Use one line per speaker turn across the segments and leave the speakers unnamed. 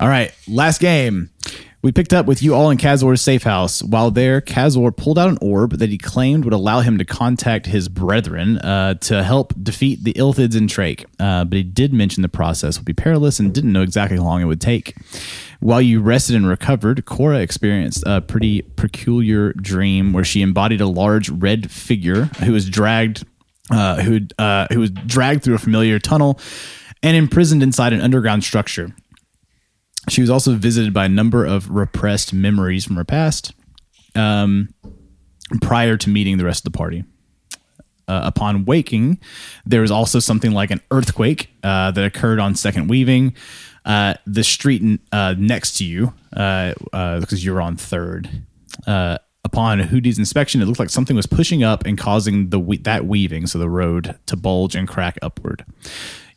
All right, last game. We picked up with you all in Kazor's safe house. While there, Kazor pulled out an orb that he claimed would allow him to contact his brethren uh, to help defeat the Ilthids in Trake. Uh, but he did mention the process would be perilous and didn't know exactly how long it would take. While you rested and recovered, Cora experienced a pretty peculiar dream where she embodied a large red figure who was dragged, uh, who uh, who was dragged through a familiar tunnel and imprisoned inside an underground structure. She was also visited by a number of repressed memories from her past um, prior to meeting the rest of the party. Uh, upon waking, there was also something like an earthquake uh, that occurred on second weaving. Uh, the street n- uh, next to you, uh, uh, because you were on third. Uh, upon Hoodie's inspection, it looked like something was pushing up and causing the we- that weaving, so the road, to bulge and crack upward.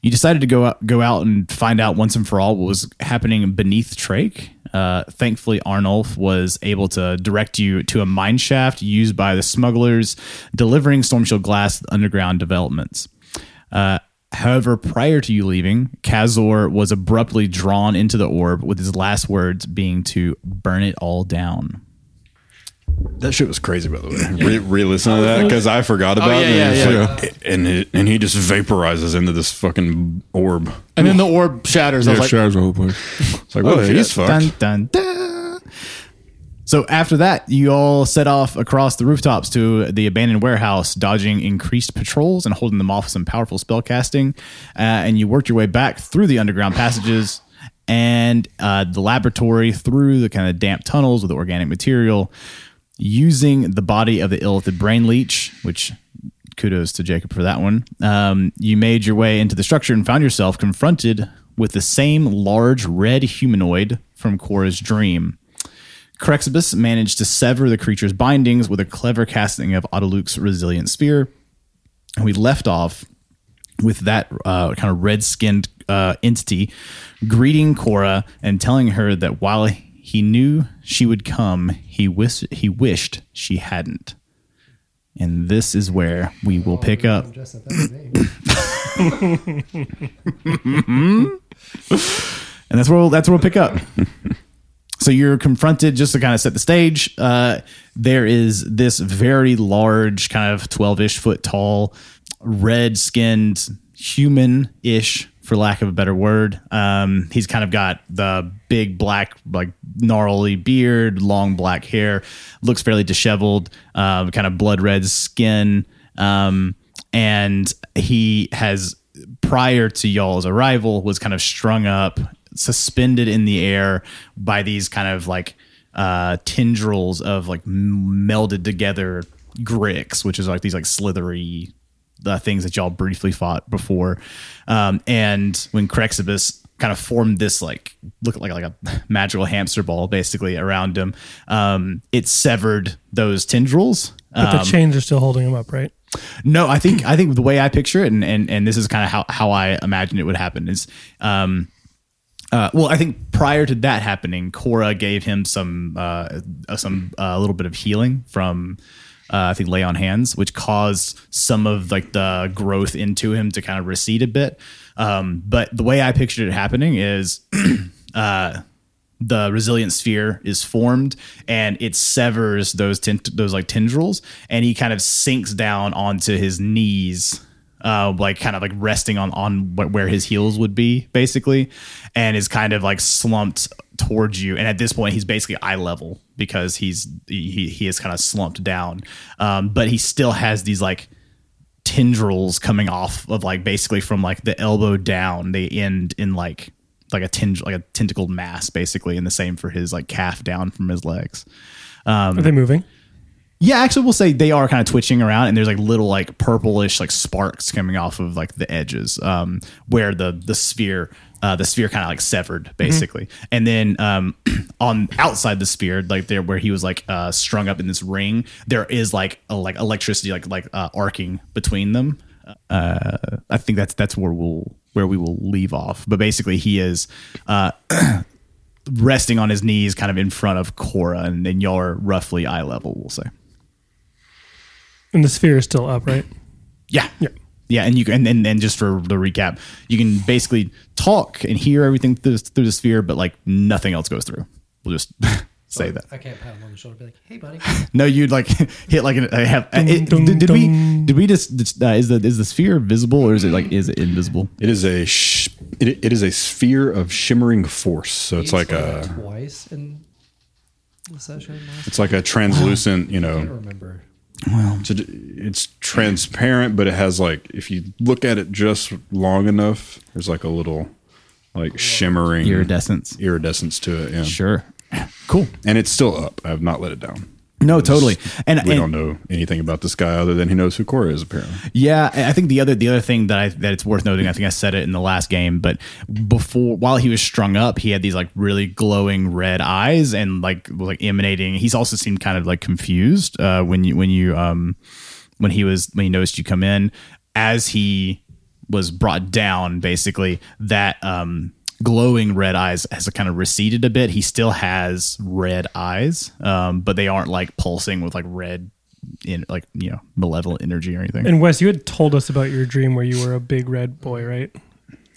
You decided to go out, go out and find out once and for all what was happening beneath Trake. Uh, thankfully, Arnulf was able to direct you to a mine shaft used by the smugglers, delivering Stormshield glass underground developments. Uh, however, prior to you leaving, Kazor was abruptly drawn into the orb, with his last words being to burn it all down.
That shit was crazy, by the way. Re- re-listen to that because I forgot about
Oh, yeah,
it. and
yeah,
it's like- And it, and he just vaporizes into this fucking orb.
And then the orb shatters. I was
Yeah,
like,
shadows the whole place.
It's like, oh, he's fucked.
Dun, dun, dun. So after that, you all set off across the rooftops to the abandoned warehouse, dodging increased patrols and holding them off with some powerful spell casting. Uh, and you worked your way back through the underground passages and uh, the laboratory through the kind of damp tunnels with organic material, using the body of the illithid brain leech, which kudos to Jacob for that one. Um, you made your way into the structure and found yourself confronted with the same large red humanoid from Cora's dream. Crexibus managed to sever the creature's bindings with a clever casting of Autoluke's resilient spear. And we left off with that uh, kind of red skinned uh, entity greeting Cora and telling her that while he knew she would come, he, wis- he wished she hadn't. And this is where we will pick up.
Dress up as me.
and that's where we'll, that's where we'll pick up. so you're confronted just to kind of set the stage. Uh, there is this very large, kind of twelve-ish foot tall, red-skinned human-ish, for lack of a better word. Um, he's kind of got the big black, like gnarly beard, long black hair, looks fairly disheveled, uh, kind of blood red skin, um, and he has prior to y'all's arrival was kind of strung up suspended in the air by these kind of like uh tendrils of like m- melded together gricks which is like these like slithery uh, things that y'all briefly fought before um and when crexibus kind of formed this like look like like a magical hamster ball basically around him um it severed those tendrils
But the chains are still holding him up, right?
no, I think I think the way I picture it, and and and this is kind of how how I imagine it would happen is, um, uh, well, I think prior to that happening, Cora gave him some uh, uh, some uh, little bit of healing from. Uh, I think lay on hands, which caused some of like the growth into him to kind of recede a bit. Um, but the way I pictured it happening is the resilient sphere is formed and it severs those ten- those like tendrils and he kind of sinks down onto his knees uh, like kind of like resting on on wh- where his heels would be basically and is kind of like slumped towards you and at this point he's basically eye level because he's he he is kind of slumped down um, but he still has these like tendrils coming off of like basically from like the elbow down they end in like like a tinge like a tentacled mass basically and the same for his like calf down from his legs
Are they moving?
yeah actually we'll say they are kind of twitching around and there's like little like purplish like sparks coming off of like the edges um where the the sphere uh, the sphere kind of like severed basically and then um on outside the sphere like there where he was like uh strung up in this ring there is like a, like electricity like like uh, arcing between them uh, I think that's that's where we'll where we will leave off. But basically, he is uh, resting on his knees, kind of in front of Cora, and then y'all are roughly eye level. We'll say,
And the sphere is still up, right?
yeah,
Yeah.
Yeah, and you can and, and, and just for the recap, you can basically talk and hear everything through, through the sphere, but like nothing else goes through. We'll just say that.
I can't pat him on the shoulder and be like, hey, buddy.
No, you'd like hit like an. I have, it-
dum,
did, did we
dum.
did we just just, uh, is the is the sphere visible or is it like is it invisible?
It is a sh- it, it is a sphere of shimmering force. So it's
You
like uh,
explained
a
that Twice in the session last
it's like a translucent, you
I don't
know, it's,
remember.
a- it's transparent, but it has like if you look at it just long enough, there's like a little like shimmering
Iridescence.
iridescence to it. Yeah,
Sure. Cool.
and it's still up. I have not let it down.
No, totally. And
we
and-
don't know anything about this guy other than he knows who Cora is apparently.
Yeah, I I think the other the other thing that I that it's worth noting, I think I said it in the last game, but before while he was strung up, he had these like really glowing red eyes and like like emanating. He's also seemed kind of like confused uh, when you when you um when he was when he noticed you come in as he was brought down basically that um glowing red eyes has kind of receded a bit he still has red eyes um but they aren't like pulsing with like red in like you know malevolent energy or anything
And Wes, you had told us about your dream where you were a big red boy, right?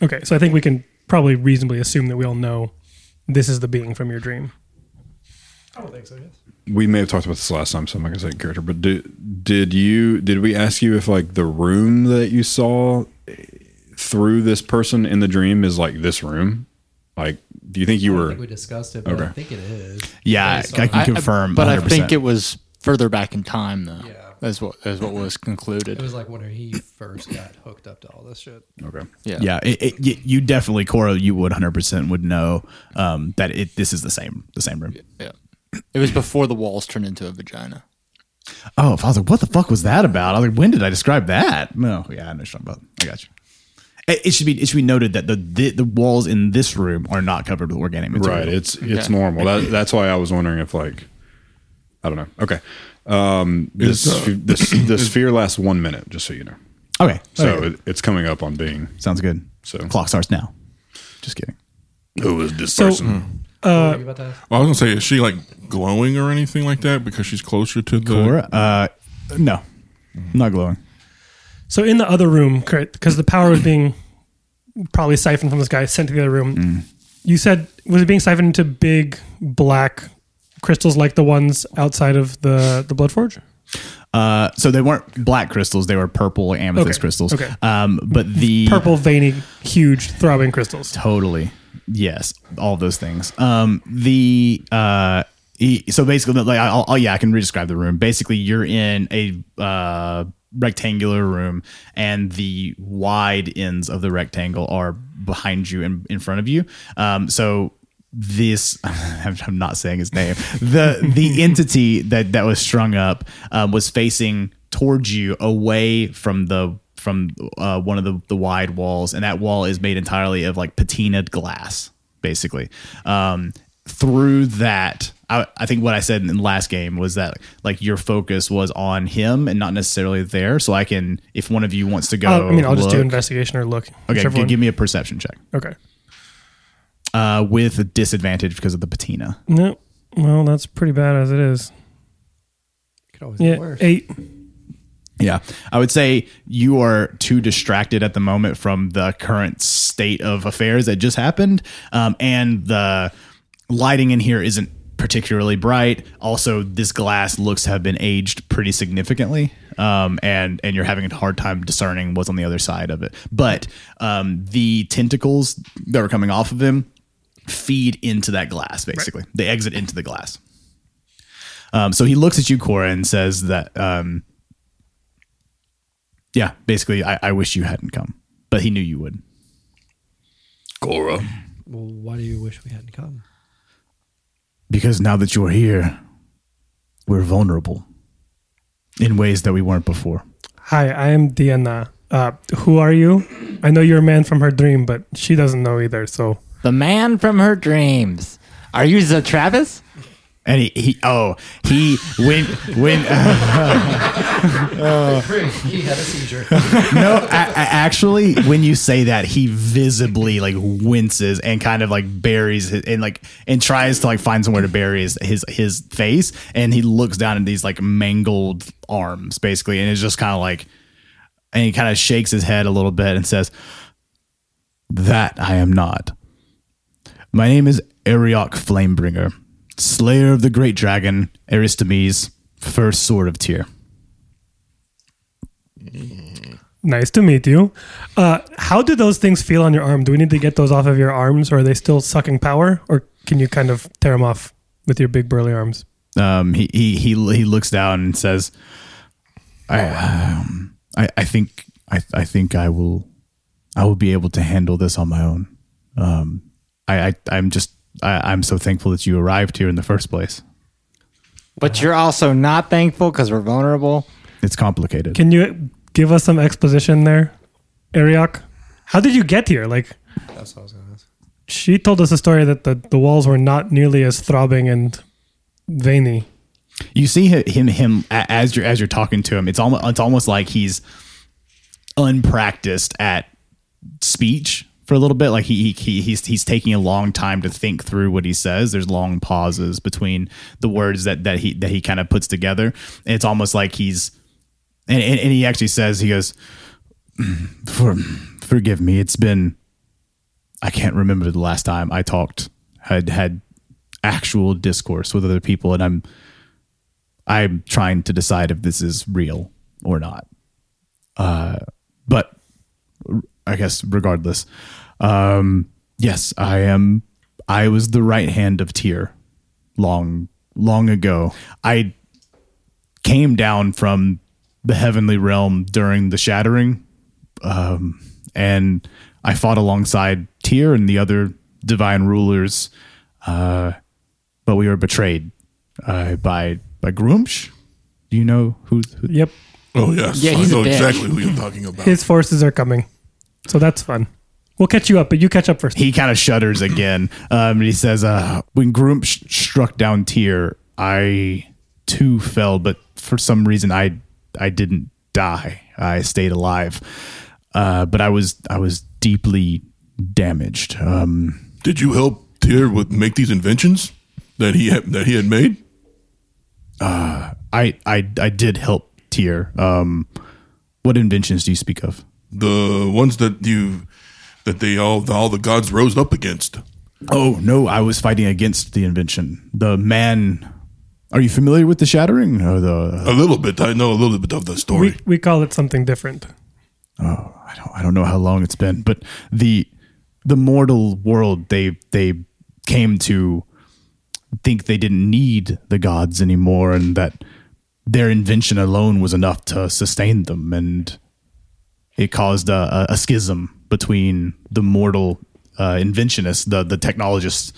Okay, so I think we can probably reasonably assume that we all know this is the being from your dream.
I don't think so, yes.
we may have talked about this last time, so I'm not gonna say character. But did did you did we ask you if like the room that you saw through this person in the dream is like this room? Like, do you think you
I
were?
think we discussed it, but I
Okay.
think it is.
Yeah,
Based
I
on-
can confirm.
but I
100%.
think it was further back in time, though.
Yeah.
that's what that's what was concluded.
It was like when he first got hooked up to all this shit.
okay,
yeah,
Yeah, it, it, y- you definitely, Cora, you would 100% would know um, that it this is the same the same room.
yeah. It was before the walls turned into a vagina.
Oh, if I was like, what the fuck was that about? I was like, when did I describe that? No, yeah, I know what you're talking about. I got you. It, it should be it should be noted that the, the the walls in this room are not covered with organic material.
right? It's it's
Okay.
normal. That, that's why I was wondering if like, I don't know. Okay, um, this this the sphere lasts one minute, just so you know.
Okay,
So
okay.
it, it's coming up on being.
sounds good.
So-
clock starts now. Just kidding.
Who is this
So-
person?
What were you about to ask?
Well, I was gonna say, is she like glowing or anything like that because she's closer to the?
Cora, uh, no, not glowing.
So in the other room, because the power was being probably siphoned from this guy, sent to the other room. You said was it being siphoned into big black crystals like the ones outside of the the blood forge?
Uh, so they weren't black crystals; they were purple amethyst
Okay,
crystals.
okay.
Um, but the
Purple, veiny, huge, throbbing crystals.
Totally. Yes, all those things. Um, the uh, e- so basically, like, I'll, I'll, yeah, I can re-describe the room. Basically, you're in a uh, rectangular room, and the wide ends of the rectangle are behind you and in front of you. Um, so this I'm not saying his name. The the entity that that was strung up um, was facing towards you, away from the from uh, one of the, the wide walls, and that wall is made entirely of like patinaed glass, basically. Um, through that, I, I think what I said in the last game was that like your focus was on him and not necessarily there. So I can, if one of you wants to go,
I'll- Uh, I mean, I'll just do
look-
investigation or look.
Okay,
whichever
g-
one.
give me a perception check
okay.
uh, with a disadvantage because of the patina.
No, well, that's pretty bad as it is.
Could always be
Yeah,
worse.
eight.
Yeah, I would say you are too distracted at the moment from the current state of affairs that just happened, um, and the lighting in here isn't particularly bright. Also, this glass looks to have been aged pretty significantly, um, and and you're having a hard time discerning what's on the other side of it. But um, the tentacles that are coming off of him feed into that glass, basically. They exit into the glass. Um, so he looks at you, Cora, and says that. Um, yeah, basically, I, I wish you hadn't come, but he knew you would.
Cora.
Well, why do you wish we hadn't come?
Because now that you're here, we're vulnerable in ways that we weren't before.
Hi, I am Diana. Uh, who are you? I know you're a man from her dream, but she doesn't know either. So
The man from her dreams. Are you the Travis?
And he, he oh, he, when, when,
he had a seizure.
no, a- a- actually, when you say that, he visibly like winces and kind of like buries his, and like and tries to like find somewhere to bury his his, his face, and he looks down at these like mangled arms basically, and it's just kind of like, And he kind of shakes his head a little bit and says, That I am not. My name is Ariok Flamebringer, Slayer of the Great Dragon, Aristomenes, First Sword of Tyr.
Nice to meet you. Uh, how do those things feel on your arm? Do we need to get those off of your arms, or are they still sucking power, or can you kind of tear them off with your big burly arms?
Um, he, he, he, he looks down and says, I, um, I, I think, I, I think I will, I will be able to handle this on my own. Um, I, I I'm just, I, I'm so thankful that you arrived here in the first place.
But you're also not thankful because we're vulnerable.
It's complicated.
Can you give us some exposition there, Ariok? How did you get here? Like,
That's what I was going to ask.
she told us a story that the, the walls were not nearly as throbbing and veiny.
you see hi- him him a- as you're as you're talking to him it's almost it's almost like he's unpracticed at speech for a little bit like he, he- he he's he's taking a long time to think through what he says there's long pauses between the words that that he that he kind of puts together and it's almost like he's and, and, and he actually says he goes "Mm, for forgive me it's been I can't remember the last time I talked had had actual discourse with other people and I'm I'm trying to decide if this is real or not. Uh, but r- I guess regardless, um, yes, I am. I was the right hand of Tyr long, long ago. I came down from the heavenly realm during the shattering, um, and I fought alongside Tyr and the other divine rulers. Uh, but we were betrayed uh, by by Grumsh. Do you know who? who
Yep.
Oh yes,
Yeah, he's
I
a
know
bitch.
exactly who you're talking about.
His forces are coming. So that's fun. We'll catch you up, but you catch up first.
he kind of shudders again. Um, and he says, uh, "When Grumsh struck down Tyr, I too fell, but for some reason, I I didn't die. I stayed alive. Uh, but I was I was deeply damaged. Um,
Did you help Tyr with make these inventions that he had, that he had made?
I I I did help Tyr. Um, what inventions do you speak of?
The ones that you that they all all the gods rose up against.
Oh no, I was fighting against the invention. The man. Are you familiar with the shattering or the uh,
A little bit. I know a little bit of the story.
We, we call it something different.
I don't I don't know how long it's been, but the the mortal world they they came to think they didn't need the gods anymore and that their invention alone was enough to sustain them and it caused a, a, a schism between the mortal uh, inventionists the the technologists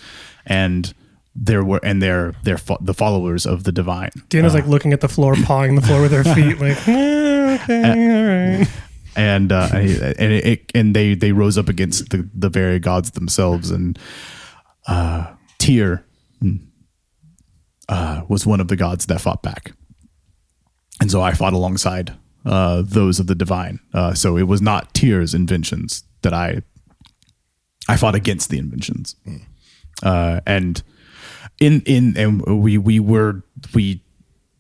and their were and their their fo- the followers of the divine Uh,
Dana's like looking at the floor, pawing the floor with her feet, like, "Eh, okay, all right.
and uh, and it, and it and they they rose up against the the very gods themselves and uh Tyr hmm, uh was one of the gods that fought back and so I fought alongside uh those of the divine uh so it was not Tyr's inventions that I I fought against the inventions uh and in in and we we were we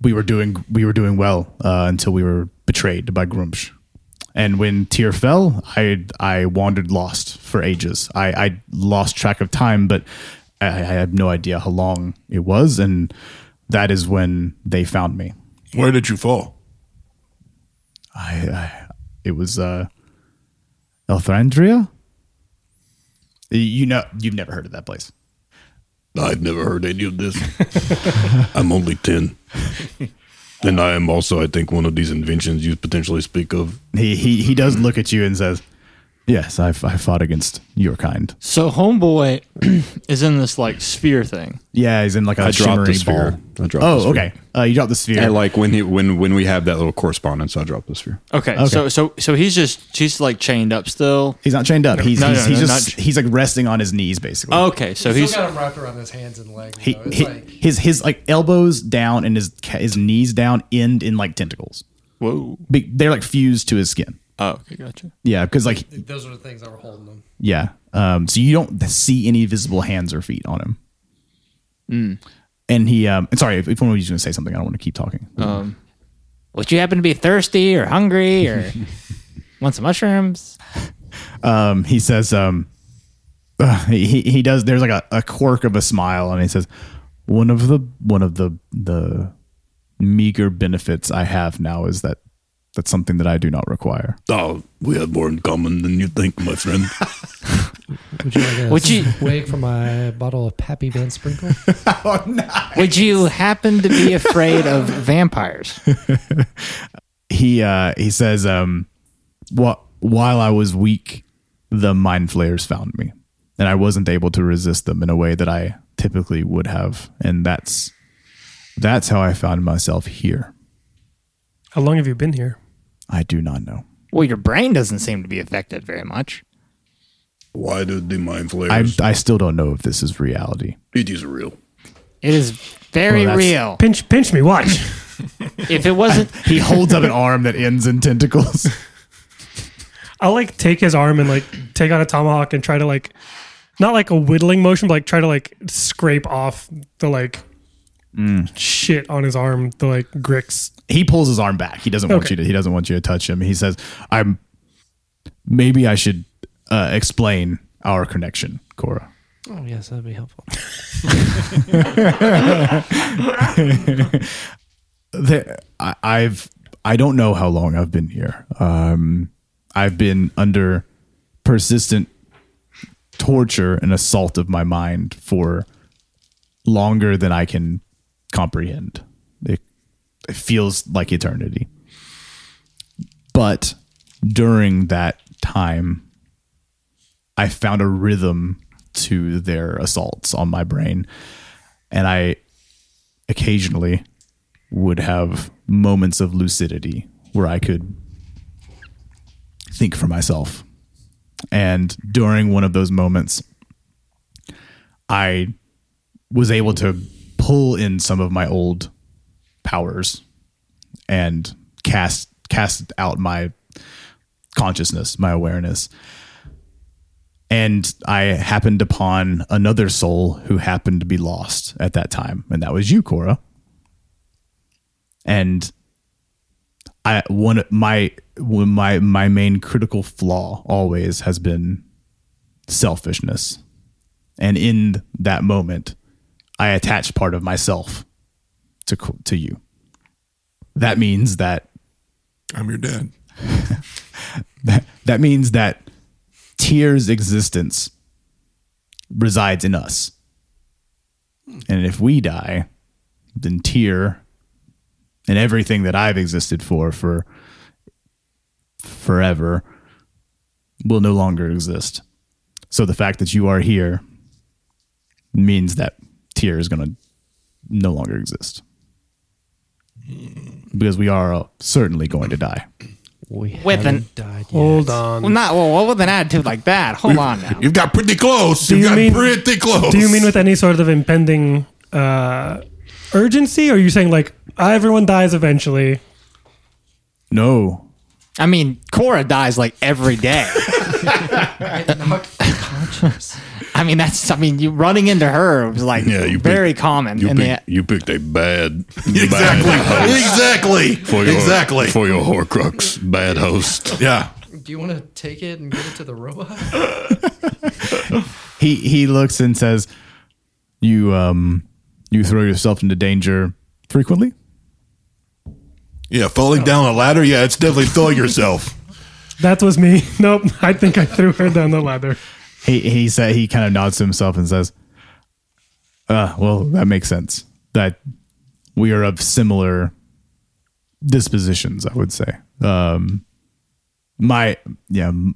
we were doing we were doing well uh, until we were betrayed by Grumsh. And when Tyr fell, I I wandered lost for ages. I, I lost track of time, but I, I have no idea how long it was. And that is when they found me.
Where did you fall?
I, I it was uh, Elthrandria. You know, you've never heard of that place.
I've never heard any of this. I'm only ten, and I am also, I think, one of these inventions you potentially speak of.
He he he does look at you and says, "Yes, I I fought against your kind."
So homeboy is in this like sphere thing.
Yeah, he's in like a
I dropped the
shimmering
sphere.
ball.
I dropped the
Oh,
sphere.
okay. Uh, you dropped the sphere.
And like when he when when we have that little correspondence, I drop the sphere.
Okay, so so so he's just she's like chained up still.
He's not chained up. he's
no,
he's,
no,
he's
no,
just
not-
he's like resting on his knees basically.
Oh.
Okay, so
He's
he's
still got him wrapped around his hands and legs.
he,
though. It's
he-
like,
his his like elbows down and his ca- his knees down end in like tentacles.
whoa.
Be- They're like fused to his skin.
Oh, okay, gotcha.
Yeah, because like
those are the things that were holding him.
yeah. Um, so you don't see any visible hands or feet on him.
Hmm.
And he um, and sorry if, if one of you is going to say something, I don't want to keep talking.
Um,
Would you happen to be thirsty or hungry or Want some mushrooms?
um, he says, um, uh, he, he does, there's like a, a quirk of a smile. And he says, one of the, one of the, the meager benefits I have now is that that's something that I do not require.
Oh, we have more in common than you think, my friend.
Would you like a
Would you-
wig from my bottle of Pappy Van Sprinkle?
Would you happen to be afraid of vampires?
He, uh, he says, um, what, while I was weak, the mind flayers found me and I wasn't able to resist them in a way that I typically would have. And that's, that's how I found myself here.
How long have you been here?
I do not know.
Well, your brain doesn't seem to be affected very much.
Why do the mind
I,
flares?
I still don't know if this is reality.
it is real.
It is very
Well, that's-
real.
Pinch, pinch me. Watch.
If it wasn't,
He holds up an arm that ends in tentacles.
I'll like take his arm and like take out a tomahawk and try to like, not like a whittling motion, but like try to like scrape off the like shit on his arm, the like gricks.
he pulls his arm back. He doesn't want
Okay.
you to. He doesn't want you to touch him. He says, "I'm. Maybe I should uh, explain our connection, Cora."
oh, yes, that'd be helpful.
There, I, I've. I don't know how long I've been here. Um, I've been under persistent torture and assault of my mind for longer than I can comprehend. It, it feels like eternity. But during that time, I found a rhythm to their assaults on my brain. And I occasionally would have moments of lucidity where I could think for myself. And during one of those moments, I was able to pull in some of my old powers and cast cast out my consciousness, my awareness. And I happened upon another soul who happened to be lost at that time, and that was you, Cora. And I one my one- my my main critical flaw always has been selfishness. And in that moment, I attached part of myself to co- to you. That means that
I'm your dad.
that, that means that Tears' existence resides in us. And if we die, then Tear and everything that I've existed for for forever will no longer exist. So the fact that you are here means that Tear is going to no longer exist. Because we are uh, certainly going to die.
We
Whipping.
haven't died yet.
Hold on.
well, not well. What with an attitude like that? Hold on now.
You've got pretty close. you
you
got
mean-
pretty close.
Do you mean with any sort of impending uh, urgency? Or are you saying like "Ah, everyone dies eventually?
No,
I mean, Cora dies like every day. I mean, that's. I mean, you running into her was like
Yeah, you
very
pick-
common.
You
in
picked,
the,
you picked a bad,
Exactly.
bad host
exactly.
for your,
exactly.
for your Horcrux. Bad host.
yeah.
Do you want to take it and give it to the robot?
he he looks and says, "You um, you throw yourself into danger frequently."
Yeah. Falling down a ladder. Yeah. It's definitely throwing yourself.
That was me. Nope. I think I threw her down the ladder.
He he said he kind of nods to himself and says, "Uh, well, that makes sense. That we are of similar dispositions, I would say. Um, my yeah, m-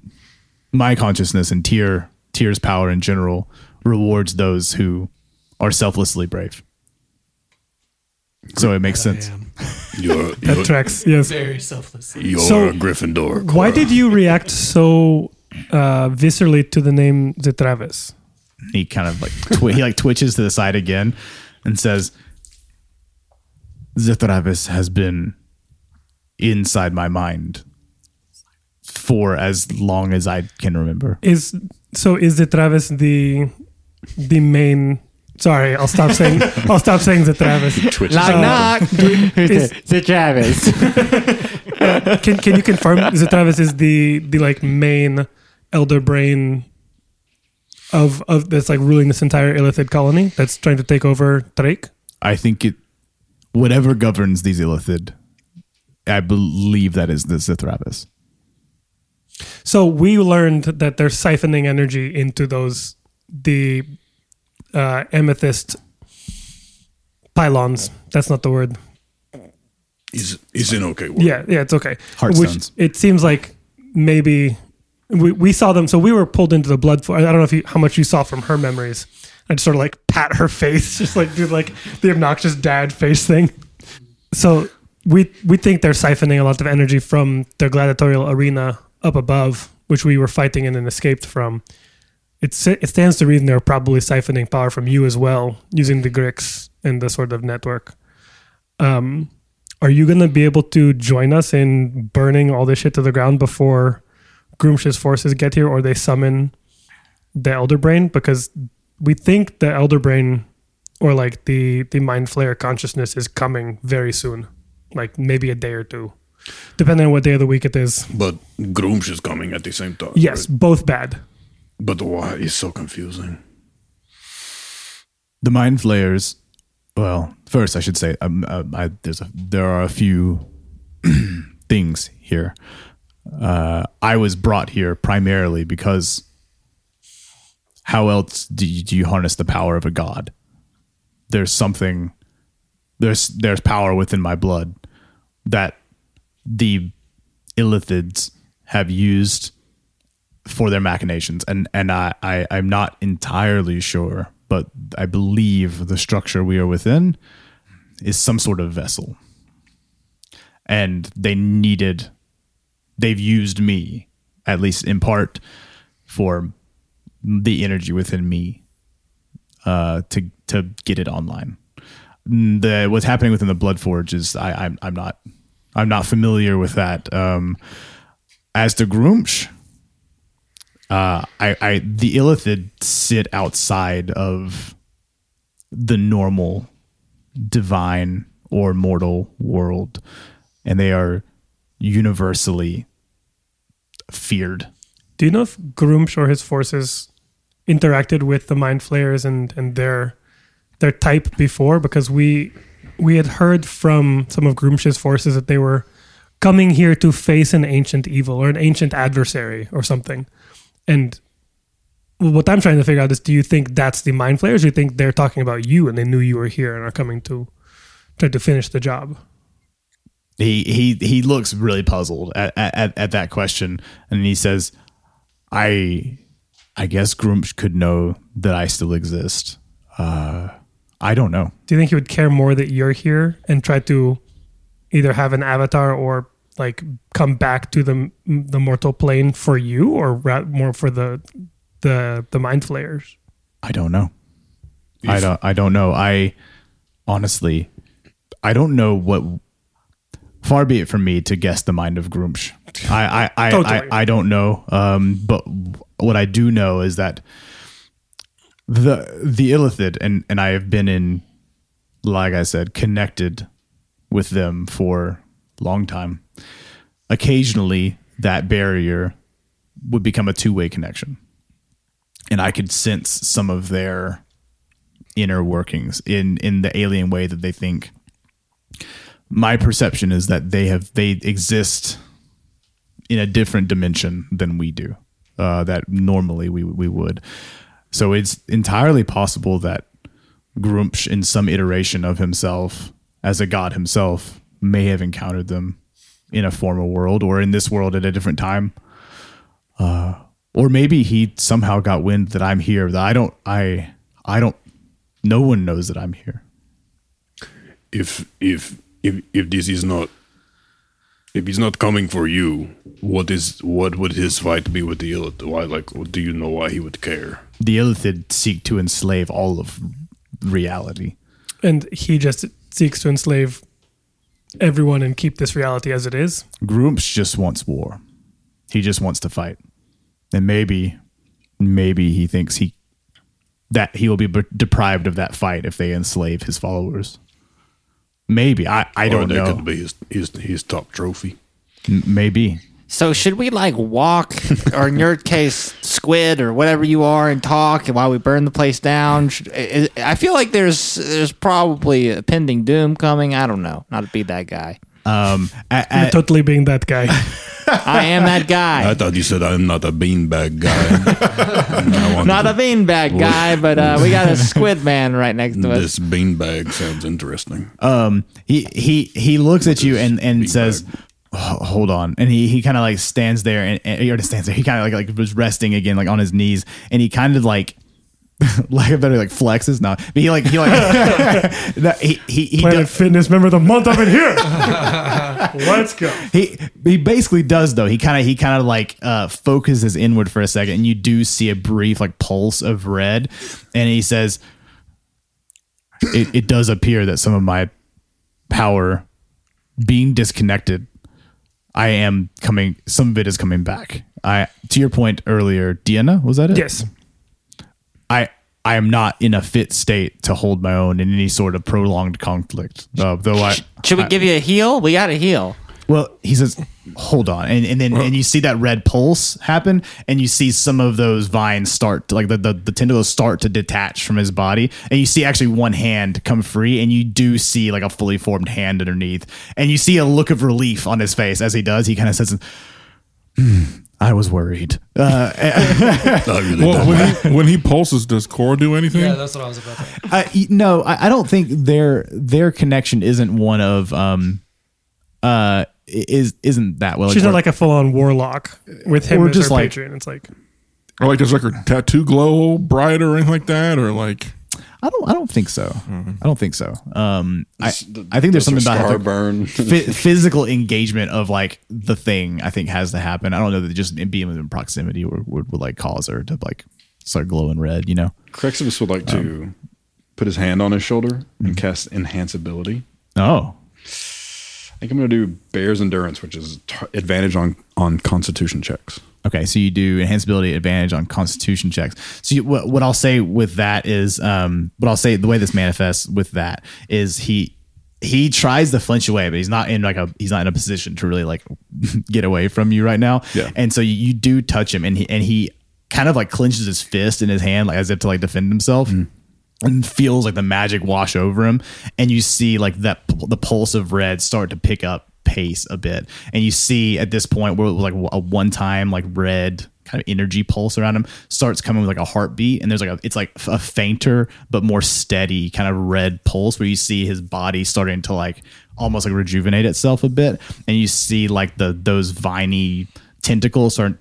my consciousness and tier tier's power in general rewards those who are selflessly brave. So it makes sense."
am.
You're,
That
you're,
tracks. Yes.
Very selfless.
you're
So-
a Gryffindor.
Why
Cora.
did you react so uh, viscerally to the name De Travis?
he kind of like twi- he like twitches to the side again and says Zithravis has been inside my mind for as long as I can remember.
Is so? Is De Travis the the main? Sorry, I'll stop saying. I'll stop saying De Travis.
Uh, knock knock. Who's
Is-
it? Is it Travis?
Can can you confirm Zetavis is the the like main elder brain of of that's like ruling this entire illithid colony that's trying to take over Drake?
I think it, whatever governs these illithid, I believe that is the Zithravis.
So we learned that they're siphoning energy into those the uh, amethyst pylons. That's not the word.
He's he's in okay work.
Yeah, yeah, it's okay.
Heartstones.
Which it seems like maybe we, we saw them. So we were pulled into the blood. For, I don't know if you, how much you saw from her memories. I just sort of like pat her face, just like do like the obnoxious dad face thing. So we we think they're siphoning a lot of energy from their gladiatorial arena up above, which we were fighting in and escaped from. It, sa- it stands to reason they're probably siphoning power from you as well, using the Grix and the sort of network. Um, are you going to be able to join us in burning all this shit to the ground before Groomsh's forces get here or they summon the Elder Brain? Because we think the Elder Brain or like the, the Mind Flayer consciousness is coming very soon, like maybe a day or two, depending on what day of the week it is.
But Groom's is coming at the same time.
Yes,
right?
both bad.
But why? It's so confusing.
The mind flayers. Well, first I should say um, uh, I, there's a, there are a few things here. Uh, I was brought here primarily because how else do you, do you harness the power of a god? There's something there's there's power within my blood that the illithids have used for their machinations and and I, I i'm not entirely sure but i believe the structure we are within is some sort of vessel and they needed they've used me at least in part for the energy within me uh to to get it online Mm, the what's happening within the blood forge is i i'm, I'm not i'm not familiar with that um as to groomsh Uh, I, I the illithid sit outside of the normal divine or mortal world and they are universally feared
Do you know if Groomsh or his forces interacted with the mind flayers and and their their type before? Because we we had heard from some of Groomsh's forces that they were coming here to face an ancient evil or an ancient adversary or something. And what I'm trying to figure out is do you think that's the mind flayers? Do you think they're talking about you and they knew you were here and are coming to try to finish the job?
he he he looks really puzzled at at, at that question and he says i i guess grumsh could know that i still exist uh i don't know
do you think he would care more that you're here and try to either have an avatar or like come back to the the mortal plane for you or ra- more for the the the mind flayers
I don't know. I don't. I don't know. I honestly, I don't know what. Far be it from me to guess the mind of Grumsh. I I I,
Totally.
I, I don't know. Um, but what I do know is that the the Illithid and and I have been in, like I said, connected with them for a long time. Occasionally, that barrier would become a two way connection and I could sense some of their inner workings in in the alien way that they think. My perception is that they have they exist in a different dimension than we do, uh, that normally we we would. So it's entirely possible that Grumsh, in some iteration of himself as a god himself, may have encountered them in a former world or in this world at a different time or maybe he somehow got wind that I'm here. That I don't. I. I don't. No one knows that I'm here.
If if if if this is not if he's not coming for you, what is what would his fight be with the Illith? Why like do you know why he would care?
The Illithid seek to enslave all of reality.
and he just seeks to enslave everyone and keep this reality as it is
Grumps just wants war. He just wants to fight. And maybe, maybe he thinks he that he will be b- deprived of that fight if they enslave his followers. Maybe I. I
or
don't
that
know.
could be his his his top trophy.
M- Maybe.
So should we like walk, or in your case, squid, or whatever you are, and talk while we burn the place down? Should- I I feel like there's there's probably a pending doom coming. I don't know. Not to be that guy.
Um, I,
You're
I,
totally being that guy.
I am that
I
guy.
thought you said I'm not a beanbag guy. And I wanted
Not a beanbag guy, but uh, we got a squid man right next to us.
This beanbag sounds interesting.
Uh,
um, he he he looks at you and and says "Ho- hold on and he he kind of like stands there and, and he already stands there he kind of like like was resting again like on his knees and he kind of like like a better like flexes now but he like he like no, he he he,
Planet
does,
Fitness member of the month up in here. Let's go.
he he basically does though he kind of he kind of like uh focuses inward for a second and you do see a brief like pulse of red and he says it, it does appear that some of my power being disconnected I am coming. Some of it is coming back. I to your point earlier, Deanna, was that it?
Yes.
I I am not in a fit state to hold my own in any sort of prolonged conflict. Uh, though I
Should we give you a heel? We got a heel.
well, he says, hold on, and and then and you see that red pulse happen, and you see some of those vines start, to- like the, the the tendrils start to detach from his body, and you see actually one hand come free, and you do see like a fully formed hand underneath, and you see a look of relief on his face as he does. He kind of says. "Hmm, I was worried. Uh,
I really
Well,
don't.
when he, when he pulses, does Cora do anything?
Yeah, that's what I was about to
I, no, I, I don't think their their connection isn't one of um uh is isn't that well.
She's not like a full on warlock with him
Or
as
just
her
like-
patron. It's like
Or like does like her tattoo glow bright or anything like that? Or like
I don't I don't think so. I don't think so. Um, I I think there's
Those are
something about
scar
the
burn.
phy- physical engagement of like the thing. I think has to happen. I don't know that just being in proximity would, would, would like cause her to like start glowing red. You know.
Crixibus would like
Um,
to put his hand on his shoulder
Mm-hmm.
and cast Enhance Ability.
Oh,
I think I'm going to do Bear's Endurance, which is t- advantage on, on Constitution checks.
Okay, so you do enhanced ability advantage on Constitution checks. So you, what, what I'll say with that is, um, what I'll say the way this manifests with that is he he tries to flinch away, but he's not in like a he's not in a position to really like get away from you right now.
Yeah.
And so you, you do touch him, and he and he kind of like clenches his fist in his hand, like as if to like defend himself. And feels like the magic wash over him, and you see like that p- the pulse of red start to pick up pace a bit. And you see at this point where it was like a one time like red kind of energy pulse around him starts coming with like a heartbeat and there's like a it's like a fainter but more steady kind of red pulse where you see his body starting to like almost like rejuvenate itself a bit and you see like the those viney tentacles starting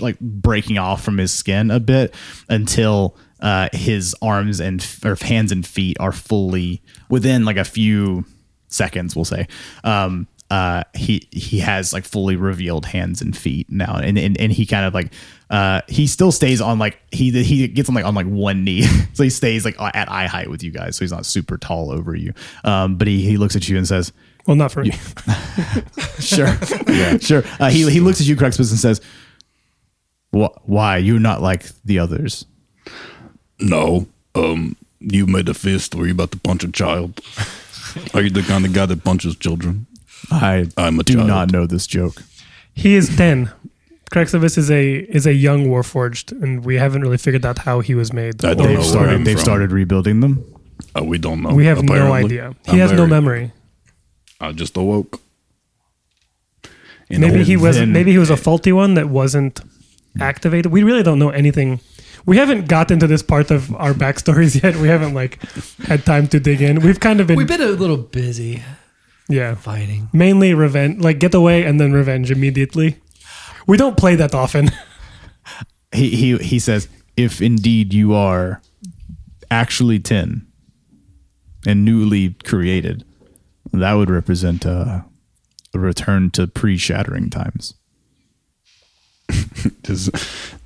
like breaking off from his skin a bit until uh, his arms and or hands and feet are fully within like a few seconds, we'll say. Um, uh, he he has like fully revealed hands and feet now, and and, and he kind of like uh, he still stays on like he he gets on like on like one knee, so he stays like at eye height with you guys, so he's not super tall over you. Um, but he he looks at you and says,
well not for me.
sure. Sure. Uh, he, he looks at you, Cruxpus, and says, "Wh- Why? You're not like the others.
No. Um, you made a fist. Were you about to punch a child? Are you the kind of guy that punches children?
I
I'm a
do
child.
not know this joke.
He is ten. Crexivus is a is a young warforged, and we haven't really figured out how he was made.
I don't know.
Or-
They've,
where
started,
I'm
they've
from.
started rebuilding them.
Uh, we don't know.
We have no
apparently.
idea. He
I'm
has no
very-
memory.
I just awoke. And
Maybe he wasn't.
then-
Maybe he was a faulty one that wasn't activated. We really don't know anything. We haven't gotten to this part of our backstories yet. We haven't like had time to dig in. We've kind of been,
We've been a little busy
yeah,
fighting.
mainly revenge, like get away and then revenge immediately. We don't play that often.
He, he, he says, If indeed you are actually 10 and newly created, that would represent a, a return to pre shattering times.
Does,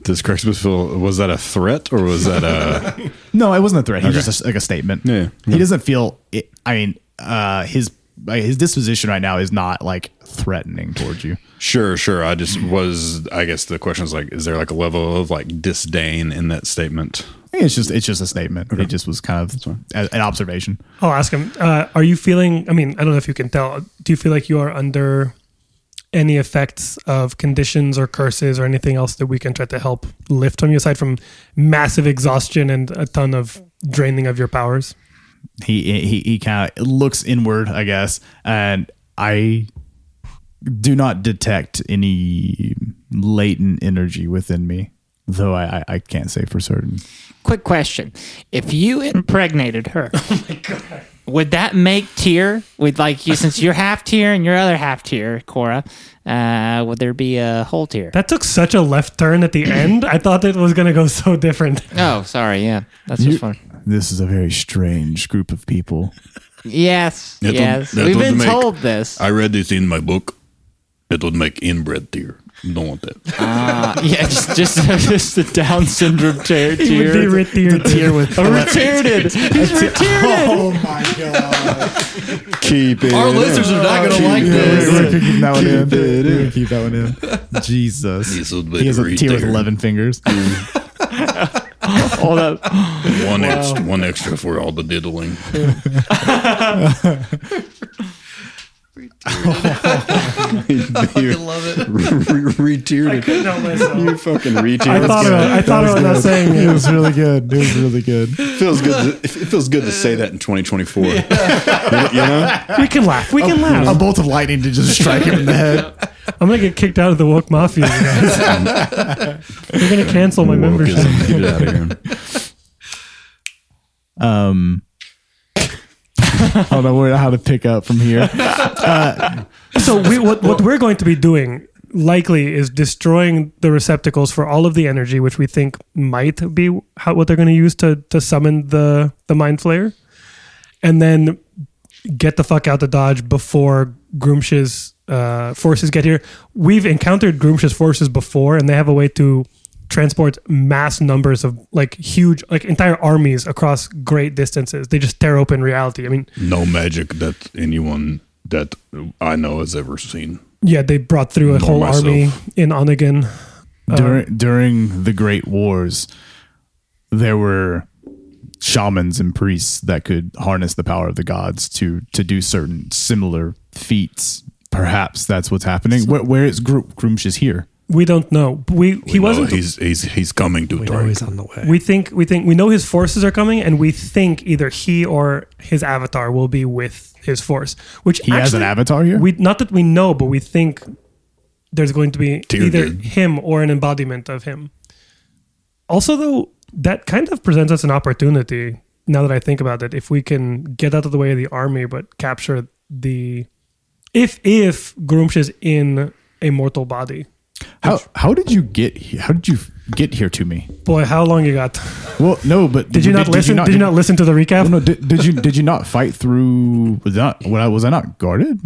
does Crixibus feel, was that a threat or was that a.
No, it wasn't a threat. He was just a, like a statement.
Yeah.
He doesn't feel. It, I mean, uh, his like, his disposition right now is not like threatening towards you.
Sure, sure. I just was. I guess the question is like, is there like a level of like disdain in that statement?
I think it's just it's just a statement. It just was kind of a, an observation.
I'll ask him. Uh, are you feeling? I mean, I don't know if you can tell. Do you feel like you are under any effects of conditions or curses or anything else that we can try to help lift from you aside from massive exhaustion and a ton of draining of your powers?
he he he kind of looks inward, I guess, and I do not detect any latent energy within me, though I I, I can't say for certain.
Quick question: If you impregnated her, would that make Tyr? Would like you since you're half Tyr and your other half Tyr, Cora? Uh, would there be a whole Tyr?
That took such a left turn at the end. I thought it was going to go so different.
oh, sorry, yeah, that's just fun.
This is a very strange group of people.
Yes,
That would-
yes,
that
we've
would
been
make-
told this.
I read this in my book. It would make inbred tear. Don't want that.
Uh, yeah, just, just
just the Down syndrome tear.
He would be right there.
with
retarded. He's retarded.
Oh my god!
Keep it. in.
are not gonna like
keep that one in. We're gonna Keep that one in.
This
Jesus.
would
He has a
be
tier with
tear.
eleven fingers.
All that.
One extra, one extra for all the diddling.
You
love it.
re-tiered it. You fucking re-tiered
I thought
it.
about, I thought about not saying
It
it.
was really good. It was really good.
feels good. To, it feels good to say that in 2024.
We can laugh. We can laugh.
A bolt of lightning to just strike him in the head.
I'm gonna get kicked out of the woke mafia. You guys. They're gonna cancel my membership.
Wokeism. Get it out of here.
Um, I don't know where, how to pick up from here.
So we, what what we're going to be doing likely is destroying the receptacles for all of the energy, which we think might be how, what they're going to use to to summon the the mind flayer, and then get the fuck out the dodge before Groomsh's uh, forces get here. We've encountered Groomsh's forces before, and they have a way to transport mass numbers of like huge like entire armies across great distances they just tear open reality i mean
No magic that anyone that I know has ever seen.
yeah they brought through a
Nor
whole
myself.
army in Onegin.
during during the Great Wars, there were shamans and priests that could harness the power of the gods to to do certain similar feats. Perhaps that's what's happening. where, where is Gro- Groomsh is here?
We don't know. We, he
No,
wasn't.
he's he's he's coming to
We know
Tark.
he's on the way.
we think we think we know his forces are coming, and we think either he or his avatar will be with his force. Which
He has an
actually,
avatar here.
We not that we know, but we think there's going to be
Tyr
either
did.
him or an embodiment of him. Also, though, that kind of presents us an opportunity. Now that I think about it, if we can get out of the way of the army, but capture the, if if Grumsh is in a mortal body,
how how did you get he- how did you get here to me?
boy, how long you got?
Well, no, but
Did you not listen? Did you not, listen to the recap?
No, did, did you did you not fight through? Was that what I was I not guarded?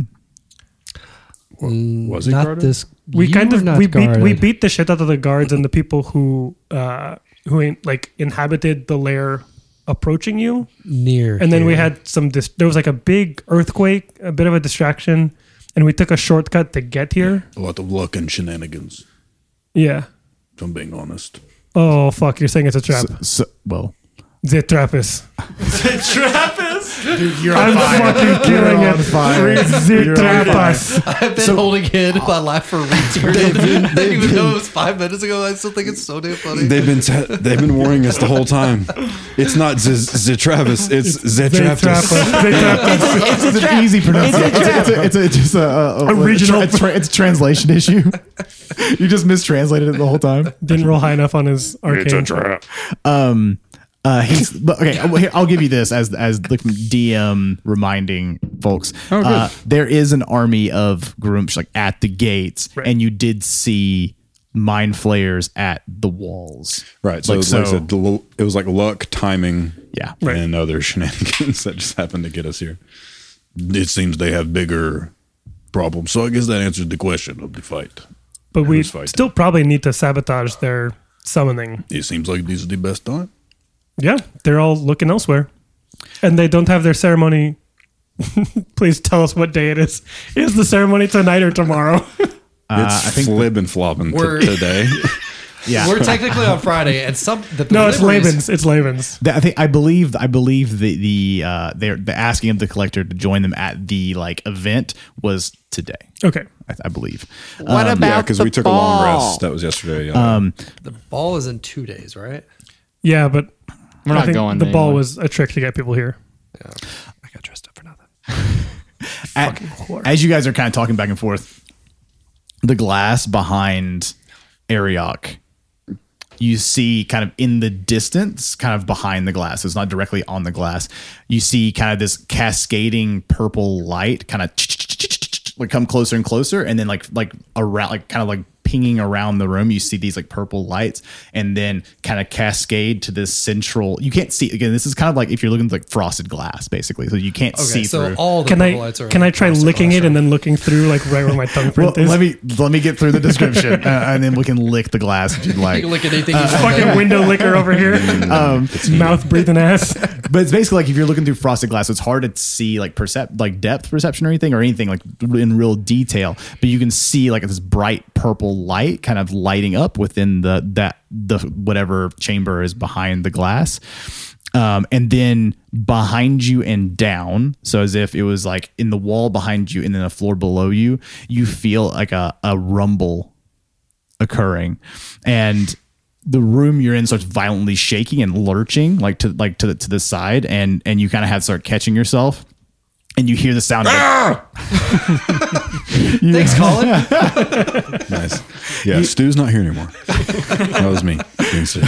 was not this.
we
you
kind
were
of
not
we beat we
guarded.
beat the shit out of the guards and the people who uh who in, like inhabited the lair approaching you.
near,
And then we
here.
had some dis- there was like a big earthquake, a bit of a distraction, and we took a shortcut to get here.
A lot of luck and shenanigans.
Yeah.
If I'm being honest.
Oh fuck, you're saying it's a trap.
So- so- well,
the trap is. the trap is. Dude, you're I'm fucking killing it. The trap us.
I've been holding in my laugh for weeks. I didn't even know it was five minutes ago. I still think it's so damn funny.
They've been t- they've been warning us the whole time. It's not Z, Z Travis. It's Z
They trap us.
Travis.
They trap us.
it's an easy pronunciation. It's, it's, a- it's, a- just a, a, a
Original.
It's, tra- it's a translation issue. you just mistranslated it the whole time.
Didn't roll high enough on his arcane.
Um, uh, he's but okay. well, Here, I'll give you this as as the DM reminding folks. Uh, there is an army of Groomsh like at the gates, and you did see mind flayers at the walls.
Right. So,
Like
it, was like I
so.
said, the l- it was like luck, timing,
Yeah.
and other shenanigans that just happened to get us here.
It seems they have bigger problems. So I guess that answered the question of the fight.
But we
Who's fighting?
still probably need to sabotage their summoning.
It seems like this is the best time.
Yeah, they're all looking elsewhere, and they don't have their ceremony. Please tell us what day it is. Is the ceremony tonight or tomorrow?
it's flib and flopping t-
We're-
today.
Yeah.
We're technically on Friday, and some the
No, it's
deliveries-
Laban's. It's Laban's.
The- I think I believe I believe the the uh, they're the asking of the collector to join them at the like event was today.
Okay.
I, I believe. Uh,
What about
yeah, because
the
we took
ball? Uh,
a long rest. That was yesterday. Yeah.
The ball is in two days, right?
Yeah, but
We're
I
not
think
going.
The ball
anywhere.
was a trick to get people here.
I got dressed up for nothing.
At- as you guys are kind of talking back and forth, the glass behind Ariok, you see kind of in the distance, kind of behind the glass. So it's not directly on the glass. You see kind of this cascading purple light kind of like come closer and closer. And then like, like around, like kind of like pinging around the room, you see these like purple lights and then kind of cascade to this central, you can't see again. This is kind of like if you're looking at, like frosted glass basically. So you can't
Okay,
see
so
through.
all the
Can
purple
I
lights are.
can I try
across the
licking it
classroom.
and then looking through like right where my tongue
Well,
print is?
let me let me get through the description, uh, and then we can lick the glass if you'd
You
like.
can lick at anything. you want.
Fucking window licker over here.
Um,
mouth breathing ass.
But it's basically like if you're looking through frosted glass, it's hard to see like percept like depth perception or anything or anything like in real detail. But you can see like this bright purple light kind of lighting up within the that the whatever chamber is behind the glass. Um, and then behind you and down, so as if it was like in the wall behind you and then the floor below you, you feel like a, a rumble occurring and the room you're in starts violently shaking and lurching like to like to the, to the side and and you kind of have to start catching yourself and you hear the sound of
Thanks, Colin.
Nice. Yeah, Stu's not here anymore. that was me. being Stu.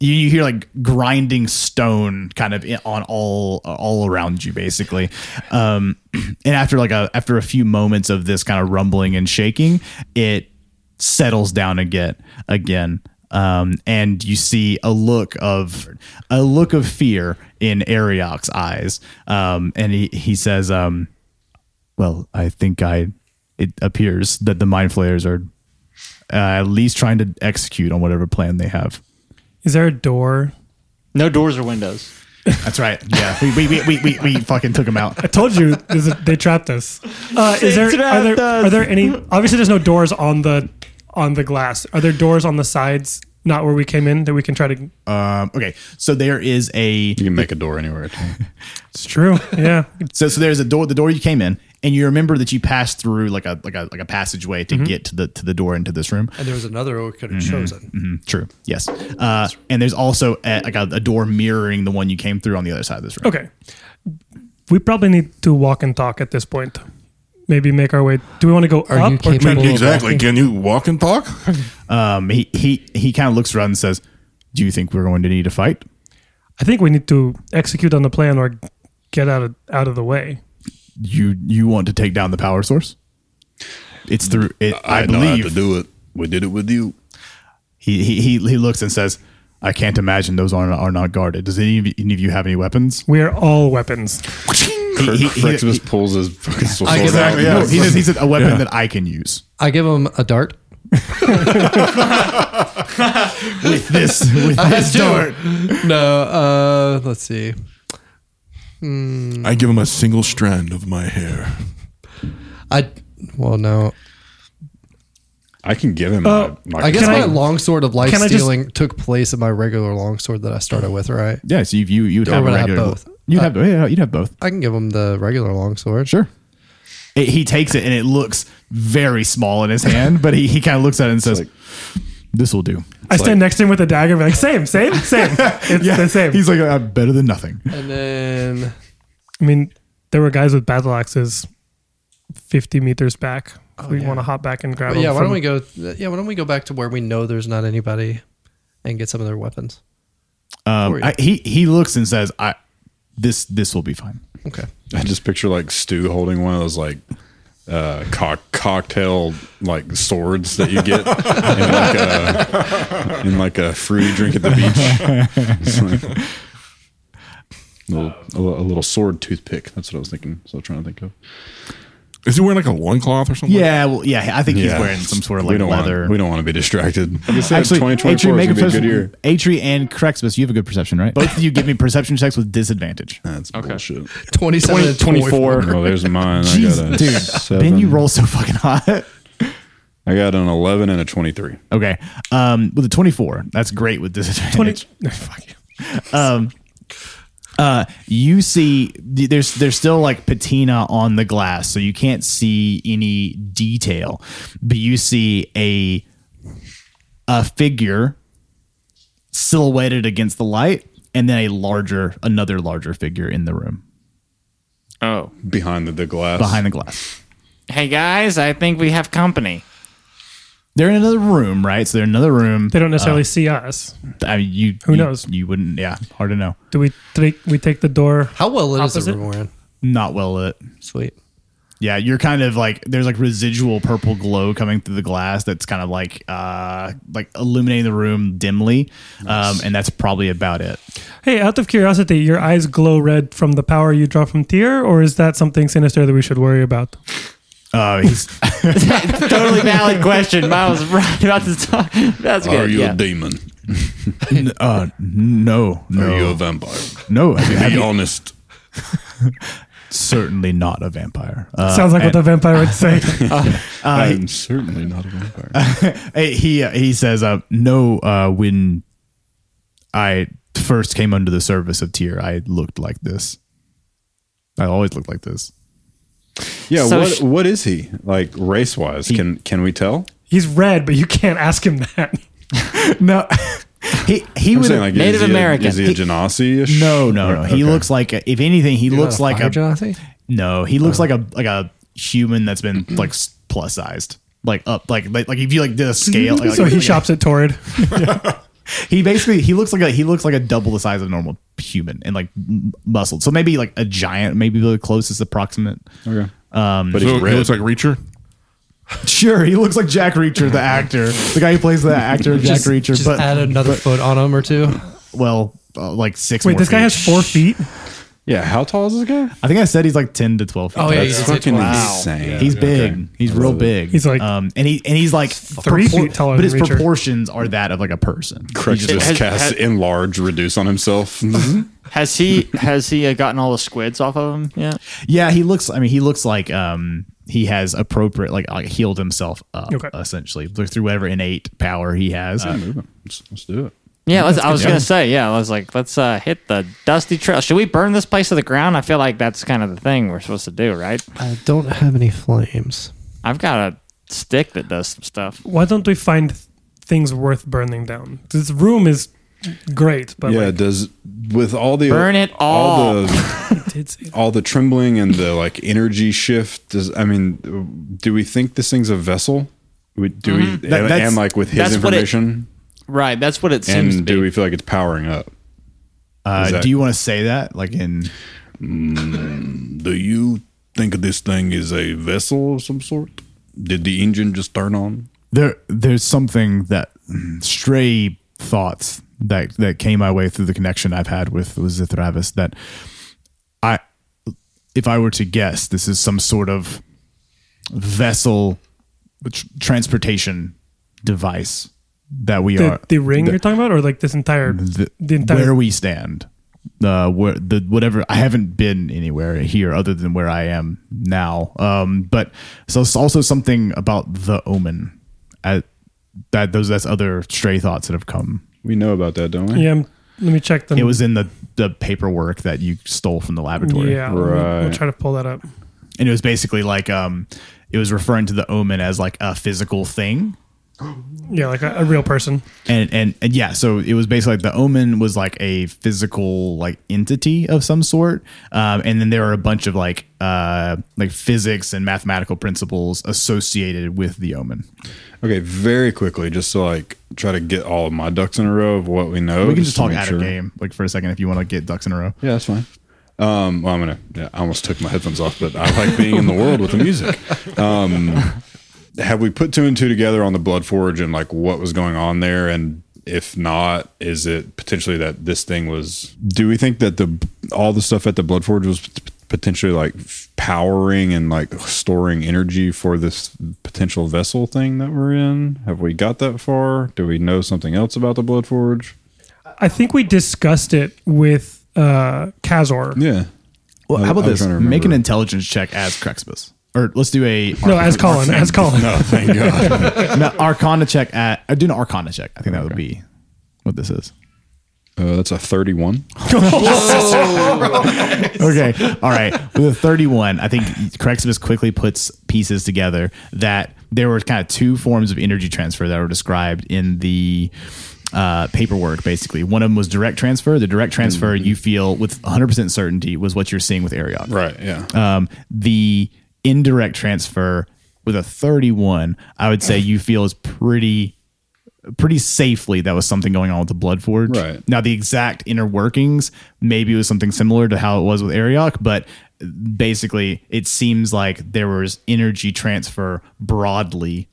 you, you hear like grinding stone kind of in, on all all around you basically um and after like a after a few moments of this kind of rumbling and shaking it settles down again again um and you see a look of a look of fear in Ariok's eyes um and he he says um well i think i it appears that the mind flayers are uh, at least trying to execute on whatever plan they have
Is there a door?
no doors or windows.
that's right. Yeah, we we, we, we, we, we fucking took him out.
I told you this is- they trapped us. Uh, is there are there are there any? Obviously, there's no doors on the on the glass. Are there doors on the sides? Not where we came in that we can try to.
Um, okay, so there is a
You can make a door anywhere. Too.
It's true. Yeah.
so so there's a door. The door you came in, and you remember that you passed through like a like a like a passageway to get to the to the door into this room.
And there was another we could have
Mm-hmm.
chosen.
Mm, True. Yes. Uh, and there's also a, like a, a door mirroring the one you came through on the other side of this room.
Okay. We probably need to walk and talk at this point. Maybe make our way. Do we want to go
Are you
up or try
capable-
to?
Exactly. Can you walk and talk?
Um, he he he kind of looks around and says, "Do you think we're going to need a fight?"
I think we need to execute on the plan or get out of out of the way.
You you want to take down the power source? It's through. It, I,
know how
believe
to do it. We did it with you.
he he he he looks and says, "I can't imagine those are are not guarded. Does any of you, any of you have any weapons?"
We are all weapons.
He, he, he,
Craximus pulls his fucking sword
I-
out.
exactly. Yeah. He says, he said, "A weapon that I can use."
I give him a dart.
With this, with this dart.
No, uh, let's see.
I give him a single strand of my hair.
I well, no.
I can give him
Uh,
my, my
I guess
Can
my
I-
longsword of life
can I just-
stealing took place in my regular longsword that I started with, right?
Yeah, so you you you'd
Or
have
would
a
I have
regular.
both?
You'd have yeah, you'd have both.
I can give him the regular longsword.
Sure. It, he takes it and it looks very small in his hand, but he, he kind of looks at it and says, "This will do."
I stand next to him with a dagger, and be like same, same, same. It's the same.
He's like, "I'm better than nothing."
And then
I mean, there were guys with battle axes, fifty meters back. If we
Oh, yeah.
want to hop back and grab.
but
them
yeah, why
from-
don't we go yeah, why don't we go back to where we know there's not anybody and get some of their weapons?
Um, I, he he looks and says, "I this this will be fine."
Okay.
I just picture like Stu holding one of those like uh cock cocktail like swords that you get in like a in like a fruity drink at the beach. It's like a, little, a little- a little sword toothpick. That's what I was thinking. So trying to think of.
Is he wearing like a loincloth or something?
Yeah, well, yeah, I think he's wearing some sort of
we
like
don't
leather.
Want, we don't want to be distracted. Like I said,
Actually,
2024
Atri,
is
E, make a
gonna be a good
perception-
year.
Atri and Crexmas, you have a good perception, right? Both of you give me perception checks with disadvantage.
That's bullshit.
27 and 24.
Well, there's mine. I
Jeez,
got a
dude,
seven.
Ben, you roll so fucking hot.
I
I got an 11 and a 23.
Okay. Um, with a 24, that's great with disadvantage.
20, fuck you.
um, uh, you see, there's there's still like patina on the glass, so you can't see any detail, but you see a a figure silhouetted against the light, and then a larger, another larger figure in the room
Oh.
Behind the, the glass.
behind the glass.
Hey guys, I think we have company.
They're in another room, right? So they're in another room.
They
Uh,
don't necessarily see us.
I mean, you
Who
you-
knows?
You wouldn't. Yeah, hard to know.
Do we take we take the door?
How well lit is the
Opposite?
room we're in?
Not well lit.
Sweet.
Yeah, you're kind of like there's like residual purple glow coming through the glass that's kind of like uh like illuminating the room dimly. Um and that's probably about it.
Hey, out of curiosity, your eyes glow red from the power you draw from Tyr, or is that something sinister that we should worry about?
Uh he's
totally valid question. Miles was right about this. Talk. That's
Are
good.
you
Yeah.
a demon?
n- uh no,
Are you
no.
a vampire?
No, I- I'm
Be honest.
certainly not a vampire. Uh,
Sounds like
and-
what the vampire would say.
I'm certainly not a vampire.
Hey, he uh, he says, uh, "No, uh, when I first came under the service of Tyr, I looked like this. I always looked like this.
Yeah,
So
what
sh-
what is he? Like race wise? Can can we tell?
He's red, but you can't ask him that.
No, he he
I'm
would
saying like
Native
is he
American.
A, is he a
He-
Genasi?
No, no, no. He looks like a, if anything, he
Not
looks
a
like
fire
a
Genasi?
no. He
Oh.
looks like a like a human that's been like s- plus sized, like up, like like, like if you like did a scale. Like,
so
like-
he
like-
shops at Torrid.
He basically he looks like a he looks like a double the size of a normal human and like m- muscled. So maybe like a giant, maybe the closest approximate.
Okay.
But so he looks like Reacher.
Sure, he looks like Jack Reacher, the actor, the guy who plays the actor Jack
Just,
Reacher.
just
but
add another foot on him or two.
well, uh, like six.
Wait,
more
this guy
feet.
has four feet.
Yeah, how tall is this guy?
I think I said he's like ten to twelve. Feet.
Oh, yeah,
That's
he's
fucking
like- wow.
insane.
He's big.
Okay.
He's real big.
He's like-
um, and he and he's like
three feet taller
but
than
his
Reacher.
proportions are that of like a person.
Correct. Just
has-
cast
has-
enlarge, reduce on himself.
Has he has he uh, gotten all the squids off of him yet?
Yeah, he looks. I mean, he looks like um he has appropriate like, like healed himself up
Okay.
essentially through whatever innate power he has.
let's, let's do it.
Yeah, let's, I was gonna say yeah. I was like, let's uh, hit the dusty trail. Should we burn this place to the ground? I feel like that's kind of the thing we're supposed to do, right?
I don't have any flames.
I've got a stick that does some stuff.
Why don't we find things worth burning down? This room is great, but
yeah,
like,
does with all the
Burn it all.
the
it's,
all the trembling and the like energy shift. Does I mean, do we think this thing's a vessel? We, do we
That-
and,
that's-
and, like with his
Mm-hmm. that's what it
information,
Right, that's what it seems to
and
be.
do we feel like it's powering up?
Uh,
that-
do you want to say that like in?
Do you think this thing is a vessel of some sort? Did the engine just turn on?
there there's something that mm, stray thoughts that that came my way through the connection I've had with Elizabeth Ravis that I if I were to guess this is some sort of vessel tr- transportation device that we
the,
are
the ring you're talking about, or like this entire
the,
the, entire
where we stand uh where the whatever i haven't been anywhere here other than where i am now um but so it's also something about the omen at that those that's other stray thoughts that have come
We know about that, don't we?
yeah. I'm- Let me check them.
it was in the the paperwork that you stole from the laboratory
yeah. we'll- We'll
Right.
try to pull that up.
and it was basically like um it was referring to the omen as like a physical thing
Yeah, like a, a real person.
and, and and yeah, so it was basically like the omen was like a physical like entity of some sort, um, and then there are a bunch of like uh, like physics and mathematical principles associated with the omen.
Okay, very quickly, just to like try to get all of my ducks in a row of what we know.
we can Oh, just
to
talk
make
out
sure.
of game like for a second if you want to get ducks in a row.
Yeah, that's fine. Um, well, I'm gonna. Yeah, I almost took my headphones off, but I like being in the world with the music. Um, have we put two and two together on the Blood Forge and like what was going on there? And if not, is it potentially that this thing was? Do we think that the all the stuff at the Blood Forge was p- potentially like powering and like storing energy for this potential vessel thing that we're in? Have we got that far? Do we know something else about the Blood Forge?
I think we discussed it with uh Kazor.
Yeah.
Well,
I-
how
I
about
was
this?
trying to
Make an
remember.
intelligence check as Crexbus. or let's do a
No, as Colin, as Colin.
Oh, thank God.
no, Arcana check at uh, do an Arcana check. I think that would be what this is.
Uh, that's a 31.
Okay, all right. With a thirty-one, I think Craximus quickly puts pieces together that there were kind of two forms of energy transfer that were described in the. Uh, paperwork basically. One of them was direct transfer. The direct transfer
Mm-hmm.
you feel with 100% certainty was what you're seeing with Ariok.
Right. Yeah.
um, the indirect transfer with a 31 i would say you feel is pretty pretty safely that was something going on with the blood forge
Right.
now the exact inner workings maybe it was something similar to how it was with ariok but basically it seems like there was energy transfer broadly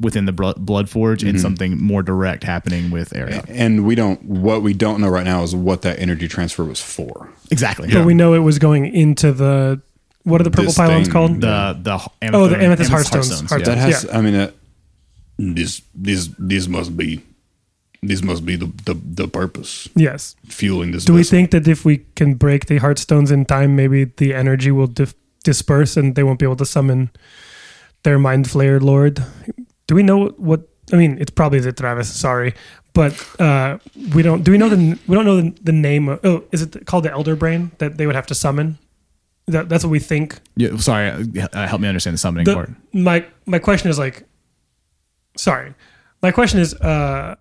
within the bro- blood forge and something more direct happening with ariok
and we don't, what we don't know right now is what that energy transfer was for.
exactly
But we know it was going into the what are the purple
This
pylons
thing.
called?
the the amethyst,
Oh, the amethyst heartstones.
yeah.
That has,
Yeah.
I mean, that,
This this this must be this must be the the, the purpose
yes.
fueling this.
Do we
vessel.
think that if we can break the heartstones in time, maybe the energy will dif- disperse and they won't be able to summon their mind flayer lord? Do we know what? I mean, it's probably the Travis. Sorry, but uh, we don't. Do we know the? We don't know the, the name. Of, oh, is it called the Elder Brain that they would have to summon? That, that's what we think.
Yeah, sorry uh, help me understand the summoning
The-
part
my my question is like sorry my question is uh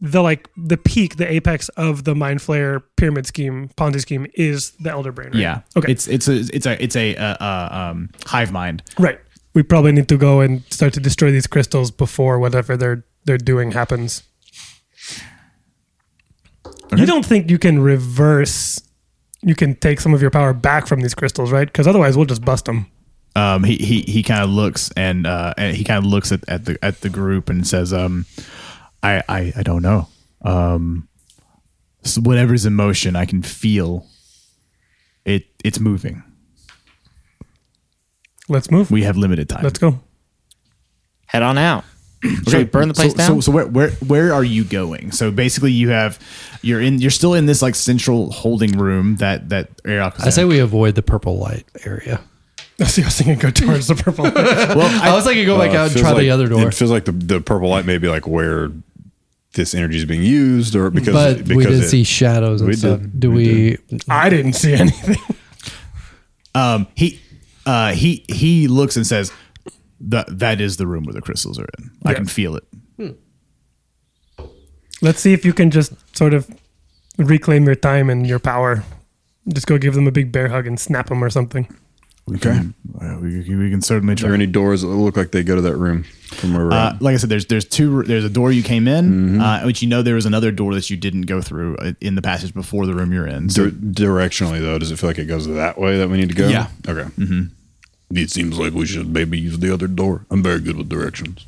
the like the peak the apex of the mind flayer pyramid scheme ponzi scheme is the elder brain right?
Yeah.
okay
It's it's a it's a it's a uh, uh, um, hive mind.
right we probably need to go and start to destroy these crystals before whatever they're they're doing happens you don't think you can reverse you can take some of your power back from these crystals right because otherwise we'll just bust them
Um, he he he kind of looks and uh, and he kind of looks at, at the at the group and says, um, I I, I don't know. Um, so whatever's in motion, I can feel. It it's moving.
let's move
We have limited time.
let's go
Head on out. Should we burn the place
so,
down?
So, so where, where where are you going? So basically, you have you're in you're still in this like central holding room that that Ariok was
I
in.
say we avoid the purple light area.
I see. I was thinking go towards the purple.
I, was like, you go back
Uh,
out and
feels
try
like-
the other door.
It feels like the, the purple light may be like where this energy is being used, or because
But
because
we did
it-
see shadows and
we
stuff.
did.
Do we?
I didn't see anything.
Um, he uh, he he looks and says, "That that is the room where the crystals are in. I
Yeah.
can feel it."
Let's see if you can just sort of reclaim your time and your power. Just go give them a big bear hug and snap them or something.
Okay.
Uh, we, we can certainly
Are there
try.
any doors that look like they go to that room from where we're
Uh,
at?
like I said, there's there's two there's a door you came in, uh, which you know there was another door that you didn't go through uh, in the passage before the room you're in. So
Dir- directionally though, does it feel like it goes that way that we need to go?
Uh, Yeah.
Okay.
It seems like we should maybe use the other door. I'm very good with directions.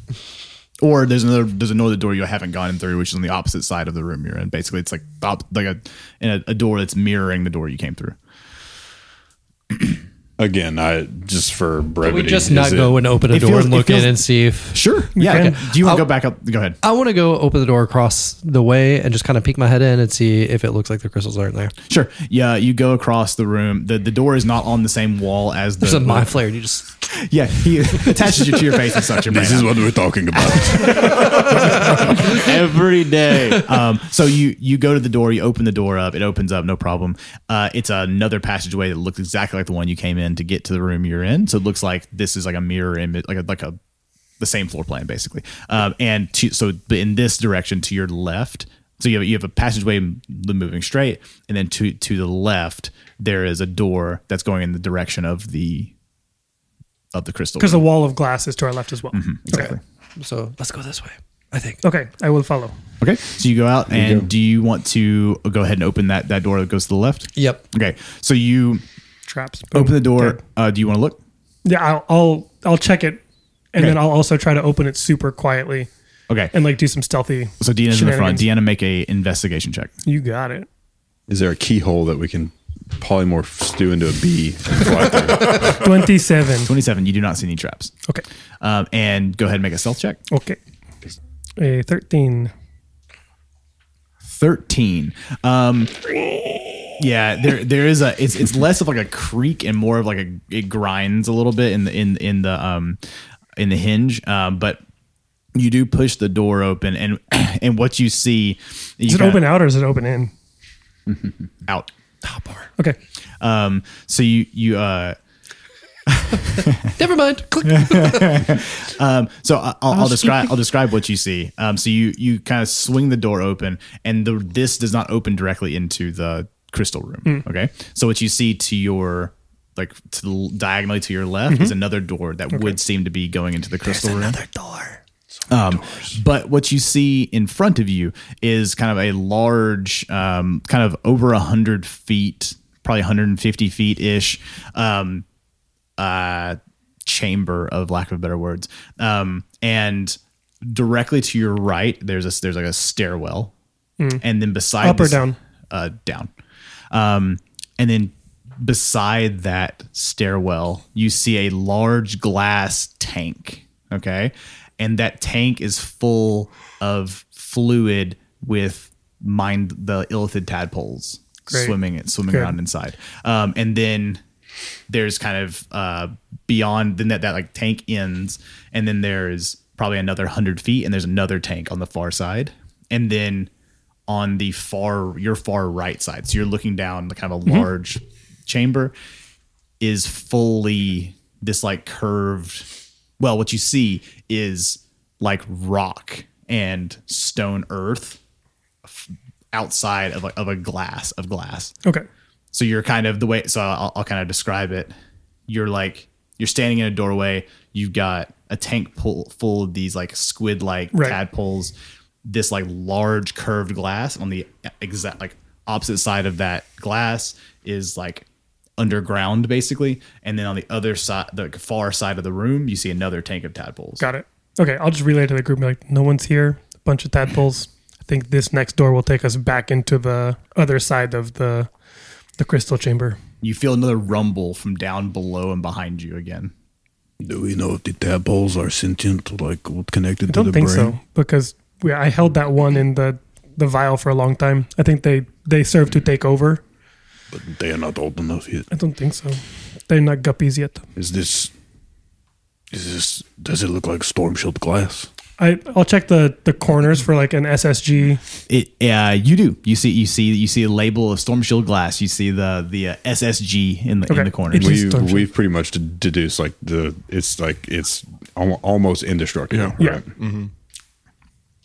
or there's another there's another door you haven't gone through, which is on the opposite side of the room you're in. Basically, it's like op- like a in a, a door that's mirroring the door you came through.
Again, I just for brevity.
we just
is
Not
it-
go and open a
It
door
feels-
and
it
look
feels-
in and see if.
Sure. Yeah.
can.
okay. Do you want to go
I'll-
back up? Go ahead.
I want to go open the door across the way and just kind of peek my head in and see if it looks like the crystals aren't there.
Sure. Yeah. You go across the room. the The door is not on the same wall as the.
There's a mind flare. and You just
Yeah, he attaches you to your face and sucks your brain.
This is
out.
what we're talking about.
Every day.
Um, so you you go to the door, you open the door up, it opens up, no problem. Uh, it's another passageway that looks exactly like the one you came in to get to the room you're in. So it looks like this is like a mirror image, like a, like a the same floor plan basically. Um, and to, so but in this direction to your left, so you have you have a passageway m- moving straight, and then to to the left there is a door that's going in the direction of the of the crystal.
Because the wall of glass is to our left as well.
Exactly.
so let's go this way. I think.
Okay. okay, I will follow.
Okay. So you go out and do you want to go ahead and open that, that door that goes to the left?
Yep.
Okay. So you
Traps. Boom.
open the door.
Dead.
Uh, do you want to look?
Yeah, I'll I'll, I'll check it,
Okay.
and then I'll also try to open it super quietly
Okay.
and like do some stealthy.
so Deanna's in the front.
shenanigans.
Deanna, make a investigation check.
You got it.
Is there a keyhole that we can polymorph stew into a bee and fly through?
Twenty-seven.
27. You do not see any traps.
Okay.
Um, and go ahead and make a stealth check.
Okay. A thirteen.
13. Um, Yeah, there there is a it's it's less of like a creak and more of like a it grinds a little bit in the in in the um in the hinge. Um, but you do push the door open and and what you see you
Is it
kinda-
open out or is it open in?
out.
Okay.
Um, so you you uh
Never mind. Click.
Um, So I- I'll, I'll describe. I'll describe what you see. Um, so you you kind of swing the door open, and the this does not open directly into the crystal room.
Hmm.
Okay. So what you see to your like to the, l- diagonally to your
Mm-hmm.
left is another door that would seem to be going into the crystal room. Another door. Um, but what you see in front of you is kind of a large, um, kind of over a hundred feet, probably 150 feet ish, um, uh, chamber of lack of better words. Um, and directly to your right, there's a there's like a stairwell, and then beside
Hmm. Up or
this-
down?
uh, down, um, and then beside that stairwell, you see a large glass tank. Okay, and that tank is full of fluid with mind the illithid tadpoles
Great.
swimming it swimming
Good.
around inside, um, and then there's kind of uh, beyond then that, that like tank ends and then there's probably another 100 feet and there's another tank on the far side and then on the far your far right side so you're looking down the kind of a large chamber is fully this like curved well what you see is like rock and stone earth f- outside of a, of a glass of glass
Okay.
so you're kind of the way. So I'll, I'll kind of describe it. You're like you're standing in a doorway. You've got a tank pull, full of these like squid like
Right.
tadpoles. This like large curved glass on the exact like opposite side of that glass is like underground basically, and then on the other side, the far side of the room, you see another tank of tadpoles.
Got it. Okay. I'll just relay to the group. and be Like, no one's here. A bunch of tadpoles. I think this next door will take us back into the other side of the the crystal chamber.
You feel another rumble from down below and behind you again.
Do we know if the tadpoles are sentient, like what connected to
I
the
don't think
brain?
so because we, I held that one in the the vial for a long time. I think they they serve to take over.
But they are not old enough yet.
I don't think so. They're not guppies yet.
Is this? Is this? Does it look like storm shield glass?
I I'll check the the corners for like an SSG.
It uh, you do. You see you see you see a label of storm shield glass. You see the the uh, SSG in the
Okay.
in the corner.
It's-
We
Just don't-
we've pretty much de- deduced like the it's like it's al- almost indestructible.
Yeah.
Right?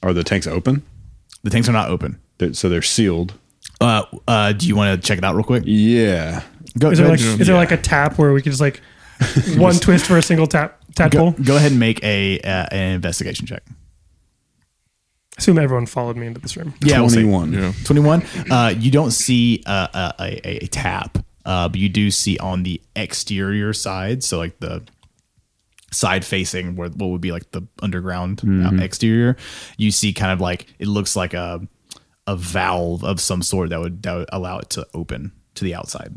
Are the tanks open?
the tanks are not open.
They're, so they're sealed.
Uh, uh, do you want to check it out real quick?
Yeah.
Go,
Is
go,
there like is there like a tap where we could just like one twist for a single tap
go,
tadpole?
go ahead and make a uh, an investigation check.
Assume everyone followed me into this room.
Yeah, we'll see.
Twenty-one.
Yeah.
21 uh, you don't see uh, a, a, a, a tap uh, but you do see on the exterior side so like the side facing where what would be like the underground uh, exterior you see kind of like it looks like a a valve of some sort that would, that would allow it to open to the outside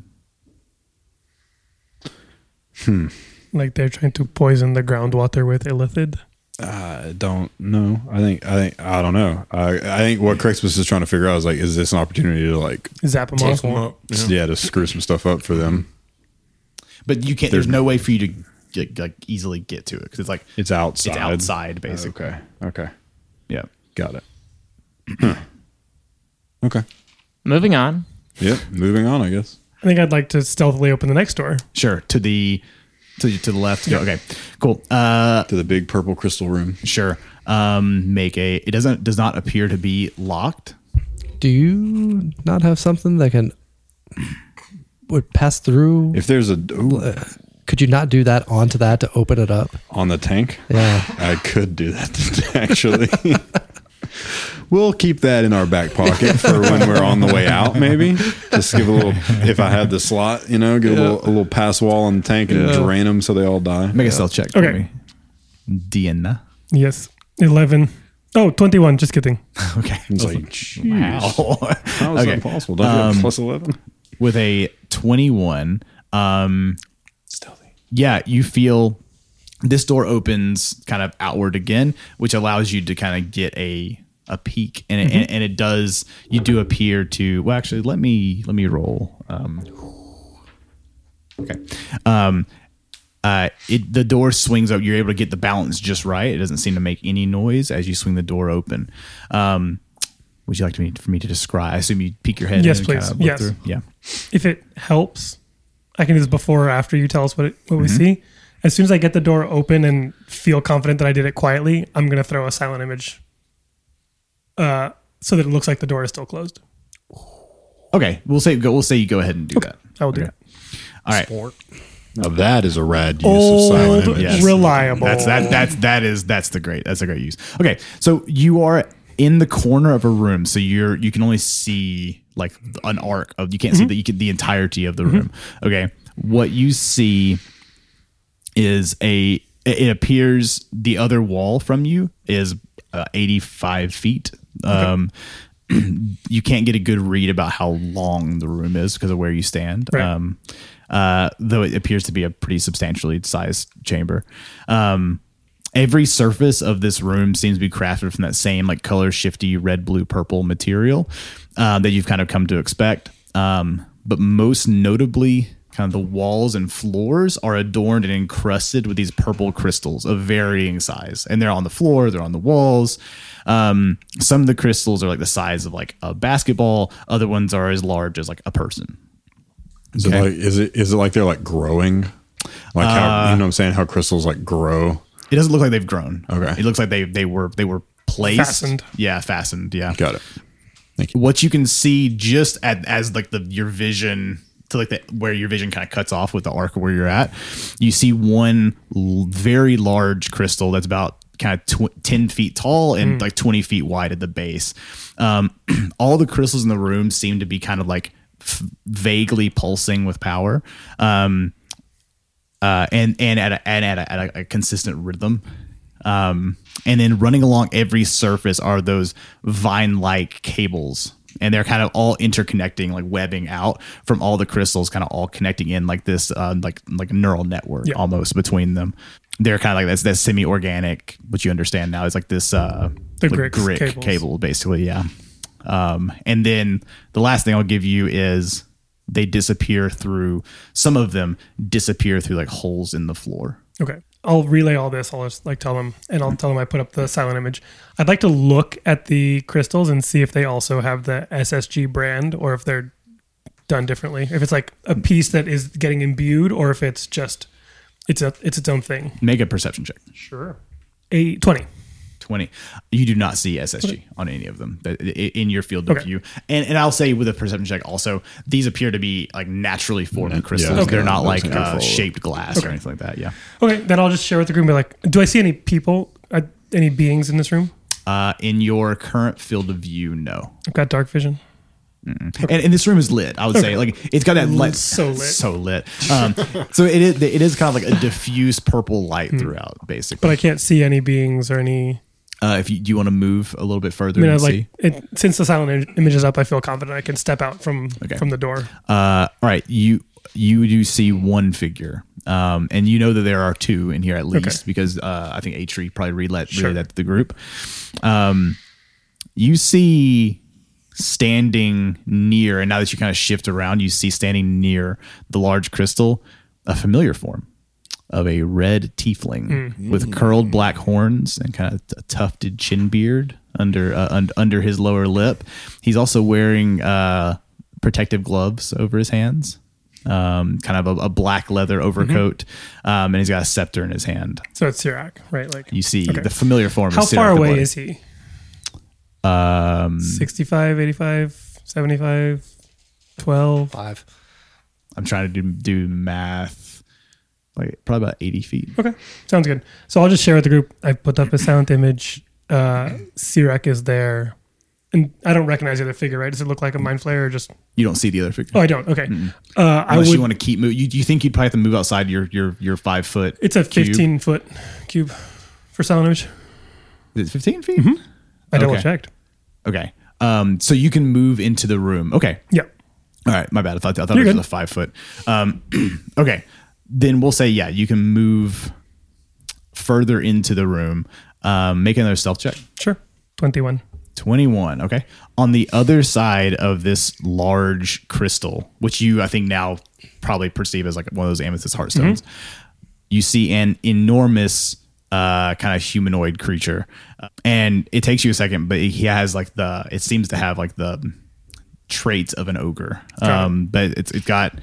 Like they're trying to poison the groundwater with illithid.
I don't know. I think I think I don't know. I I think what Craigslist is trying to figure out is like, is this an opportunity to like
Zap them off.
Well, yeah.
yeah to screw some stuff up for them?
but you can't there's no way for you to get, like easily get to it because it's like
It's outside.
it's outside basically
Okay. Okay.
yeah
Got it. okay.
Moving on.
Yep. Moving on. I guess.
I think I'd like to stealthily open the next door.
sure to the to, to the left yeah. okay cool uh
to the big purple crystal room.
Sure. Um, make a. It doesn't does not appear to be locked.
Do you not have something that can would pass through?
If there's a ooh,
Could you not do that onto that to open it up?
on the tank,
Yeah.
I could do that today, actually. we'll keep that in our back pocket for when we're on the way out. Maybe just give a little. If I had the slot, you know, give a, little, a little pass wall on the tank and drain them so they all die.
Make a stealth check. for
Okay.
me. Deanna.
Yes. 11. Oh, 21. Just kidding.
Okay.
It's like,
Wow.
How is
okay.
that possible? Don't you have plus eleven?
With a twenty-one. Um, yeah, you feel this door opens kind of outward again, which allows you to kind of get a a peak, and it,
Mm-hmm.
and, and it does. You do appear to. Well, actually, let me let me roll. Um, okay. Um, uh, it the door swings up. You're able to get the balance just right. It doesn't seem to make any noise as you swing the door open. Um, would you like to me for me to describe? I assume you peek your head.
Yes,
and kinda
please.
look
Yes.
through. Yeah.
if it helps, I can do this before or after you tell us what it, what we see. As soon as I get the door open and feel confident that I did it quietly, I'm gonna throw a silent image, uh, so that it looks like the door is still closed.
Okay. We'll say go. We'll say you go ahead and do that.
I will do
Okay.
that.
All right.
Now that is a rad
Oh,
use of silent
Old,
image.
Yes.
reliable.
That's that. That's that is that's the great. That's a great use. Okay, so you are in the corner of a room, so you're you can only see like an arc of you can't
Mm-hmm.
see that you can the entirety of the room. Okay, what you see is a it appears the other wall from you is uh, 85 feet um you can't get a good read about how long the room is because of where you stand
Right.
um uh though it appears to be a pretty substantially sized chamber um Every surface of this room seems to be crafted from that same like color shifty red, blue, purple material uh, that you've kind of come to expect. Um, but most notably, kind of the walls and floors are adorned and encrusted with these purple crystals of varying size, and they're on the floor, they're on the walls. Um, some of the crystals are like the size of like a basketball. Other ones are as large as like a person.
Is it like is it is it like they're like growing? Like how you know what I'm saying how crystals like grow.
It doesn't look like they've grown.
Okay.
it looks like they they were they were placed
Fastened.
Yeah, fastened. Yeah,
Got it.
what you can see just at, as like the your vision to like the where your vision kind of cuts off with the arc of where you're at you see one l- very large crystal that's about kind of tw- 10 feet tall and like 20 feet wide at the base um, all the crystals in the room seem to be kind of like f- vaguely pulsing with power um, uh, and and at a, and at a, at a, a consistent rhythm. Um, and then running along every surface are those vine-like cables, and they're kind of all interconnecting, like webbing out from all the crystals, kind of all connecting in like this, uh, like like a neural network
Yeah.
almost between them. They're kind of like that's that semi-organic, which you understand now is like this uh,
The
like
Grix
Grick
cables.
cable, basically, yeah. Um, and then the last thing I'll give you is they disappear through some of them disappear through like holes in the floor.
Okay. I'll relay all this. I'll just like tell them, and I'll tell them I put up the silent image. I'd like to look at the crystals and see if they also have the SSG brand or if they're done differently. If it's like a piece that is getting imbued, or if it's just it's a it's its own thing.
Make a perception check.
Sure. A twenty.
20. You do not see SSG on any of them that- i- in your field of
Okay.
view. And, and I'll say with a perception check also, these appear to be like naturally formed crystals.
Okay.
They're not
Those
like
are
uh,
forward.
shaped glass or anything like that. Yeah.
Okay, then I'll just share with the group. And be like, do I see any people, uh, any beings in this room?
Uh, in your current field of view, no.
I've got dark vision.
and, and this room is lit. I would say like it's got that light,
Mm, so lit.
so lit. Um, so it is, it is kind of like a diffuse purple light throughout,
Hmm. but
basically.
I can't see any beings or any.
uh, if you do, you want to move a little bit further
I mean, I
and
like
see.
it, since the silent im- image is up, I feel confident I can step out from from the door.
Uh, all right, you you do see one figure, um, and you know that there are two in here at least because uh, I think Atri probably relayed
Sure.
that to the group. Um, you see standing near, and now that you kind of shift around, you see standing near the large crystal a familiar form of a red tiefling
Hmm.
with curled black horns and kind of a tufted chin beard under uh, un- under his lower lip. He's also wearing uh, protective gloves over his hands. Um, kind of a, a black leather
Mm-hmm.
overcoat, um, and he's got a scepter in his hand.
So it's Sirac, right? Like
You see
Okay.
the familiar form.
How
of
far
Sirak the
away
Bloody.
is he?
Um,
65, 85, 75, 12.
Five.
I'm trying to do do math. Like probably about 80 feet.
Okay, sounds good. So I'll just share with the group. I put up a silent image. Uh, Sirac is there. And I don't recognize the other figure, right? Does it look like a mind flayer or just.
You don't see the other figure.
Oh, I don't. Okay. Uh, I
Unless
would.
you want to keep moving, you, you think you'd probably have to move outside your your your five foot.
it's a
cube.
15 foot cube for silent image.
Is it 15 feet?
Mm-hmm. I double
Okay.
checked.
Okay. Um, so you can move into the room. Okay.
Yeah.
All right. My bad. I thought, I thought
You're
it was
good.
a five foot. Um, okay. Then we'll say, yeah, you can move further into the room. Um, make another stealth check.
Sure. 21.
21. Okay. On the other side of this large crystal, which you, I think, now probably perceive as like one of those amethyst heartstones, you see an enormous uh, kind of humanoid creature. Uh, And it takes you a second, but he has like the, it seems to have like the traits of an ogre. Um, but it's it got,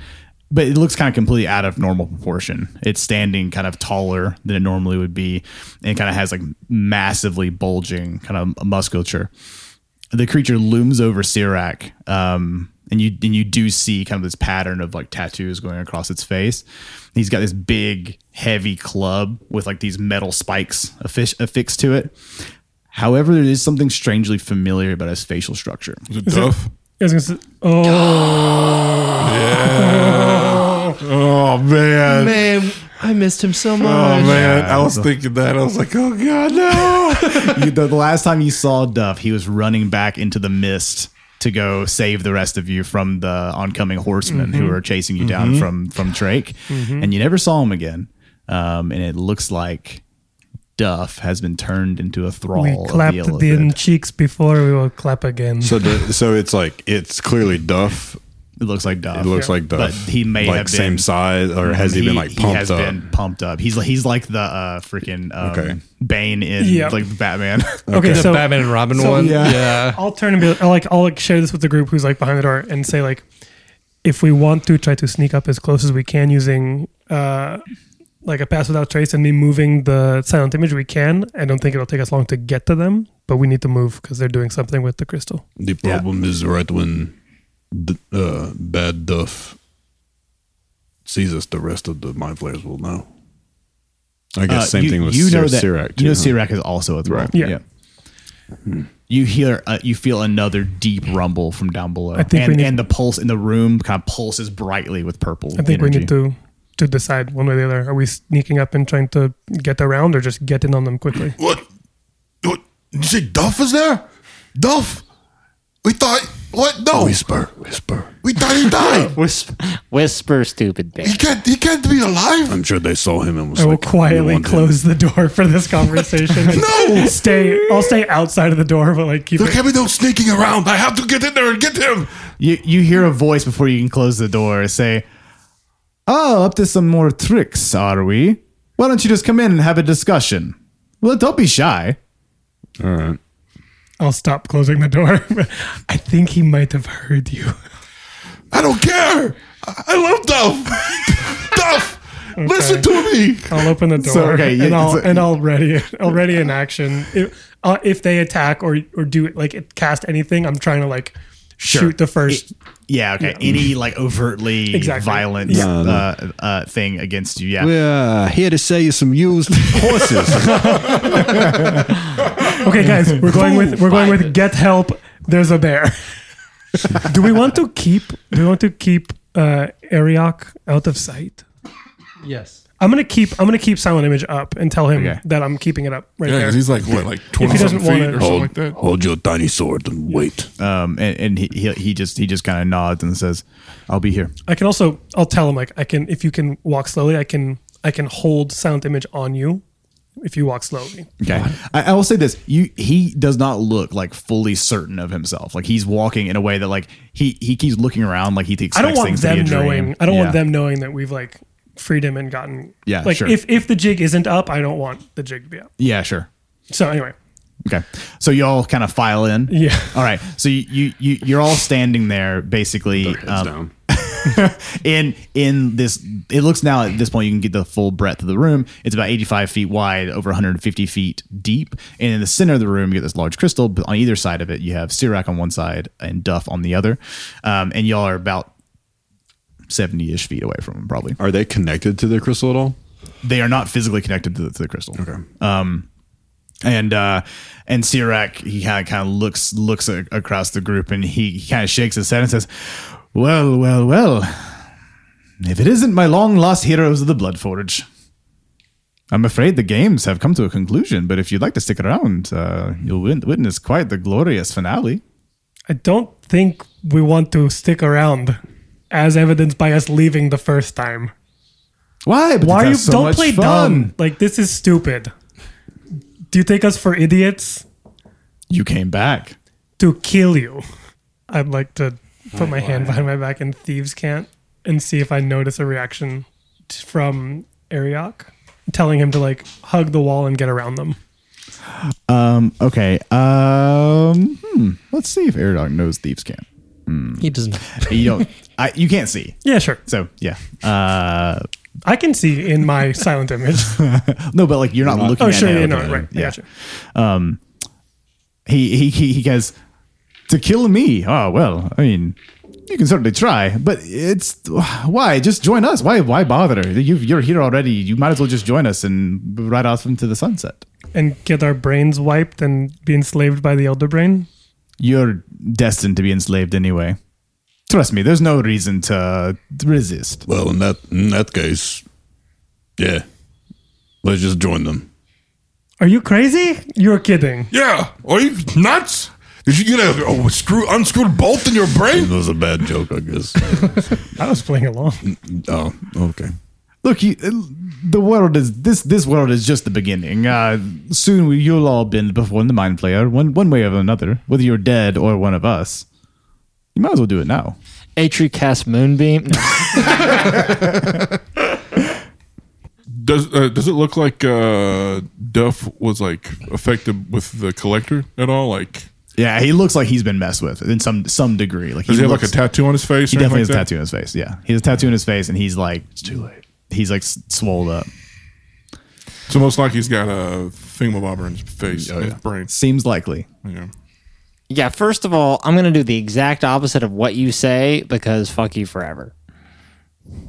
but it looks kind of completely out of normal proportion. It's standing kind of taller than it normally would be, and kind of has like massively bulging kind of musculature. The creature looms over Sirac, um, and you and you do see kind of this pattern of like tattoos going across its face. He's got this big, heavy club with like these metal spikes affix- affixed to it. However, there is something strangely familiar about his facial structure.
Is it tough?
I was gonna say, oh,
Oh
Uh,
man.
Man, I missed him so much.
Oh man, I was thinking that. I was like, oh god, no.
you, the, the last time you saw Duff, he was running back into the mist to go save the rest of you from the oncoming horsemen who
Mm-hmm.
were chasing you down from from Drake, and you never saw him again. Um, and it looks like Duff has been turned into a thrall.
we
of
clapped
the
in
elephant.
cheeks before we will clap again.
So, the, so it's like it's clearly Duff.
It looks like Duff.
It looks like Duff.
But he may
like
have been
same size, or has he, been like
He
pumped
has
up?
been pumped up. He's like he's like the uh, freaking um,
Okay.
Bane in
Yep.
like Batman.
okay, so
Batman and Robin
so-
one.
yeah.
yeah.
I'll turn and be I'll, like, I'll like share this with the group who's like behind the door and say like, if we want to try to sneak up as close as we can using uh, like a pass without trace and me moving the silent image, we can. I don't think it'll take us long to get to them, but we need to move because they're doing something with the crystal.
The problem is right when the uh, bad Duff sees us, the rest of the mind flayers will know.
I guess
Uh,
same
you-
thing with
you know
Sir-
that
Sirac,
you know
too, huh?
Sirac is also a thrall.
Right.
Yeah.
You hear, uh, you feel another deep rumble from down below,
I think we
and,
need-
and the pulse in the room kind of pulses brightly with purple.
I think
energy.
we need to to decide one way or the other. Are we sneaking up and trying to get around, or just get in on them quickly?
What? What? You say Duff is there? Duff? We thought. What?
Oh,
No.
Oh. Whisper, whisper.
We thought he died.
Whisper, whisper stupid
he
bitch.
can't. He can't be alive.
I'm sure they saw him and was
I will
like, "We
quietly
want him."
close the door for this conversation. no, stay. I'll stay outside of the door, but like keep
There
it.
can't be no sneaking around. I have to get in there and get him.
You you hear a voice before you can close the door say, "Oh, up to some more tricks, are we? Why don't you just come in and have a discussion? Well, don't be shy."
All right.
I'll stop closing the door. I think he might have heard you.
I don't care. I, I love Duff. Duff, listen to me.
I'll open the door
So, okay,
and
yeah,
I'll
so-
and I'll ready already in action. If, uh, if they attack or or do like it cast anything, I'm trying to like shoot the first.
Yeah. Okay. Any like overtly
Exactly.
violent
Yeah.
uh, uh, thing against you? Yeah.
Yeah, here to sell you some used horses.
Okay, guys, we're going with we're going with get help. There's a bear. do we want to keep? Do we want to keep uh, Ariok out of sight?
Yes.
I'm gonna keep. I'm gonna keep silent image up and tell him
Okay.
that I'm keeping it up right
Yeah,
there.
because he's like what, like
If he
twenty
doesn't
something feet
wanna-
or something
Hold,
like that.
hold your tiny sword and wait.
Um. And, and he, he he just he just kind of nods and says, "I'll be here."
I can also I'll tell him like I can if you can walk slowly I can I can hold silent image on you if you walk slowly.
Okay. I, I will say this. You he does not look like fully certain of himself. Like he's walking in a way that like he he keeps looking around like he expects
I don't want
things to be
them
a dream.
knowing I don't
Yeah.
want them knowing that we've like freed him and gotten
Yeah,
like
sure.
if if the jig isn't up I don't want the jig to be up.
Yeah, sure.
So anyway,
Okay. So y'all kind of file in.
Yeah.
All right. So you you, you you're all standing there basically um,
down.
in in this it looks now at this point you can get the full breadth of the room it's about 85 feet wide over 150 feet deep and in the center of the room you get this large crystal but on either side of it you have sirac on one side and duff on the other um, and y'all are about 70-ish feet away from them probably
Are they connected to the crystal at all?
they are not physically connected to the, to the crystal. Okay. Um, and uh, and Sirac he kind of kind of looks looks a- across the group and he, he kind of shakes his head and says, "Well, well, well. If it isn't my long lost heroes of the Blood Forge, I'm afraid the games have come to a conclusion. But if you'd like to stick around, uh, you'll win- witness quite the glorious finale."
I don't think we want to stick around as evidenced by us leaving the first time.
Why? But
Why are
that's so
you don't
much
play dumb? Like this is stupid. Do you take us for idiots?
You came back.
to kill you. I'd like to put my hand behind my back and thieves can't and see if I notice a reaction t- from Ariok telling him to like hug the wall and get around them.
Okay. Um, hmm. Let's see if Air Dog knows thieves can.
He doesn't.
You don't. I, you can't see.
Yeah, sure.
So yeah. Uh,
I can see in my silent image.
no, but like you're not looking.
Oh,
at
sure,
him.
you know, right. I
Yeah.
gotcha.
He he he he goes to kill me. Oh well. I mean, you can certainly try, but it's why just join us. Why why bother? You you're here already. You might as well just join us and ride off into the sunset.
And get our brains wiped and be enslaved by the elder brain.
You're destined to be enslaved anyway. Trust me. There's no reason to resist.
Well, in that in that case, yeah, let's just join them.
Are you crazy? You're kidding.
Yeah. Are you nuts? Did you get a, a screw unscrewed bolt in your
It
brain?
was a bad joke, I guess.
I was playing along.
oh, okay.
Look, you, uh, the world is this. This world is just the beginning. Uh, soon we, you'll all bend before the mind player, one one way or another. Whether you're dead or one of us, you might as well do it now.
Atri cast Moonbeam. No.
Does uh, does it look like uh, Duff was like affected with the collector at all? Like,
Yeah, he looks like he's been messed with in some some degree. Like
does he, have like
looks-
a tattoo on his face?
He
or
definitely
anything like
has a
that?
tattoo in his face. Yeah, he has a tattoo in his face, and he's like, it's too late. He's like s- swole up.
So most likely he's got a thingamabobber in his face,
Oh,
in his brain.
Seems likely.
Yeah.
yeah, first of all, I'm gonna do the exact opposite of what you say because fuck you forever.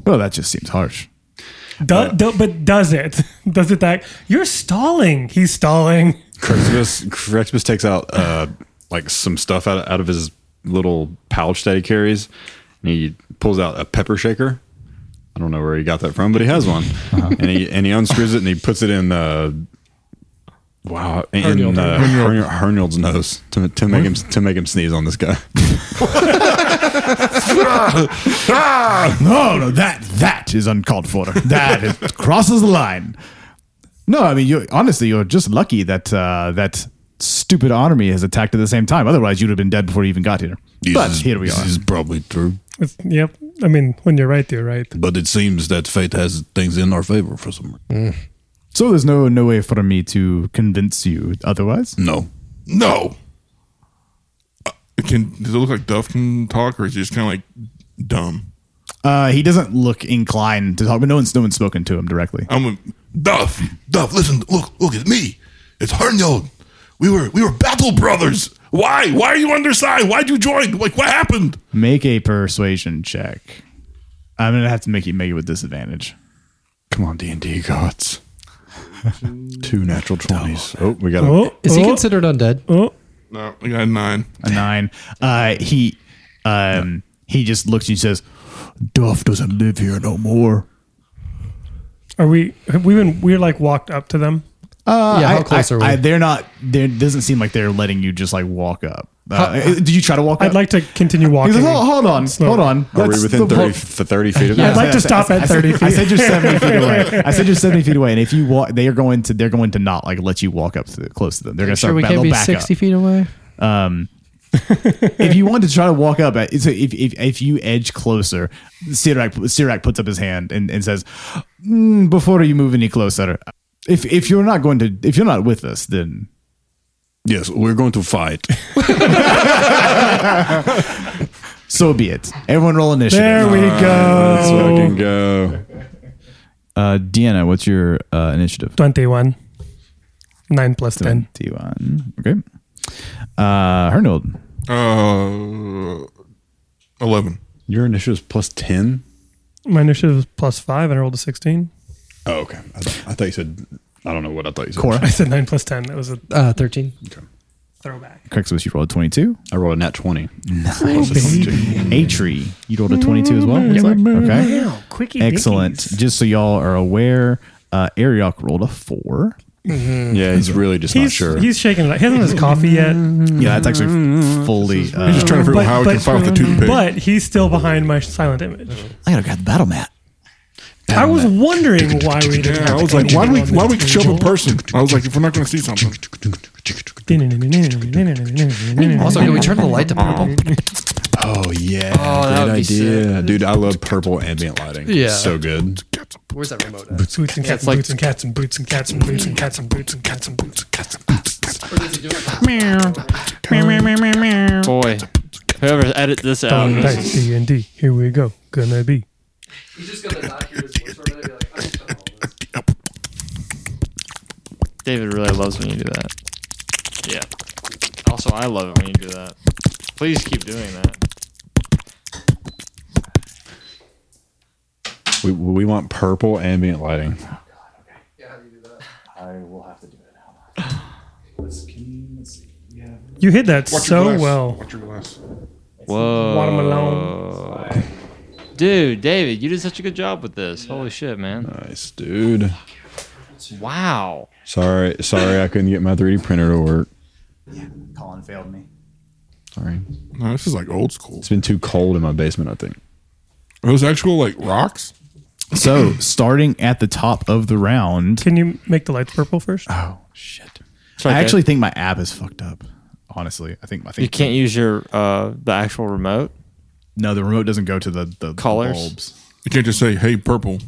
Well, that just seems harsh.
Do, do- but does it? Does it that? You're stalling. He's stalling.
Crexbus, Crexbus takes out uh, like some stuff out, out of his little pouch that he carries, and he pulls out a pepper shaker. I don't know where he got that from, but he has one, and he and he unscrews it and he puts it in. Uh, wow, in Hernield. uh, Herniel- Herniold's nose to, to make him to make him sneeze on this guy.
No, no, that that is uncalled for. That is, crosses the line. No, I mean, you honestly, you're just lucky that uh, that stupid army has attacked at the same time. Otherwise, you'd have been dead before you even got here.
This
but
is-
here we are.
This is probably true,
It's- yep. I mean, when you're right, you're right.
but it seems that fate has things in our favor for some reason.
So there's no no way for me to convince you otherwise.
No,
No. Uh, Can does it look like Duff can talk, or is he just kind of like dumb?
Uh, he doesn't look inclined to talk, but no one's no one's spoken to him directly.
I'm a,
Duff, Duff, listen, look, look at me. It's Hernyold. We were we were battle brothers.
why? Why are you underside? Why'd you join? Like what happened?
Make a persuasion check. I'm gonna have to make you make it with disadvantage.
Come on, D and D gods. Two natural twenties. Oh, we got a
Oh,
Is he
oh,
considered undead?
oh.
No, I got a nine.
a nine. Uh, he um, he just looks and he says, "Duff doesn't live here no more."
Are we? Have we been? We're like walked up to them.
Uh,
Yeah, how
I-
close
I-
are we?
I- they're not. There doesn't seem like they're letting you just like walk up. Uh, did you try to walk?
I'd
up?
like to continue
He
walking.
goes, "Oh, hold on,
Slow.
hold on.
Are
That's
we within
the-
30, f- 30 feet of
I'd
this?
like to stop at 30 feet.
I said you're 70 feet away. I said you're 70 feet away, and if you walk, they are going to they're going to not like let you walk up to the, close to them. They're going to start
Sure, we
ba-
can't
they'll
be
back up.
sixty feet away.
if you want to try to walk up, at, so if, if if you edge closer, Sirak Sirak puts up his hand and, and says, "Mm, "Before you move any closer, if if you're not going to if you're not with us, then
Yes, we're going to fight.
so be it." Everyone roll initiative.
There we go.
Let's fucking go.
Uh, Deanna, what's your uh, initiative?
21. 9 plus 10.
Twenty-one. Okay. Uh, Hernold.
Uh, eleven.
Your initiative is plus ten.
My initiative is plus 5 and I rolled a 16.
Oh, okay. I, th- I thought you said. I don't know what I thought you said.
Cora.
I said 9 plus 10. That was a
Uh, Thirteen.
throwback.
Crixus, you rolled a twenty-two.
I rolled a nat twenty.
Atri, you rolled a twenty-two as well. Looks like. Okay.
Oh,
Quickie
Excellent. Just so y'all are aware, uh, Ariok rolled a four.
Yeah, he's really just
He's,
not sure.
he's shaking it. out. He hasn't had his coffee yet,
Yeah, that's actually fully. Uh,
Just trying to figure
But-
out how he
but-
can fight with the toothpick.
but he's still behind my silent image.
I gotta grab the battle mat.
I was wondering why we didn't.
Yeah,
have
I was like, why do we
anyone
why do we
that's
show up in
visual.
person? I was like, if we're not going to see something,
Also, can we turn the light to purple?
Oh yeah,
Oh, that
great
would be
idea, dude. I love purple ambient lighting.
Yeah.
so good.
Where's that remote? At?
Boots and cats and boots and cats and boots and cats and boots and cats and boots and cats and boots and cats and boots.
Boy, whoever edit this out.
Down back D and D. Here we go. Gonna be.
He's just gonna not hear his voice for a minute. Be like, I'm
David really loves when you do that. Yeah. Also, I love it when you do that. Please keep doing that.
We we want purple ambient lighting.
You hit that so
glass.
well.
Watch your glass.
Whoa.
Watermelon.
Dude, David, you did such a good job with this. Holy shit, man.
Nice, dude.
Wow.
Sorry, sorry, I couldn't get my 3D printer to work.
Colin failed me.
Sorry,
No, this is like old school.
it's been too cold in my basement. I think.
Are those actual like rocks?
So, starting at the top of the round,
Can you make the lights purple first?
oh shit!
okay.
I actually think my app is fucked up. Honestly, I think I think
You can't use your uh the actual remote.
No, the remote doesn't go to the the
Colors?
bulbs.
You can't just say, "Hey, purple."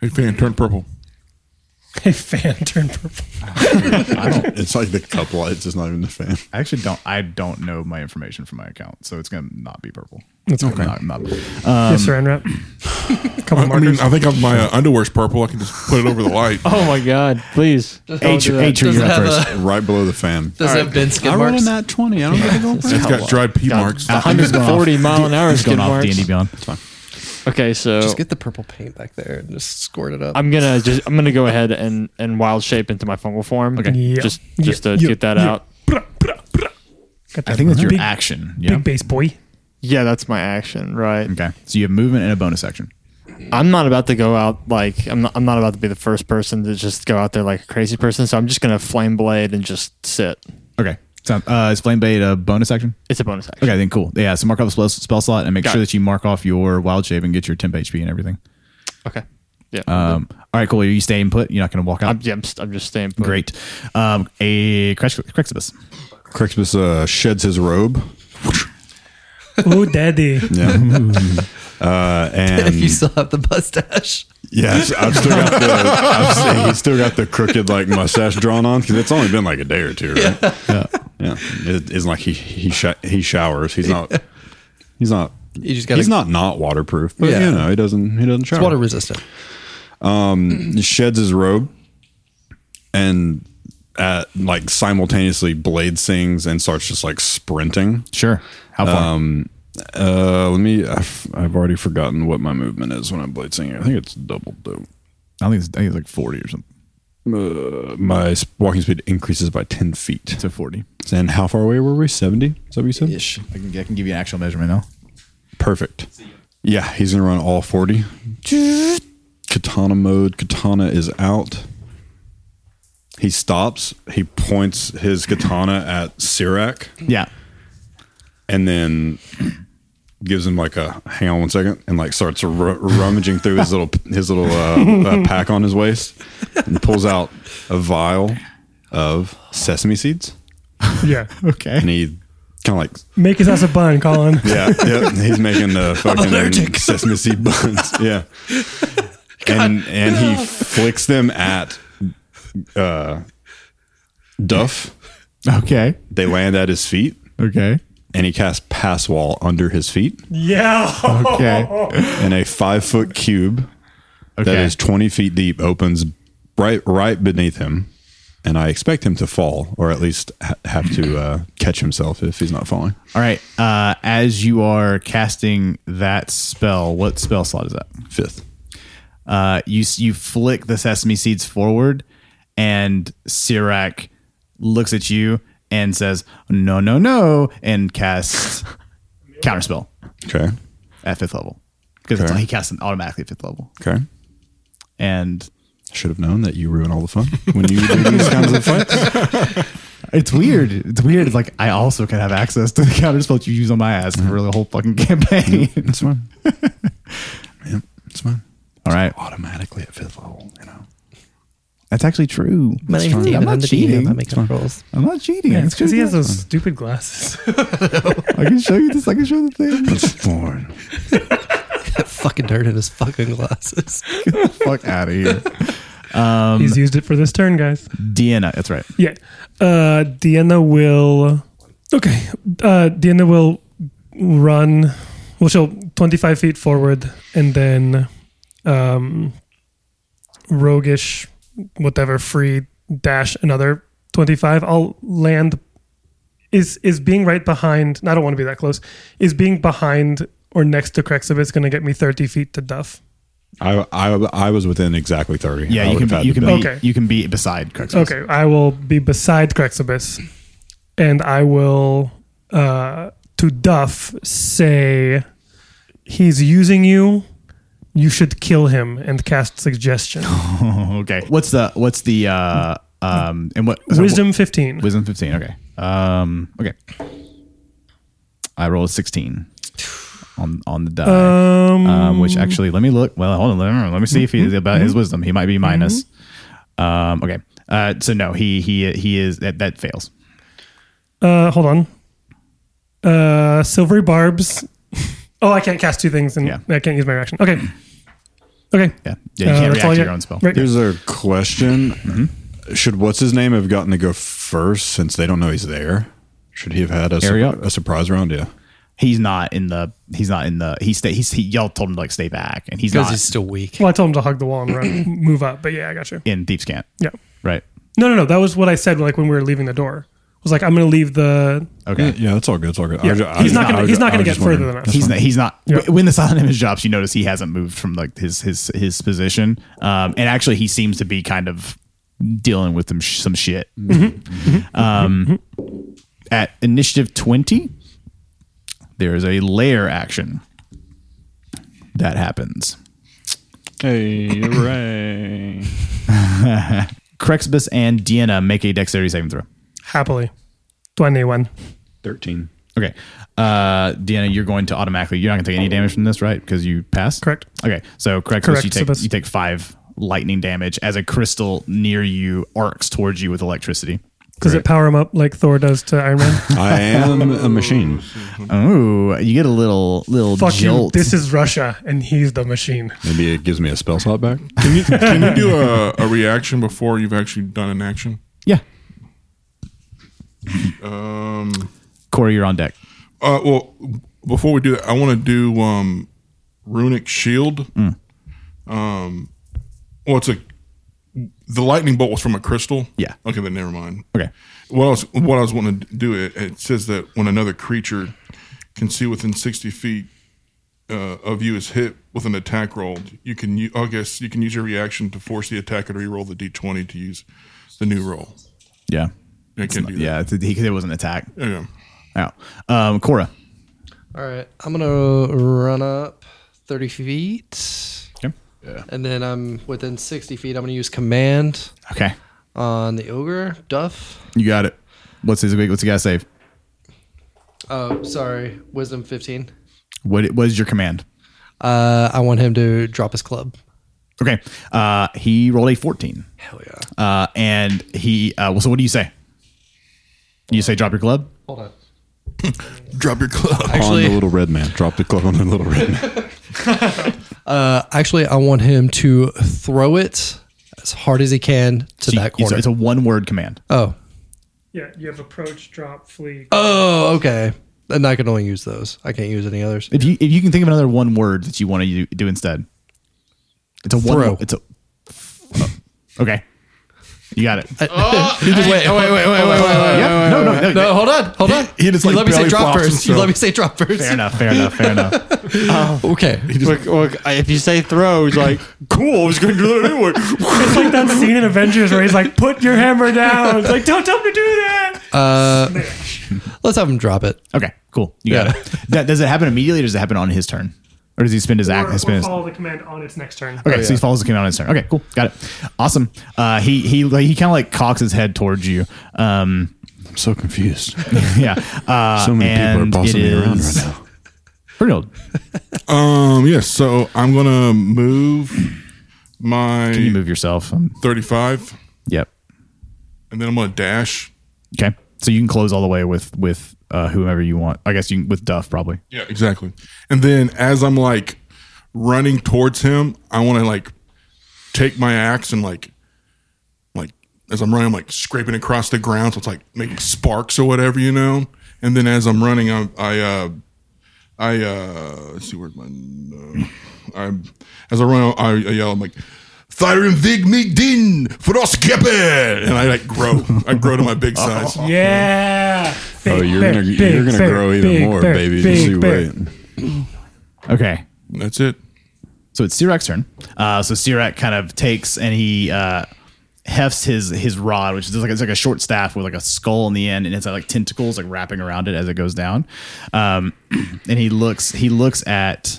Hey, fan, turn purple.
Hey, fan turned purple.
It's like the cup lights. It's not even the fan.
I actually don't. I don't know my information from my account, so it's gonna not be purple. It's okay. Not, not, uh,
yes, saran wrap. couple
I, I mean,
markers.
I think of my uh, underwear's purple. I can just put it over the light.
Oh my god, please.
H, H, you're
Does it
up
have a-
first.
Right below the fan.
Does it have bin skid marks?
that 20. I don't think it'll
It's got dried pea marks.
Uh, I'm just going off-
140 mile an hour
just going
skid
off
marks.
D&D Beyond.
Okay, so
Just get the purple paint back there and just squirt it up.
I'm gonna just I'm gonna go ahead and and wild shape into my fungal form. Okay.
Yeah.
Just just to
Yeah.
get that
Yeah.
out.
Got that
I think that's your
big,
action. Yeah.
Big base boy.
Yeah, that's my action, right?
Okay. So you have movement and a bonus action.
I'm not about to go out like I'm not, I'm not about to be the first person to just go out there like a crazy person. So I'm just gonna flame blade and just sit.
Okay. So, uh, is flame blade a bonus action?
It's a bonus action.
Okay, then cool. Yeah. So mark off a spell, spell slot and make
Got
sure
it.
that you mark off your wild shape and get your temp HP and everything.
Okay. Uh, Yeah.
Um, all right, cool. Are you staying put? You're not going to walk out.
I'm, yeah, I'm, st- I'm just staying. put.
Great. Um, a Crex- Crexibus.
Crixbus uh, sheds his robe.
Oh, daddy.
Yeah. uh, and
Um,
If you still have the mustache.
yes, I've still got the, I've still, he's still got the crooked like mustache drawn on because it's only been like a day or two, right? Yeah. It isn't like he he sho- he showers. He's not. He's not.
You just
he's not not waterproof, but
Yeah.
you know he doesn't he doesn't
Oh.
shower.
water resistant.
He sheds his robe and uh like simultaneously blade sings and starts just like sprinting
Sure. How far?
uh let me I've, I've already forgotten what my movement is when i'm blade singing i think it's double dope
I, think it's, I think it's like 40 or something.
uh, my s- walking speed increases by 10 feet
So 40.
and how far away were we 70 is that what you said
Ish. I can, I can give you an actual measurement now.
perfect yeah he's gonna run all 40 katana mode katana is out he stops he points his katana at sirac
Yeah.
and then gives him like a hang on one second and like starts ru- rummaging through his little his little uh, uh, pack on his waist and pulls out a vial of sesame seeds
Yeah.
Okay.
and he kind of like
Make his ass a bun, Colin.
yeah yeah he's making the fucking
allergic.
sesame seed buns yeah and and he flicks them at uh Duff
Okay.
they land at his feet
Okay.
and he casts pass wall under his feet
Yeah.
Okay.
and a five foot cube that
Okay.
is 20 feet deep opens right right beneath him and i expect him to fall or at least ha- have to uh, catch himself if he's not falling
All right. Uh, as you are casting that spell, what spell slot is that?
fifth
Uh, you s- you flick the sesame seeds forward, and Sirac looks at you and says, "No, no, no!" and casts counterspell
okay
at fifth level because
Okay.
he casts it automatically at fifth level.
okay
And
should have known that you ruin all the fun when you do these kinds of fights
it's weird. It's weird. It's like I also can have access to the counterspell that you use on my ass for the whole fucking campaign.
it's fine yeah it's fine
All right.
automatically at fifth level. You know,
That's actually true.
My name's David.
I'm not
I'm the
cheating.
DM. I make up rolls.
I'm not cheating.
Yeah,
It's
because he
good.
has those stupid glasses.
I can show you this. I can show you the thing.
born.
That fucking nerd in his fucking glasses.
Fuck out of here.
He's used it for this turn, guys.
DNA. That's right.
Yeah. Uh, Deanna will. Okay. Uh, Deanna will run. Well, she'll 25 feet forward and then um, roguish, whatever, free dash another 25. I'll land. Is is being right behind. I don't want to be that close. Is being behind or next to Crexibit's going to get me 30 feet to Duff?
I, I I was within exactly thirty.
Yeah,
I
you
would've
can
had
be, you
to
can be,
bet.
Okay.
you can be beside Crexus.
Okay, I will be beside Crexibus, and I will uh, to Duff say, "He's using you. You should kill him and cast suggestion."
okay. What's the what's the uh um and what so
Wisdom fifteen.
what- wisdom fifteen? Okay. Um. Okay. I rolled a sixteen on on the die,
Um,
um, which actually let me look. Well, hold on. Let me, let me see if he's about
Mm-hmm.
his wisdom. He might be minus. Um. Okay. Uh. So no, he he he is that that fails.
uh, hold on. Uh, silvery barbs. oh, I can't cast two things, and
Yeah.
I can't use my reaction. Okay. Okay.
Yeah. Yeah. You
Uh,
can't
that's
react to
all you-
your own spell.
Right.
Here's a question:
Mm-hmm.
Should what's his name have gotten to go first since they don't know he's there? Should he have had a, sur-
Ariel?
a surprise round? Yeah.
He's not in the. He's not in the. He stay. He's. He, y'all told him to like stay back, and he's
Because
not
he's still weak.
Well, I told him to hug the wall and run, move up. But yeah, I got you.
in thieves' cant.
Yeah.
Right.
No, no, no. That was what I said. Like when we were leaving the door, I was like, "I'm going to leave the
Okay.
Yeah, that's all good. It's all good. I
Yeah.
ju- I
he's
ju-
not
I
gonna
ju-
he's not
I
gonna
was
get
just
further
wondering.
than us.
he's not, he's not
Yep.
when the silent image drops you notice he hasn't moved from like his his his position um and actually he seems to be kind of dealing with some sh- some shit
Mm-hmm.
um at initiative 20 there is a layer action that happens
Hey, hooray.
Crexbus and Deanna make a dexterity saving throw
happily. Twenty one.
13.
Okay. Uh, Deanna, you're going to automatically, you're not going to take any damage from this, right? Because you passed?
Correct.
Okay. So, correct.
Correct,
You take,
Sebas.
you take five lightning damage as a crystal near you arcs towards you with electricity.
Does it power him up like Thor does to Iron Man?
I am a machine.
Oh, you get a little, little
Fuck you.
jolt.
This is Russia, and he's the machine.
Maybe it gives me a spell slot back.
Can you can you do a, a reaction before you've actually done an action?
yeah.
Um.
Corey, you're on deck.
Uh. Well, before we do that, I want to do um, runic shield.
Mm.
Um. Well, it's a the lightning bolt was from a crystal.
Yeah.
Okay, then never mind.
Okay.
What else? What I was wanting to do it, it says that when another creature can see within sixty feet uh, of you is hit with an attack roll, you can. u- I guess you can use your reaction to force the attacker to re-roll the d twenty to use the new roll.
Yeah.
I can do that.
Yeah. It's, he, it was an attack.
Okay.
Oh. Um, Cora.
All right, I'm gonna run up 30 feet.
Okay.
And then I'm within 60 feet. I'm gonna use command
Okay.
on the ogre Duff.
You got it. What's his, what's the guy save?
Oh, sorry, wisdom 15.
What, what is your command?
Uh, I want him to drop his club.
Okay. Uh, he rolled a 14.
Hell yeah!
Uh, and he, uh, well, so what do you say? You say drop your club?
Hold on.
Drop your club.
on the
Actually,
little red man. Drop the club on the little red man.
uh, actually, I want him to throw it as hard as he can to
So you-
that
it's,
corner.
a, it's a one word command.
oh,
Yeah, you have approach, drop, flee.
oh, okay. And I can only use those. I can't use any others.
If you if you can think of another one word that you want to do instead, it's a one.
Throw.
wo- It's a oh, okay. You got it.
wait, wait, wait, wait, wait, Oh, wait.
Yeah. No, no, no.
Uh, No, hold on, hold on.
he just,
you
like,
let me say
barely
drop
flops
first.
and
You let me say drop first.
Fair enough. Fair enough. Fair enough.
Okay.
Look, look, I- if you say throw, he's like, cool, I was going to do that anyway.
It's like that scene in Avengers where he's like, "Put your hammer down." It's like, "Don't tell him to do that."
Uh, let's have him drop it.
Okay. Cool. You got
Yeah.
it. That, does it happen immediately? or Does it happen on his turn, or does he spend his act?
Or, or
His spend his,
follow the command on its next turn.
Okay, so he follows the command on his turn. Okay, cool, got it. Awesome. Uh, he he he kind of like cocks his head towards you. Um,
I'm so confused.
yeah. Uh,
So many people are
and
bossing
it
me around
is-
right now.
Brynhild.
Um. Yes. so I'm gonna move
Can you
my
move yourself? Um,
35,
yep.
and then I'm going to dash.
Okay. So you can close all the way with with uh, whomever you want. I guess you can, with Duff probably.
Yeah, exactly. And then as I'm like running towards him, I want to like take my axe and like like as I'm running, I'm like scraping across the ground, so it's like making sparks or whatever, you know. And then as I'm running, I I uh, I uh, let's see where's my no. I as I run, I, I yell, I'm like. Thyrin Vig Mig Din Frostkeppe! And I like grow. I grow to my big size.
Oh. Yeah.
Oh, you're gonna you're gonna grow even more, baby. Just you wait.
Okay.
That's it.
So it's Sirac's turn. Uh, so Sirac kind of takes and he uh, hefts his his rod, which is like it's like a short staff with like a skull in the end, and it's like tentacles like wrapping around it as it goes down. Um, and he looks he looks at.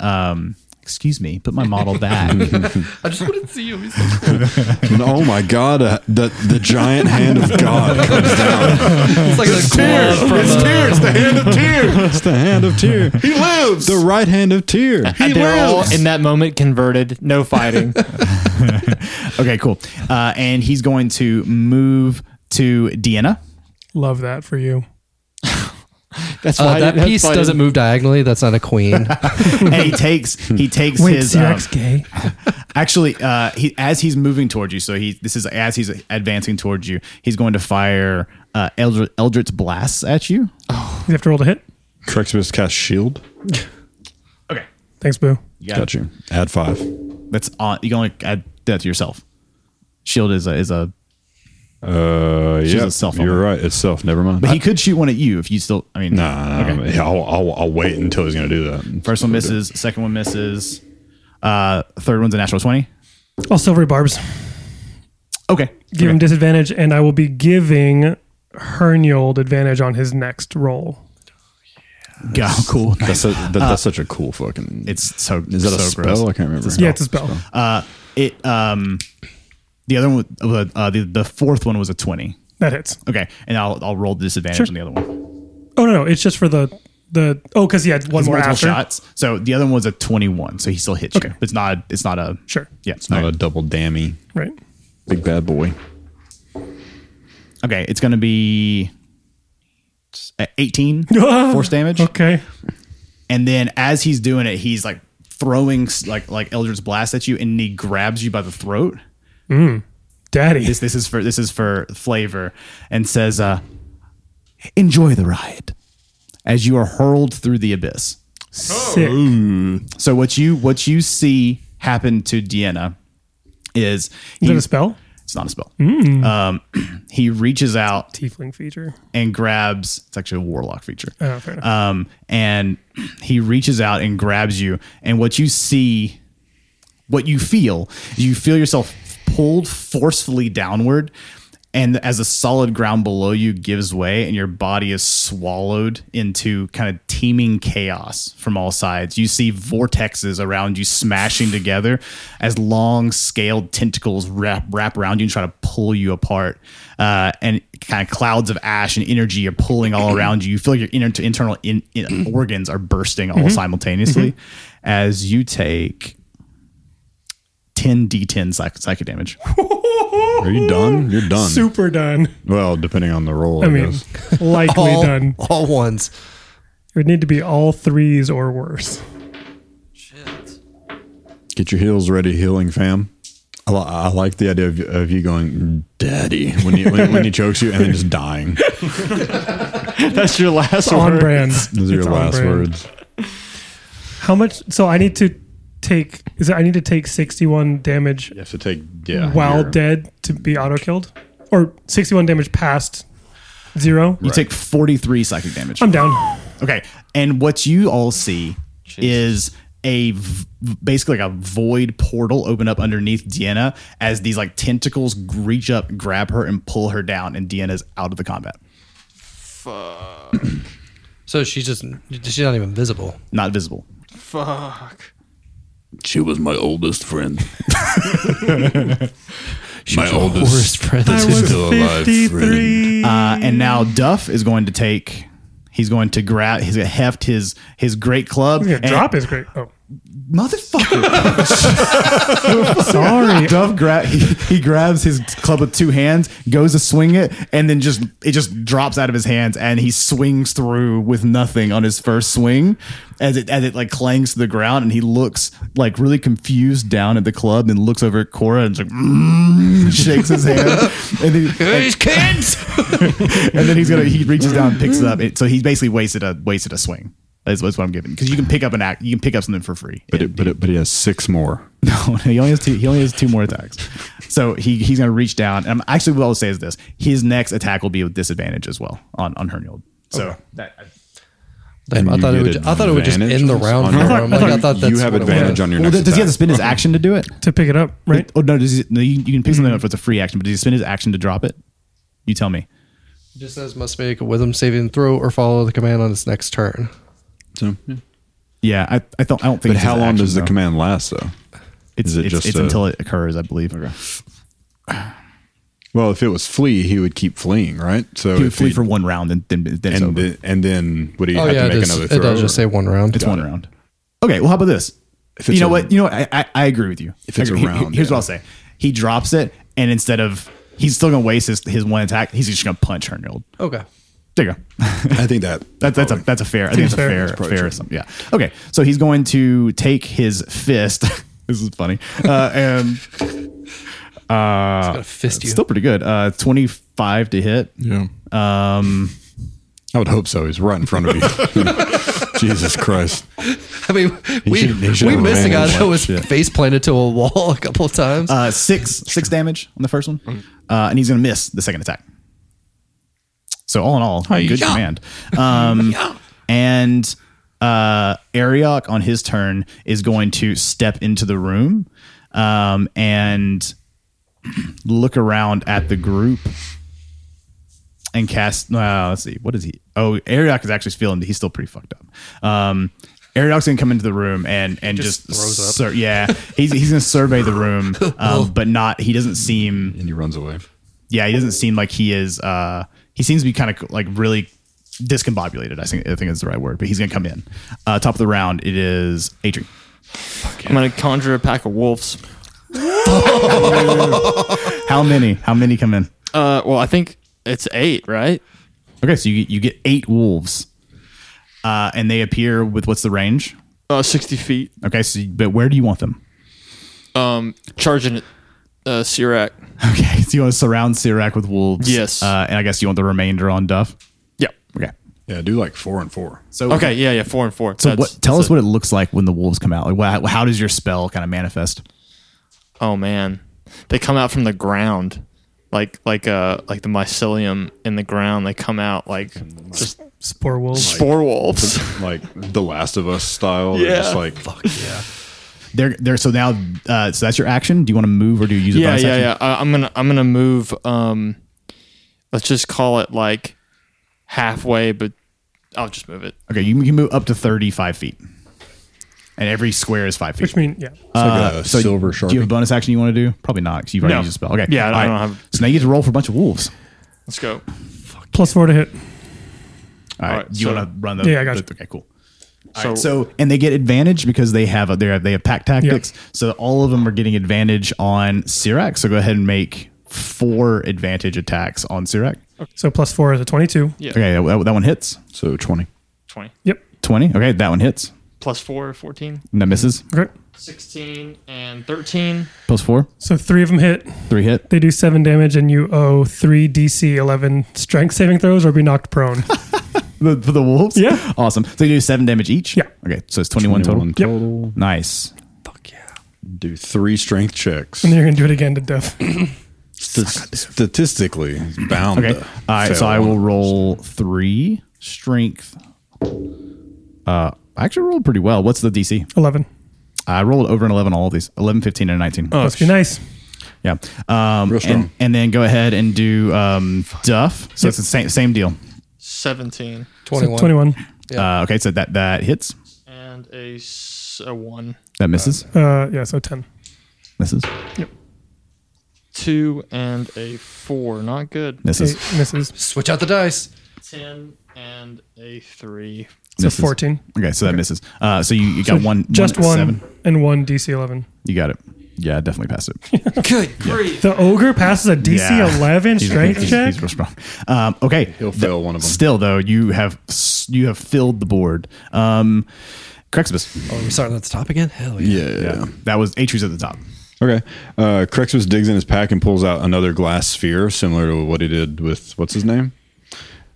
Um, excuse me, put my model back.
I just want to see him. He's so cool.
And oh my God! Uh, the the giant hand of God comes down.
It's like a glove from
It's
uh,
tears, the hand of tears.
It's the hand of tear.
He lives.
The right hand of tear.
They're all in that moment converted. No fighting.
okay, cool. Uh, and he's going to move to Deanna.
Love that for you.
That's
Uh,
why
that
that's
piece
why I
doesn't
didn't-
move diagonally. That's not a queen.
and he takes he takes
Wait,
his um,
Sirac's gay.
actually uh, he as he's moving towards you. So he this is as he's advancing towards you. He's going to fire uh, Eldr- Eldritch blasts at you.
You have to roll to hit.
Trexbus cast shield.
Okay,
Thanks, Boo.
yeah,
Got you. Add five.
that's on. You can only add that to yourself. Shield is a is a,
Uh,
She's
yeah,
a self
You're
armor.
right. It's self. Never mind.
Uh,
but he could shoot one at you if you still. I mean,
Nah, nah, nah, I'll, I'll, I'll wait until he's gonna do that.
First one misses. Second one misses. Uh, third one's a natural twenty.
All silvery barbs.
Okay,
Give him disadvantage, and I will be giving Herniold advantage on his next roll.
yeah, cool.
That's a, that, that's such a cool fucking.
Uh, It's so.
is that a
so
spell?
gross.
I can't remember.
Yeah, it's a spell.
Uh, it um, the other one, was- uh, the the fourth one was a twenty.
That hits.
Okay, and I'll I'll roll the disadvantage on the other one.
Oh no, no, it's just for the the oh because he had one
It's
more
multiple
after.
shots. So the other one was a twenty-one, so he still hits
Okay.
you. It's not. It's not a.
Sure.
Yeah, it's
Not a double dammy.
Right.
Big bad boy.
Okay, it's gonna be uh, eighteen force damage,
Okay.
and then as he's doing it, he's like throwing s- like like Eldritch blast at you, and he grabs you by the throat.
Daddy.
This this is for this is for flavor, and says, uh, "Enjoy the ride," as you are hurled through the abyss.
Sick.
So what you what you see happen to Deanna is
Is
he-
that
Oh.
a spell? Mm.
It's not a spell. Um, he reaches out
Tiefling feature.
and grabs. It's actually a warlock feature.
Oh, fair enough.
Um, and he reaches out and grabs you. And what you see, what you feel, you feel yourself pulled forcefully downward. And as the solid ground below you gives way, and your body is swallowed into kind of teeming chaos from all sides, you see vortexes around you smashing together as long scaled tentacles wrap, wrap around you and try to pull you apart. Uh, and kind of clouds of ash and energy are pulling all around you. You feel your inner, internal in, in organs are bursting all simultaneously as you take 10 d10 psych- psychic damage.
Uh, Are you done? You're done.
Super done.
Well, depending on the roll, I,
I mean,
guess.
likely
all,
done.
all ones.
It would need to be all threes or worse.
Get your heels ready, healing fam. I, li- I like the idea of, of you going, "Daddy," when he when, when he chokes you, and then just dying.
That's your last
It's on
word.
brand.
Those are your
It's on
last
brand.
words.
How much? So I need to take. Is it? I need to take sixty-one damage
You have to take yeah.
while
your-
dead to be auto killed, or sixty-one damage past zero.
You take 43 psychic damage.
I'm down.
Okay. And what you all see is a v- basically like a void portal open up underneath Deanna as these like tentacles reach up, grab her, and pull her down, and Deanna's out of the combat.
So she's just she's not even visible.
Not visible.
She was my oldest friend. my
Worst
oldest
friend.
I was
still alive,
fifty-three.
Uh, and now Duff is going to take. He's going to grab. He's going to heft his his great club.
Yeah,
and-
drop is great. Oh,
motherfucker.
Sorry.
Dove grab he, he grabs his club with two hands, goes to swing it, and then just it just drops out of his hands, and he swings through with nothing on his first swing as it as it like clangs to the ground, and he looks like really confused down at the club, and looks over at Cora and is like "Mm," shakes his hand, and then,
These kids.
and then he's gonna he reaches down, and picks it up, It- so he basically wasted a wasted a swing. That's what I'm giving because you can pick up an act, you can pick up something for free.
But it, but it, but he has six more.
No, he only has two. He only has two more attacks. So he he's going to reach down. And I'm actually what I'll say is this: his next attack will be with disadvantage as well on on Hernield. So that
Damn, I
You
thought it
get
would. I thought it would just
advantage
end the
on-
round.
on
for
your-
him. Like, I thought that's
you have
what it was.
advantage on your
well,
next.
does he have to
attack.
spin his action to do it?
to pick it up, right?
Oh no, does he, no you, you can pick something up if it's a free action, but does he spin his action to drop it? You tell me.
It Just says must make a wisdom saving throw or follow the command on its next turn.
So, yeah.
Yeah, I I don't I don't think.
But
it's his
how long
action,
does the
though.
command last though?
It's
is it
it's,
just
it's
a-
until it occurs, I believe.
Well, if it was flee, he would keep fleeing, right? So
He would
if
flee
he-
for one round and then then it's
and
over.
then, and then would he
Oh
have
yeah,
to
it,
make
is,
another
it
throw?
does just
or-
say one round.
It's one round. Okay. Well, how about this?
it's
you know
a-
what? You know what? I, I, I agree with you.
If it's
I
a
agree. Here-
round,
here's
yeah.
what I'll say. He drops it, and instead of he's still gonna waste his, his one attack, he's just gonna punch Hernold.
Okay.
There you go.
I think that
That's that's a that's a fair. I think it's a
fair.
fair
That's
fair assumption. Yeah. Okay. So he's going to take his fist. this is funny. Uh, and
Ah,
I'm gonna fist you.
still pretty good. Uh, twenty five to hit.
Yeah.
Um,
I would hope so. He's right in front of you. Jesus Christ!
I mean, we
should- he should
we
have
missed a guy
advantage.
that was face planted to a wall a couple of
Ah,
times.
uh, six six damage on the first one, uh, and he's gonna miss the second attack. So all in all, good command. Um, and uh, Ariok on his turn is going to step into the room um, and look around at the group and cast. Uh, let's see, what is he? Oh, Ariok is actually feeling. He's still pretty fucked up. Um, Ariok's gonna come into the room and and just,
throws up.
sur- yeah, he's he's gonna survey the room, um, but not. He doesn't seem
And he runs away.
yeah, he doesn't seem like he is. Uh, he seems to be kind of like really discombobulated. I think I think is the right word. But he's gonna come in. Uh, top of the round, it is Adrian.
I'm gonna conjure a pack of wolves.
How many? How many come in?
Uh, well, I think it's eight, right?
Okay, so you get, you get eight wolves, uh, and they appear with what's the range?
Uh, sixty feet.
Okay, so but where do you want them?
Um, charging it. Uh, Sirac.
Okay, so you want to surround Sirac with wolves?
Yes.
uh, and I guess you want the remainder on Duff.
Yep.
Okay,
Yeah, do like four and four.
so
Okay. Yeah. Yeah. Four and four.
So
That's-
what? Tell
that's
us what it looks like when the wolves come out. Like, wha- how does your spell kind of manifest?
Oh man, they come out from the ground, like like uh like the mycelium in the ground. They come out like just
Spore wolves.
spore wolves.
like The Last of Us style. They're
Yeah.
Just like
They're, they're so now. Uh, so that's your action. Do you want to move or do you use a
yeah,
bonus
yeah,
action?
yeah. Uh, I'm gonna I'm gonna move. Um, let's just call it like halfway, but I'll just move it.
Okay, you can move up to 35 feet. And every square is five feet.
Which mean, yeah.
Uh,
like a
so
silver
Do you have
sharpie.
a bonus action you want to do? Probably not because you've already
No.
used a spell. Okay.
Yeah, I
All
don't have-
So now you get to roll for a bunch of wolves.
Let's go.
Plus four to hit.
All right.
right,
you
so-
want to run the?
Yeah, I got
the-
you.
Okay, cool.
so,
So and they get advantage because they have a, they have, they have pack tactics. So all of them are getting advantage on Sirac. So go ahead and make four advantage attacks on Sirac.
So plus four is a twenty-two.
yeah,
Okay, that, that one hits
so twenty.
twenty
Yep.
twenty. Okay, that one hits.
plus four, 14,
And that misses.
Okay.
16, and thirteen.
Plus four,
So three of them hit.
three hit.
They do seven damage, and you owe three DC eleven strength saving throws or be knocked prone.
the, for the wolves?
Yeah.
Awesome. So you do seven damage each?
Yeah.
Okay. So it's 21,
One
total.
total.
Nice.
Do three strength checks.
and then you're gonna do it again to death.
St- statistically, it's bound.
Okay.
to
All right. So
fail.
I will roll three strength. Uh, I actually rolled pretty well. What's the DC?
Eleven.
I rolled over an 11 on all of these 11, 15, and 19.
Must be nice.
Yeah. Um,
Real strong.
and, and then go ahead and do um, Duff. So it's the same, same deal.
17
So
21.
Twenty-one.
Uh, okay. So that, that hits.
and a, s- a 1
That misses.
Uh, yeah. So ten.
misses.
2 and a 4 not good
Misses.
Eight misses.
Switch out the dice.
10 and a 3
So
Misses.
14.
Okay, so that misses. Uh, so you, you got one,
Just
one, at
one
Seven.
and one DC 11.
You got it. Yeah, I definitely passed it.
Good grief.
The ogre passes a DC
Yeah.
11
He's-
strength
he's-
check.
He's real strong. Um, okay,
He'll fail one of them.
Still though, you have s- you have filled the board. Um, Crexibus.
Oh, we're starting at the top again? Hell yeah.
Yeah, yeah.
that was Atreus at the top.
Okay. Uh, Crexus digs in his pack and pulls out another glass sphere, similar to what he did with what's his name,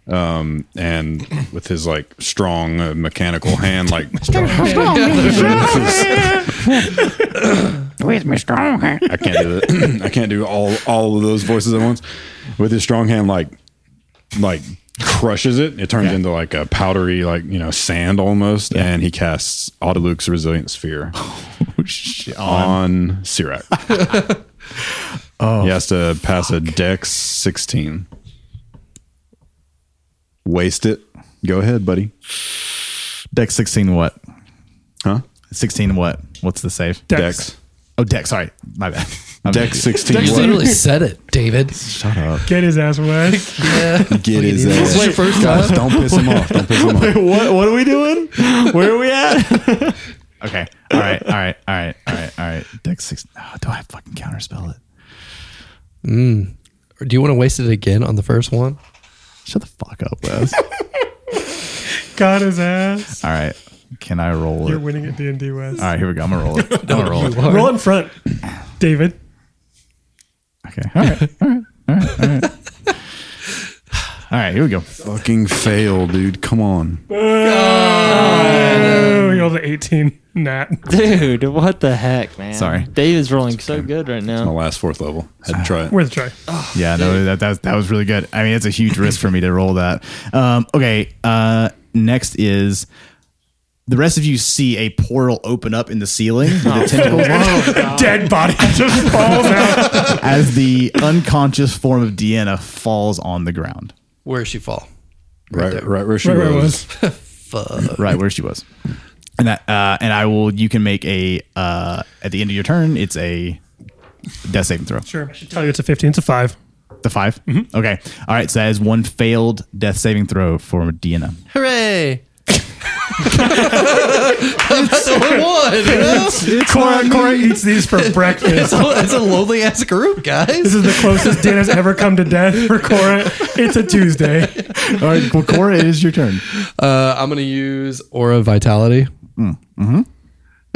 um, and with his like strong uh, mechanical hand, like
Oh,
With my strong hand.
I can't do that. I can't do all all of those voices at once. With his strong hand, like like crushes it. It turns into like a powdery, like you know, sand almost. And he casts Autoluke's Resilient Sphere on Sirac. He has to pass a Dex sixteen. Waste it. Go ahead, buddy.
Deck sixteen. What?
Huh?
Sixteen. What? What's the save?
Dex.
Oh, deck. Sorry, my bad. My bad.
Dex sixteen.
Dex
What?
literally said it, David.
Get his ass west.
Get his
This is
ass.
your first
Guys,
time.
don't piss him off. Don't piss him off.
what? What are we doing? Where are we at? okay. All right. All right. All right. All right. All right. Deck six. Oh, do I fucking counterspell it?
Or Do you want to waste it again on the first one?
Shut the fuck up, Wes.
Got his ass.
All right. Can I roll
You're
it?
winning at D&D West.
All right. Here we go. I'm gonna roll it. I'm gonna roll it.
Roll in front, David.
Okay. All right. All right. All right. All right. All right. Here we go.
Fucking fail, dude. Come on.
Oh, you rolled an 18. Nat.
Dude, what the heck, man?
Sorry.
David's rolling so good right now.
my last fourth level. Had to try it.
Worth a try.
Yeah, no, that, that that was really good. I mean, it's a huge risk for me to roll that. Um, okay, uh, next is the rest of you see a portal open up in the ceiling with the tentacles
A dead body just falls out.
as the unconscious form of Deanna falls on the ground,
Where she fall?
Right, right, where she
Right where it
was.
was.
right where she was. And that, uh, and I will. You can make a uh, at the end of your turn. It's a death saving throw.
Sure. I should tell you it's a 15. It's a 5.
The 5
Mm-hmm.
Okay. All right. So that is one failed death saving throw for Deanna.
Hooray! That's the only one. You know?
Cora, Cora eats these for
it's,
breakfast.
a, it's a lonely ass group,
This
guys.
is the closest Dana's ever come to death for Cora. It's a Tuesday.
All right. Well, Cora, it is your turn.
Uh, I'm gonna use aura vitality. It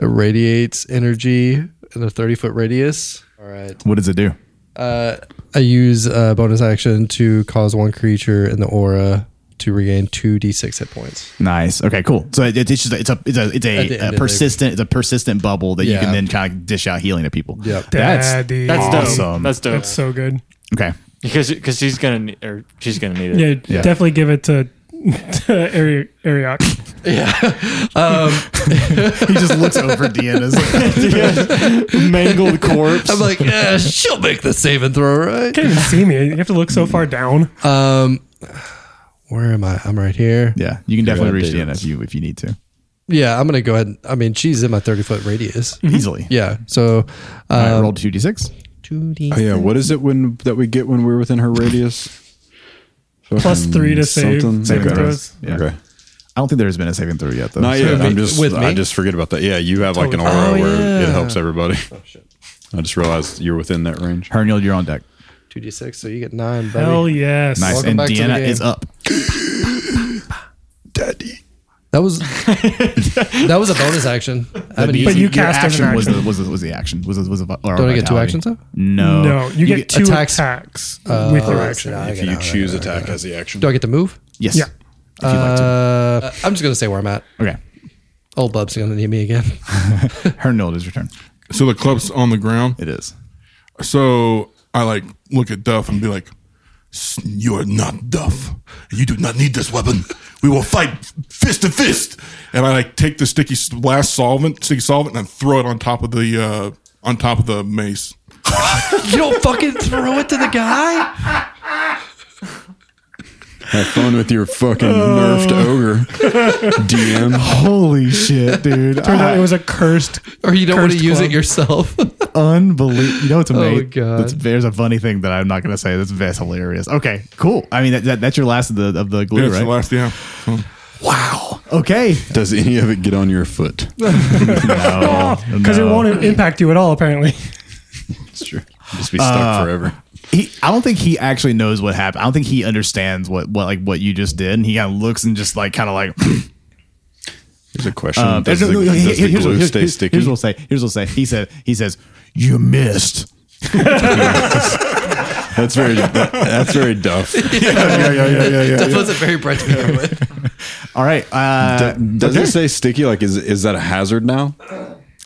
radiates energy in a 30 foot radius. All right.
What does it do?
I use a bonus action to cause one creature in the aura to regain two d6 hit points.
Nice. Okay. Cool. So it, it's just it's a it's a it's
At the end
a,
of
a
the-
persistent it's a persistent bubble that you
Yeah.
can then kind of dish out healing to people.
Yep.
That's
Daddy.
That's
Awesome.
dope. That's dope.
That's so good.
okay.
because because she's gonna ne- or she's gonna need it.
Yeah, definitely give it to, to Ari- Ariok.
He just looks over Deanna's.
Mangled corpse.
I'm like, yeah, she'll make the saving throw, right?
Can't even see me. You have to look so far down.
Um, where am I? I'm right here.
yeah, you can definitely reach
outdated.
Deanna if you if you need to
Yeah, I'm gonna go ahead. And, I mean, she's in my 30 foot radius.
easily.
Yeah, so
I
um,
rolled two d six.
two d.
Oh yeah, what is it when that we get when we're within her radius?
Plus
Fucking
three to save.
something?
Saving
okay.
throws. Yeah.
Okay.
I don't think there's been a saving throw yet though.
Not
So-
yet. I'm
me-
just
with
I
me?
just forget about that. Yeah, you have like an aura
Oh,
where
yeah.
it helps everybody. I just realized you're within that range.
Herniel, you're on deck.
Two d six. So you get nine. Buddy.
Hell yes.
Nice.
Welcome
and
back to the
Deanna
game.
is up.
That was that was a bonus action. I haven't
But
used
you
Your
cast as an
action was the
action.
was the, was the action was the, was the, or
Don't I get two
vitality.
actions, though?
No,
No, you, get, two
attacks-
attacks, uh, Oh, with your
it.
action.
No, I
If
get
you
out.
choose attack as the action.
Oh, Do I get to move?
yes.
Yeah.
If you like to.
Uh, I'm just gonna say where I'm at.
Okay,
Old Bub's gonna need me again.
Herniel, it is your turn.
So the club's on the ground.
It is.
So I like look at Duff and be like, "S- "You are not Duff. You do not need this weapon. We will fight fist to fist." And I like take the sticky s- last solvent, sticky solvent, and I throw it on top of the uh, on top of the mace.
you don't fucking throw it to the guy.
Have fun with your fucking nerfed ogre. DM.
Holy shit, dude!
Turns out it was a cursed.
Or you don't want to
Cursed
use it
club.
yourself.
unbelievable. You know what's amazing?
God.
That's, there's a funny thing that I'm not going to say. That's, that's hilarious. Okay, cool. I mean, that, that, that's your last of the of the glue,
That's
right?
the last, yeah. So
Wow. Okay.
Does any of it get on your foot?
No.
because Ah, it won't impact you at all. Apparently,
It's true. Just be stuck forever.
He, I don't think he actually knows what happened. I don't think he understands what, what like what you just did. And he kind of looks and just like kind of like.
There's a question.
um,
does the,
no, no, no,
does the
here's what-
glue
here's-
stay
here's-
sticky?
Here's what I'll say. Here's what I'll say. He said. He says, "You missed."
that's very. that- that's very duff.
yeah, yeah, yeah, yeah,
That wasn't very bright to begin with.
All right. Uh,
Does
okay.
it say sticky? Like, is is that a hazard now?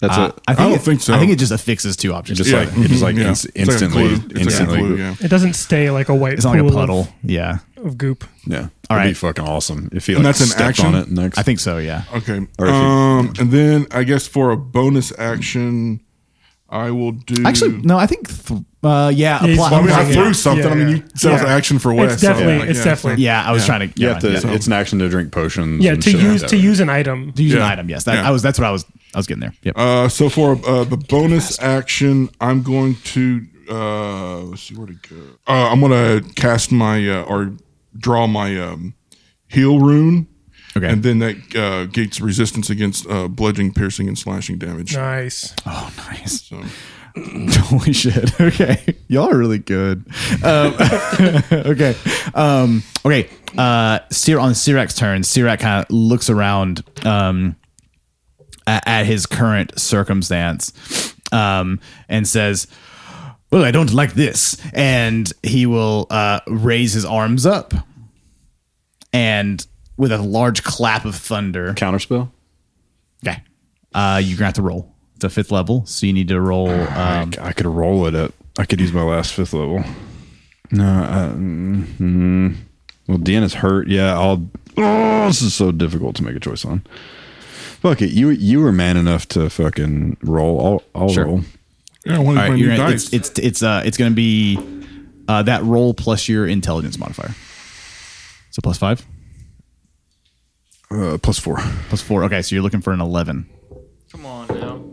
That's
Uh,
a
I, think
don't
it,
think so.
I think it just affixes two objects.
just
Yeah.
like it just like
Yeah.
ins-
It's like a
instantly,
glue. It's like a
instantly.
glue, yeah.
it doesn't stay like a white.
it's not like a
pool of-
puddle. Yeah,
of goop.
Yeah,
All
It'd be
right.
fucking awesome if he like
And that's an
stepped
action?
on it next.
I think so. Yeah.
Okay.
Or if you-
Um, and then I guess for a bonus action, I will do.
Actually, no. I think. Th- uh, yeah.
Yeah,
Apply,
Well, I mean, I
Yeah,
threw
yeah.
something. I mean, you
Yeah.
said it was
Yeah.
action for Wes.
it's
so,
definitely,
like,
it's
yeah, so-
definitely,
yeah. I was trying to.
you
Yeah.
have to,
yeah.
It's an action to drink potions.
yeah.
and
To
shit like
use
that.
to use an item.
To use an
Yeah.
item. Yes. That,
Yeah.
I was. That's what I was. I was getting there. Yep.
Uh, so for uh, the bonus action, I'm going to uh, let's see where to go. Uh, I'm going to cast my uh, or draw my um, heal rune.
Okay.
And then that uh, gates resistance against uh, bludgeoning, piercing, and slashing damage.
Nice.
oh, nice.
So
Holy shit. Okay. Y'all are really good. Um, okay. Um, okay. Uh, Cyr- on Sirac's turn, Sirac kind of looks around um, at, at his current circumstance um, and says, Well, I don't like this. And he will uh, raise his arms up and with a large clap of thunder.
counterspell.
Okay. Uh, you're going to have to roll. It's a fifth level, so you need to roll. Um,
I, I could roll it up. I could use my last fifth level. No, I, mm, mm. well, Deanna's hurt. Yeah, I'll. Oh, this is so difficult to make a choice on. Fuck it. You you were man enough to fucking roll. I'll, I'll roll.
yeah, I want
All
to
right,
new
you're gonna,
dice.
it's it's it's uh it's gonna be uh, that roll plus your intelligence modifier. So plus five,
Uh, plus four.
plus four. Okay, so you're looking for an eleven.
Come on now.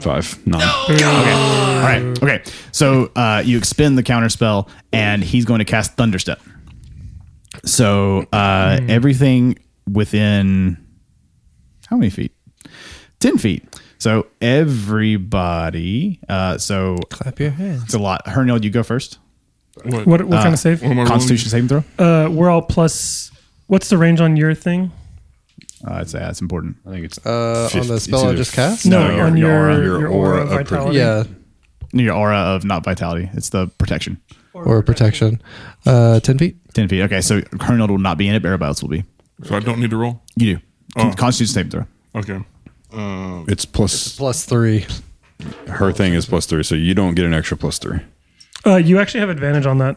Five. Nine.
All right. Okay. So uh, you expend the counter spell, and he's going to cast Thunderstep. So uh, everything within how many feet? Ten feet. So everybody. Uh, so
Clap your hands.
it's a lot. Hernald, you go first.
What what kind of save?
What am I rolling?
Constitution saving throw.
Uh, we're all plus. What's the range on your thing?
Uh, it's, that's important.
I think it's
Uh, on
Fifty-
the spell I
it's
just
either-
cast?
No,
your-
on
your
your
aura-
your,
your
aura,
aura
of
upper-
vitality.
Yeah,
Your aura of not vitality. It's the protection.
or protection. Uh, 10 feet.
10 feet. Okay, so Colonel will not be in it, but everybody else will be.
so I don't need to roll.
You do. Con- Constitution saving throw.
Okay. Uh,
It's plus.
Plus three.
Her thing is plus three, so you don't get an extra plus three.
Uh, you actually have advantage on that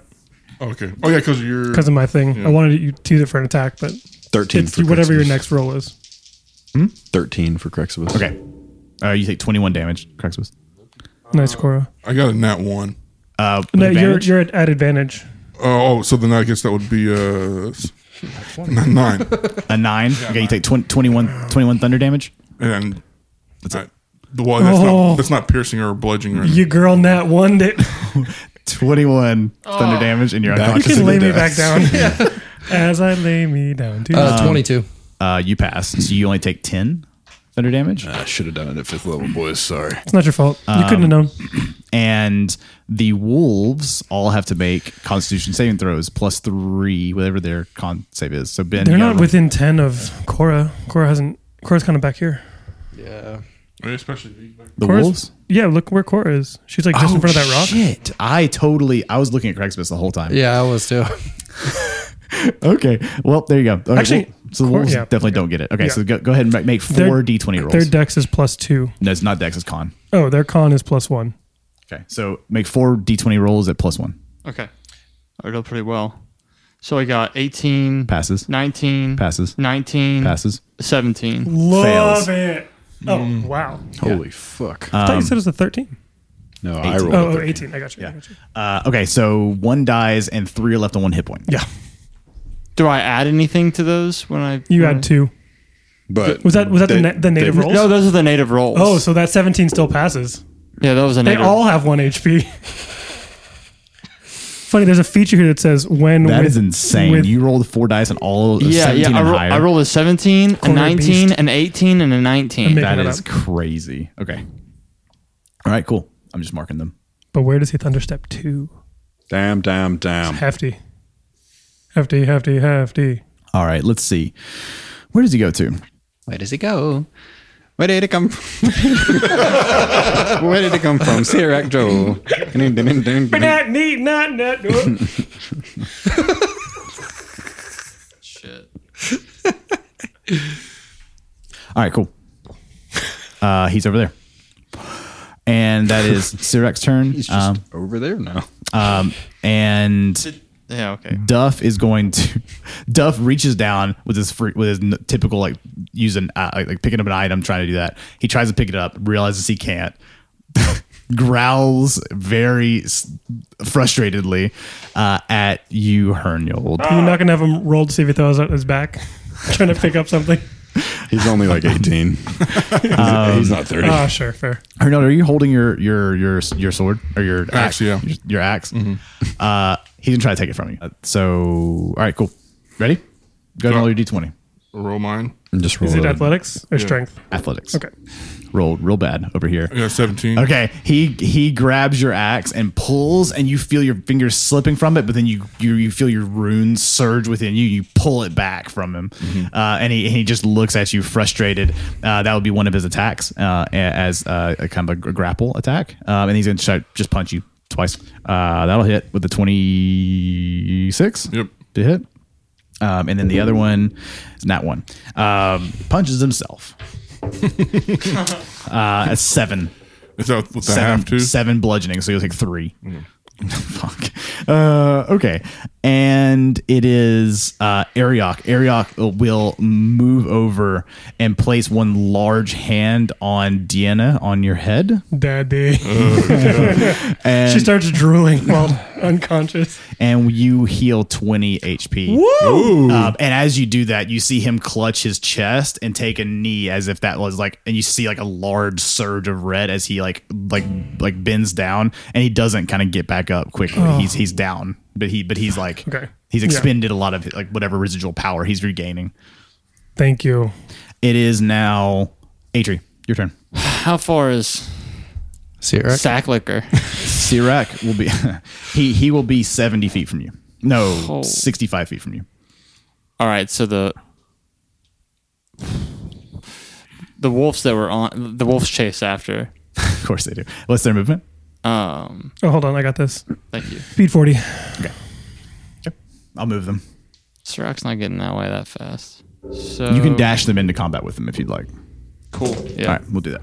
okay. Oh yeah, because you're
because of my thing. I wanted you to use it for an attack, but
Thirteen.
it's
for
whatever your
Crixibus.
next roll is.
Thirteen for Crexibus.
Okay. Uh, you take 21 damage, Craxus.
Nice, Cora.
I got a nat one.
Uh, with
No, you're
advantage?
you're at, at advantage.
Oh, oh, so then I guess that would be uh s- nine
a 9. okay, you take 20, 21, 21 thunder damage.
and. I- well, that's,
Oh.
not, that's not piercing or bludgeoning. Right?
You girl, nat one. That
21 thunder damage, and you're
Oh. you
unconscious.
can lay me back down. As I lay me down. To
Uh, 22.
Uh, you pass, so you only take 10 thunder damage.
I should have done it at fifth level, boys. Sorry.
it's not your fault. You couldn't
um,
have known.
And the wolves all have to make Constitution saving throws plus 3, whatever their con save is. So Ben,
They're
you gotta
not
roll-
within ten of Cora. Cora hasn't. Cora's kind of back here.
Yeah.
Especially
the
Cora's-
wolves. Oh,
Yeah, look where Cora is. She's like just in front of that rock.
Shit. I totally I was looking at Craigslist the whole time.
Yeah, I was too.
Okay. Well, there you go. Okay,
Actually,
well, so the
Cor-
wolves
yeah.
definitely don't get it. Okay,
Yeah.
so go, go ahead and ma- make
Their-
4 d20 rolls.
Their dex is plus two.
no, it's not Dex, it's con.
Oh, their con is plus one.
Okay. So make 4 d20 rolls at plus 1.
Okay. I did pretty well. So I got 18,
Passes.
19,
Passes.
19,
Passes.
17.
Fails.
it. Oh, wow.
Mm. Holy fuck.
Um,
I thought you said it was a 13.
no, I rolled.
Oh,
a
oh,
13.
18. I got you. I got you.
Uh, okay, so 1 dies and 3 are left on 1 hit point.
Yeah.
Do I add anything to those when I?
You
Mm.
when I-
had two.
But
Was that was that the, na- the native
they-
rolls?
No, those are the native rolls.
oh, so that 17 still passes.
yeah, that was a
They
native.
all have one HP. funny. There's a feature here that says when
That
with-
is insane.
with-
you rolled four dice and all
Yeah,
17
yeah. I,
and
ro-
higher.
I rolled a 17, a
Corner
19,
beast.
an 18, and a 19.
Amazing.
that
it
is
up.
crazy. Okay. All right, cool. I'm just marking them.
but where does he thunderstep to?
Damn, damn,
Um,
damn.
Hefty, hefty, hefty, hefty.
All right, let's see. Where does he go to?
Where does it go? Where did it come from?
Where did it come from? Sirac Joe.
Not neat, not not.
Shit.
All right, cool. Uh, he's over there. And that is Sirak's turn. um,
Over there now.
um, and
Yeah, okay.
Duff is going to Duff reaches down with his free, with his n- typical like using uh, like, like picking up an item trying to do that. He tries to pick it up, realizes he can't. growls very s- frustratedly uh, at you, Herniold.
You're not gonna have him roll to see if he throws out his back, trying to pick up something.
He's only like 18. he's not 30.
Ah, sure, fair.
Herniold, are you holding your your your your sword or your
Axe, yeah.
Your, your ax Uh, he's gonna try to take it from you. Uh, so, all right, cool. Ready? Go and roll your d20.
Roll mine.
Just
Is
roll
it
a-
athletics or strength?
Athletics.
Okay.
Rolled real bad over here.
I got 17.
Okay, he he grabs your axe and pulls, and you feel your fingers slipping from it. But then you you, you feel your runes surge within you. You pull it back from him, uh, and he, he just looks at you frustrated. Uh, that would be one of his attacks uh, a- as uh, a kind of a gr- grapple attack, um, and he's going to try just punch you twice. Uh, that'll hit with the twenty six.
Yep.
to hit. Um, and then the other one is not one. Um, punches himself. uh, a seven
Is that with the
seven,
half two? Mm-hmm.
seven bludgeoning, so you'll take three. Fuck. Uh, okay, and it is uh, Ariok. Ariok will move over and place one large hand on Deanna on your head,
Daddy.
Uh. and
she starts drooling while unconscious.
and you heal twenty HP. Um, and as you do that, you see him clutch his chest and take a knee as if that was like, and you see like a large surge of red as he like like like bends down, and he doesn't kind of get back up quickly. He's he's down, but he but he's like
Oh. Okay.
he's
Yeah.
expended a lot of like whatever residual power he's regaining.
Thank you.
It is now Atri, your turn.
How far is
See it, right?
sack liquor?
Sirach will be he he will be seventy feet from you. No,
Oh.
sixty five feet from you.
All right, so the the wolves that were on the wolves chase after.
Of course they do. What's their movement?
Um,
Oh, hold on, I got this.
thank you.
Speed forty.
I'll move them.
Sirac's not getting that way that fast. So
You can dash them into combat with them if you'd like.
Cool. Yeah.
All right, we'll do that.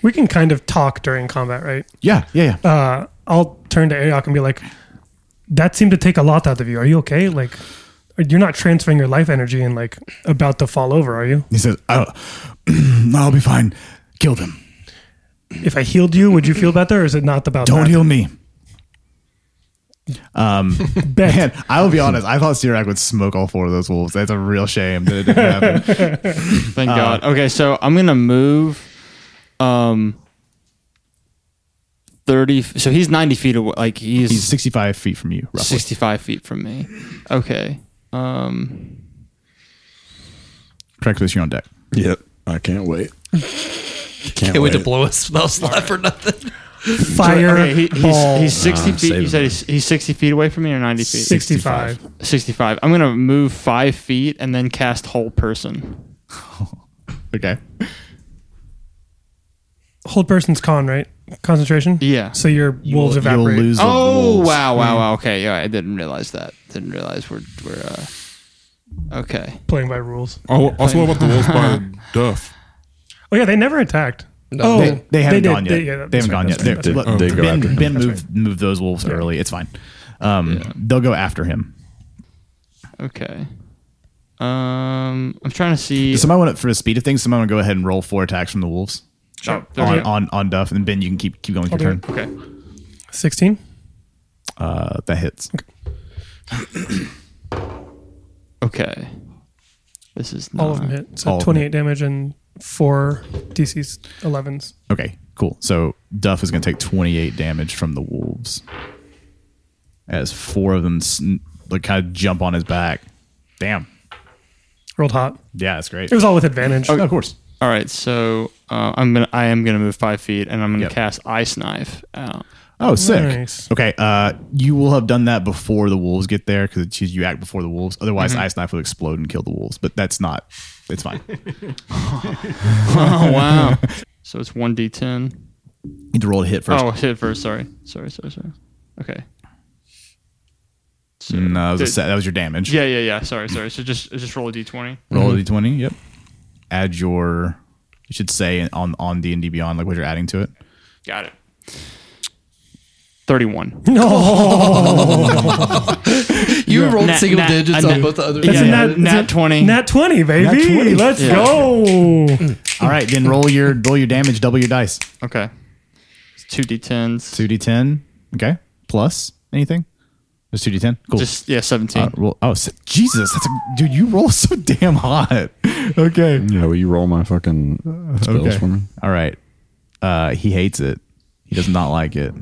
We can kind of talk during combat, right?
Yeah, yeah, yeah.
Uh, I'll turn to Ariok and be like, "That seemed to take a lot out of you. Are you okay? Like, you're not transferring your life energy and like about to fall over, are you?
he says, oh, "I'll be fine. Kill them.
If I healed you, would you feel better? Or is it not about
Don't
that?
heal me." Um,
Bet.
Man, I will be honest. I thought Sirac would smoke all four of those wolves. That's a real shame that it didn't happen.
Thank God. Okay, so I'm gonna move. Um. Thirty. So he's ninety feet away. Like he's,
He's sixty-five feet from you, roughly.
sixty-five feet from me. Okay. Um.
Correct this. You're on deck.
Yep. I can't wait. Can't,
Can't wait to blow us mouse life or nothing.
Fire
Okay, he- he's,
ball.
he's sixty
Nah,
feet.
Ah, save
You
him.
said he's, he's sixty feet away from me, or ninety feet?
65.
65. I'm going to move five feet and then cast whole person.
Okay.
Hold person's con, right? Concentration?
Yeah.
So your wolves
You'll- you'll
evaporate.
lose the
Oh,
wolves.
wow, wow, wow. Okay. Yeah, I didn't realize that. Didn't realize we're, we're, uh, okay.
Playing by rules.
Oh, also, what about the wolves by the Duff?
Oh, yeah, they never attacked.
No,
oh,
They, they haven't
did.
gone yet. They,
yeah, that's
haven't
right,
gone yet.
that's right,
They're-
that's
look,
They go
ben
after him.
ben moved, moved those wolves early. It's fine. Um, They'll go after him.
Okay. Um, I'm trying to see.
Does somebody want to, for the speed of things? Somebody want to go ahead and roll four attacks from the wolves
Sure.
on, on on Duff, and Ben, you can keep keep going with your
Oh, do
turn.
it.
Okay.
16?
Uh, that hits.
Okay. This is not.
All of them hit.
all
So
of them
28 damage and four DC's 11s.
Okay, cool. So Duff is going to take 28 damage from the wolves. as four of them sn- like kind of jump on his back. Damn.
Rolled hot.
Yeah, it's great. Oh,
It was all with advantage.
of course.
All right, so uh, I'm gonna I am gonna move five feet, and I'm gonna
Yep.
cast Ice Knife out.
Oh, sick.
Nice.
Okay, uh, you will have done that before the wolves get there because you act before the wolves. Otherwise,
Mm-hmm.
ice knife will explode and kill the wolves. But that's not. It's fine.
Oh wow! so it's one d10.
you need to roll a hit first.
Oh, hit first. Sorry, sorry, sorry, sorry. Okay.
Oh,
So,
No, uh, that was a
did-
set. That was your damage.
Yeah, yeah, yeah. Sorry, sorry. So just just roll a d20.
Roll a d20. Yep. Add your. You should say on on D and D Beyond like what you're adding to it.
Got it. Thirty-one.
You rolled
Nat-
single
nat-
digits
uh,
on
nat-
both the other.
Yeah,
That's a
yeah.
nat,
Nat
that's a-
20.
Nat 20, baby.
Nat 20.
Let's
Yeah.
go.
All right, then roll your roll your damage. Double your dice.
Okay. It's two d10s.
Two d10. Okay. Plus anything. Just two d10. Cool.
Just yeah, seventeen.
uh, roll, oh s- Jesus! That's a, dude. You roll so damn hot. Okay.
Yeah, will you roll my fucking spells
Okay.
for me?
All right. Uh, he hates it. He does not like it.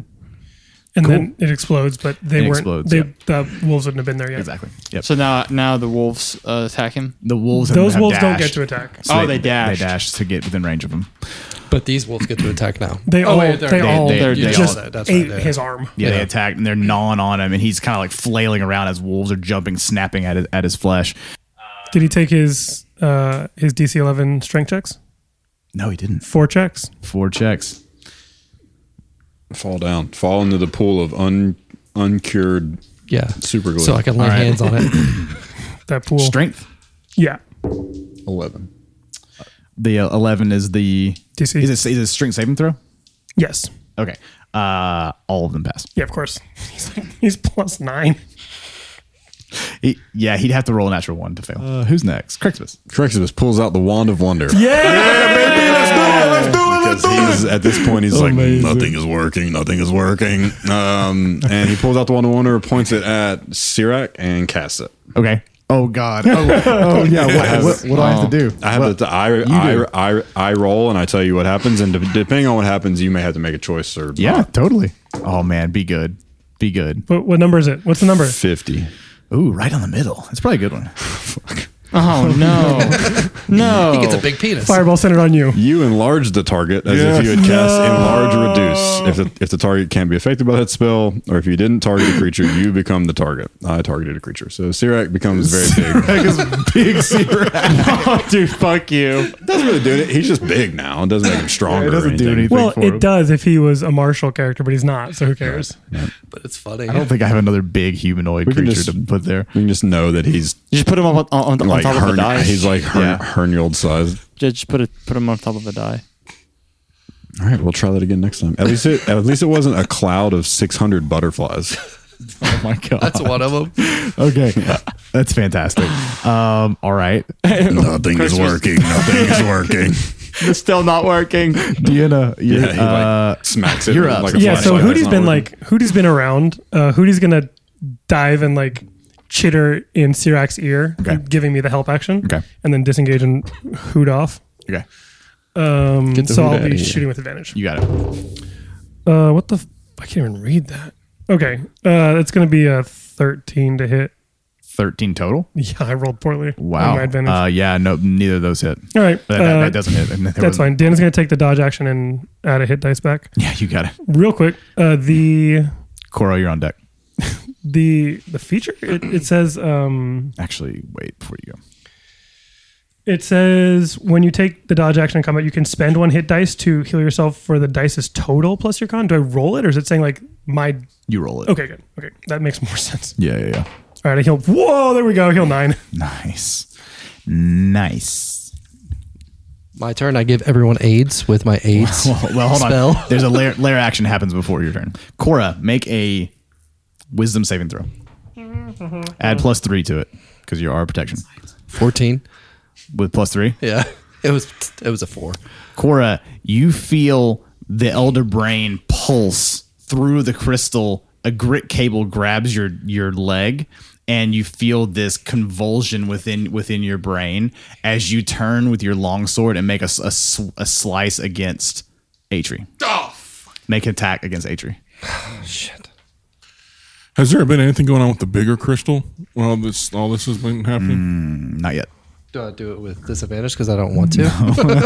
And then it explodes, but they
It
weren't.
explodes,
they,
yeah.
The wolves wouldn't have been there yet.
Exactly. Yep.
so now now the wolves uh, attack him.
the wolves. have-
Those
have
wolves don't get
dashed,
to attack.
so
Oh, they dashed.
They dash to get within range of him.
But these wolves get to attack now.
They all. they, all.
they-
you
they
just
all-
just
said, that's
ate
right. yeah.
his arm.
Yeah, they
Yeah.
attacked and they're gnawing on him, and he's kind of like flailing around as wolves are jumping, snapping at his, at his flesh.
Did he take his uh, his DC 11 strength checks?
No, he didn't.
Four checks.
Four checks.
Fall down. Fall into the pool of un uncured
Yeah.
super glue.
So I can lay
Alright.
hands on it.
That pool.
Strength.
Yeah.
eleven.
The uh, eleven is the
DC.
Is it, is it strength saving throw?
Yes.
Okay. Uh, all of them pass.
Yeah, of course. He's, like, he's plus nine.
He- yeah, he'd have to roll a natural one to fail. Uh, who's next? Crixbus.
Crixibus pulls out the wand of wonder.
Yeah.
Because he's at this point he's like nothing is working, nothing is working. Um, and he pulls out the wand of wonder, points it at Sirac, and casts it.
Okay. Oh God. Oh, oh yeah. What, what, what do I have to do?
I have
What-
to I,
do.
I, I, I roll and I tell you what happens, and de- depending on what happens, you may have to make a choice or
Yeah,
not.
totally. Oh man, be good. Be good.
But what number is it? What's the number?
fifty.
Ooh, right on the middle. That's probably a good one.
Oh no, no!
He gets a big penis.
Fireball centered on you.
You enlarge the target as if you had cast enlarge reduce. If the, if the target can't be affected by that spell, or if you didn't target a creature, you become the target. I targeted a creature, so Sirac becomes very big.
Big zero.
dude, fuck you.
doesn't really do it. He's just big now. It doesn't make him stronger.
It doesn't
or anything.
do anything.
Well,
for him.
it does if he was a martial character, but he's not, so who cares?
But it's funny.
I don't think I have another big humanoid
We can
creature
just-
to put there.
We can just know that he's
You just put him up on, on, on
like
top of a
hernia.
die.
He's like her,
Yeah.
herniold size.
just put it put him on top of a die.
All right, we'll try that again next time. At least it at least it wasn't a cloud of six hundred butterflies.
Oh my god.
That's one of them.
okay. That's fantastic. Um, all right.
Nothing is working. Nothing is working.
It's still not working.
Deanna, you're,
Yeah, he
uh,
like smacks it.
you're
with,
up.
Like a
Yeah, so
flashlight.
Hootie's
That's
been
not
like Hootie's been around. Uh Hootie's gonna dive and like chitter in Sirac's ear,
Okay.
giving me the help action.
Okay.
And then disengage and hoot off.
okay.
Um
Get the
so
hoot
I'll
outta
be
here.
shooting with advantage.
You got it.
Uh what the f- I can't even read that. Okay. Uh that's gonna be a thirteen to hit.
Thirteen total.
Yeah, I rolled poorly. on
Wow.
my advantage.
Uh, yeah. No, neither of those hit.
All right.
That,
uh,
that, that doesn't hit. And there
that's
wasn't-
fine. Dan is going to take the dodge action and add a hit dice back.
Yeah, you got it.
Real quick, uh, the
Coro, you're on deck.
the the feature it, it says um,
Actually, wait before you go.
it says when you take the dodge action in combat, you can spend one hit dice to heal yourself for the dice's total plus your con. Do I roll it, or is it saying like my?
You roll it.
Okay, good. Okay, that makes more sense.
Yeah, yeah, yeah.
All right, I heal. Whoa, there we go. Heal nine.
Nice. Nice.
My turn. I give everyone aids with my aids.
Well, well, hold
spell.
on. There's a layer, layer action happens before your turn. Cora, make a wisdom saving throw. Add plus three to it because you are protection
Fourteen.
with plus three.
Yeah. It was. It was a four.
Cora, you feel the elder brain pulse through the crystal. A grit cable grabs your your leg, and you feel this convulsion within within your brain as you turn with your longsword and make a, s- a s- a slice against Atri. Oh, make an attack against Atri.
Shit.
Has there been anything going on with the bigger crystal? Well, this all this has been happening.
Mm, Not yet.
Do I do it with disadvantage because I don't want to?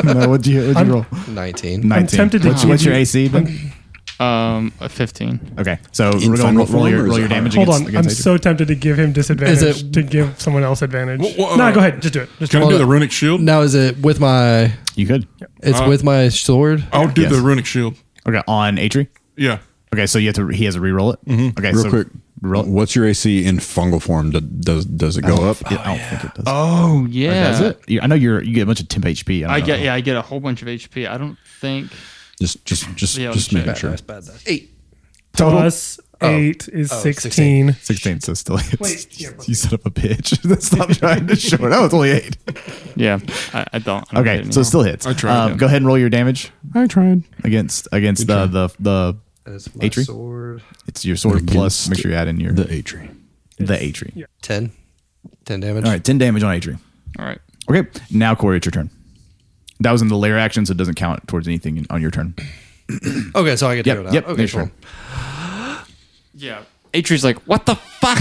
no, what'd you, what'd you roll?
19.
19.
tempted to
what's, what's
give
your
you-
AC? Ben?
Um, a fifteen.
Okay, so
In
we're going to
final
roll your,
form or
roll
is
your
it higher?
damage
Hold
against,
on, I'm
against
so tempted to give him disadvantage
Is it-
to give someone else advantage.
Wh- wh-
no, go ahead, just do it. Just
Can
do
I
it.
do the runic shield?
Now, is it with my.
You could.
It's with my sword?
I'll do
Yes.
Oh, the runic shield.
Okay, on Atri.
Yeah.
Okay, so you have to. He has to re-roll it. Okay,
Mm-hmm. Real
so
quick,
Roll it.
what's your AC in fungal form? Do- Does does it go up?
I don't think it does.
Oh yeah.
Does it? You- I know you're. You get a bunch of temp HP. don't
I
know.
get yeah, I get a whole bunch of HP. I don't think
Oh. Just just just
Yeah, I'll
just
check.
making sure.
Plus eight is 16.
16, so still. you set up a pitch. Stop trying to show it. Oh, it's only eight.
yeah. I, I don't. I don't get
Okay,
it
so it
now.
still hits. I
tried.
Um, go ahead and roll your damage
I tried.
against against the the the.
It's
my Atri?
sword.
It's your sword plus.
Against
Make sure you add in your
The
the,
atri.
Atri.
10. 10 damage.
All right, ten damage on Atri.
all right.
Okay, now Corey, it's your turn. That was in the layer action, so it doesn't count towards anything on your turn.
Okay, so I get to
Yep,
do it now.
yep,
okay,
it's your
sure.
Yeah. Atri's like, what the fuck?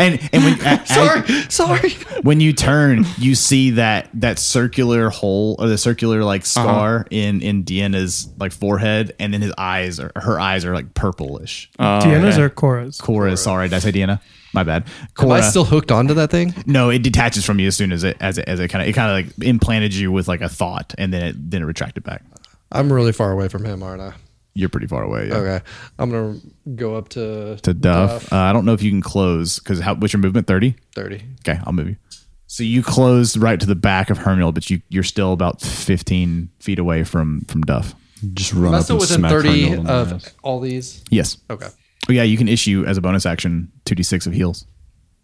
And and when a-
Sorry, sorry.
when you turn, you see that that circular hole or the circular
Uh-huh.
like scar in in Deanna's like forehead, and then his eyes are her eyes are like purplish.
Oh,
Deanna's or Oh, Cora's?
Cora, sorry, did I say Deanna? My bad.
Am
Cora,
I still hooked onto that thing?
no, it detaches from you as soon as it as it as it kind of it kind of like implanted you with like a thought, and then it then it retracted back.
I'm really far away from him, aren't I?
You're pretty far away. Yeah.
Okay, I'm gonna go up to
To Duff, Uh, I don't know if you can close because how what's your movement? Thirty.
thirty.
Okay, I'll move you. So you close right to the back of Hermiel, but you you're still about fifteen feet away from from Duff.
Just run
Am I
up
still
and
within
smack
thirty
thirty on the
of
ass.
all these?
Yes.
Okay,
Oh, yeah, you can issue as a bonus action two d six of heals.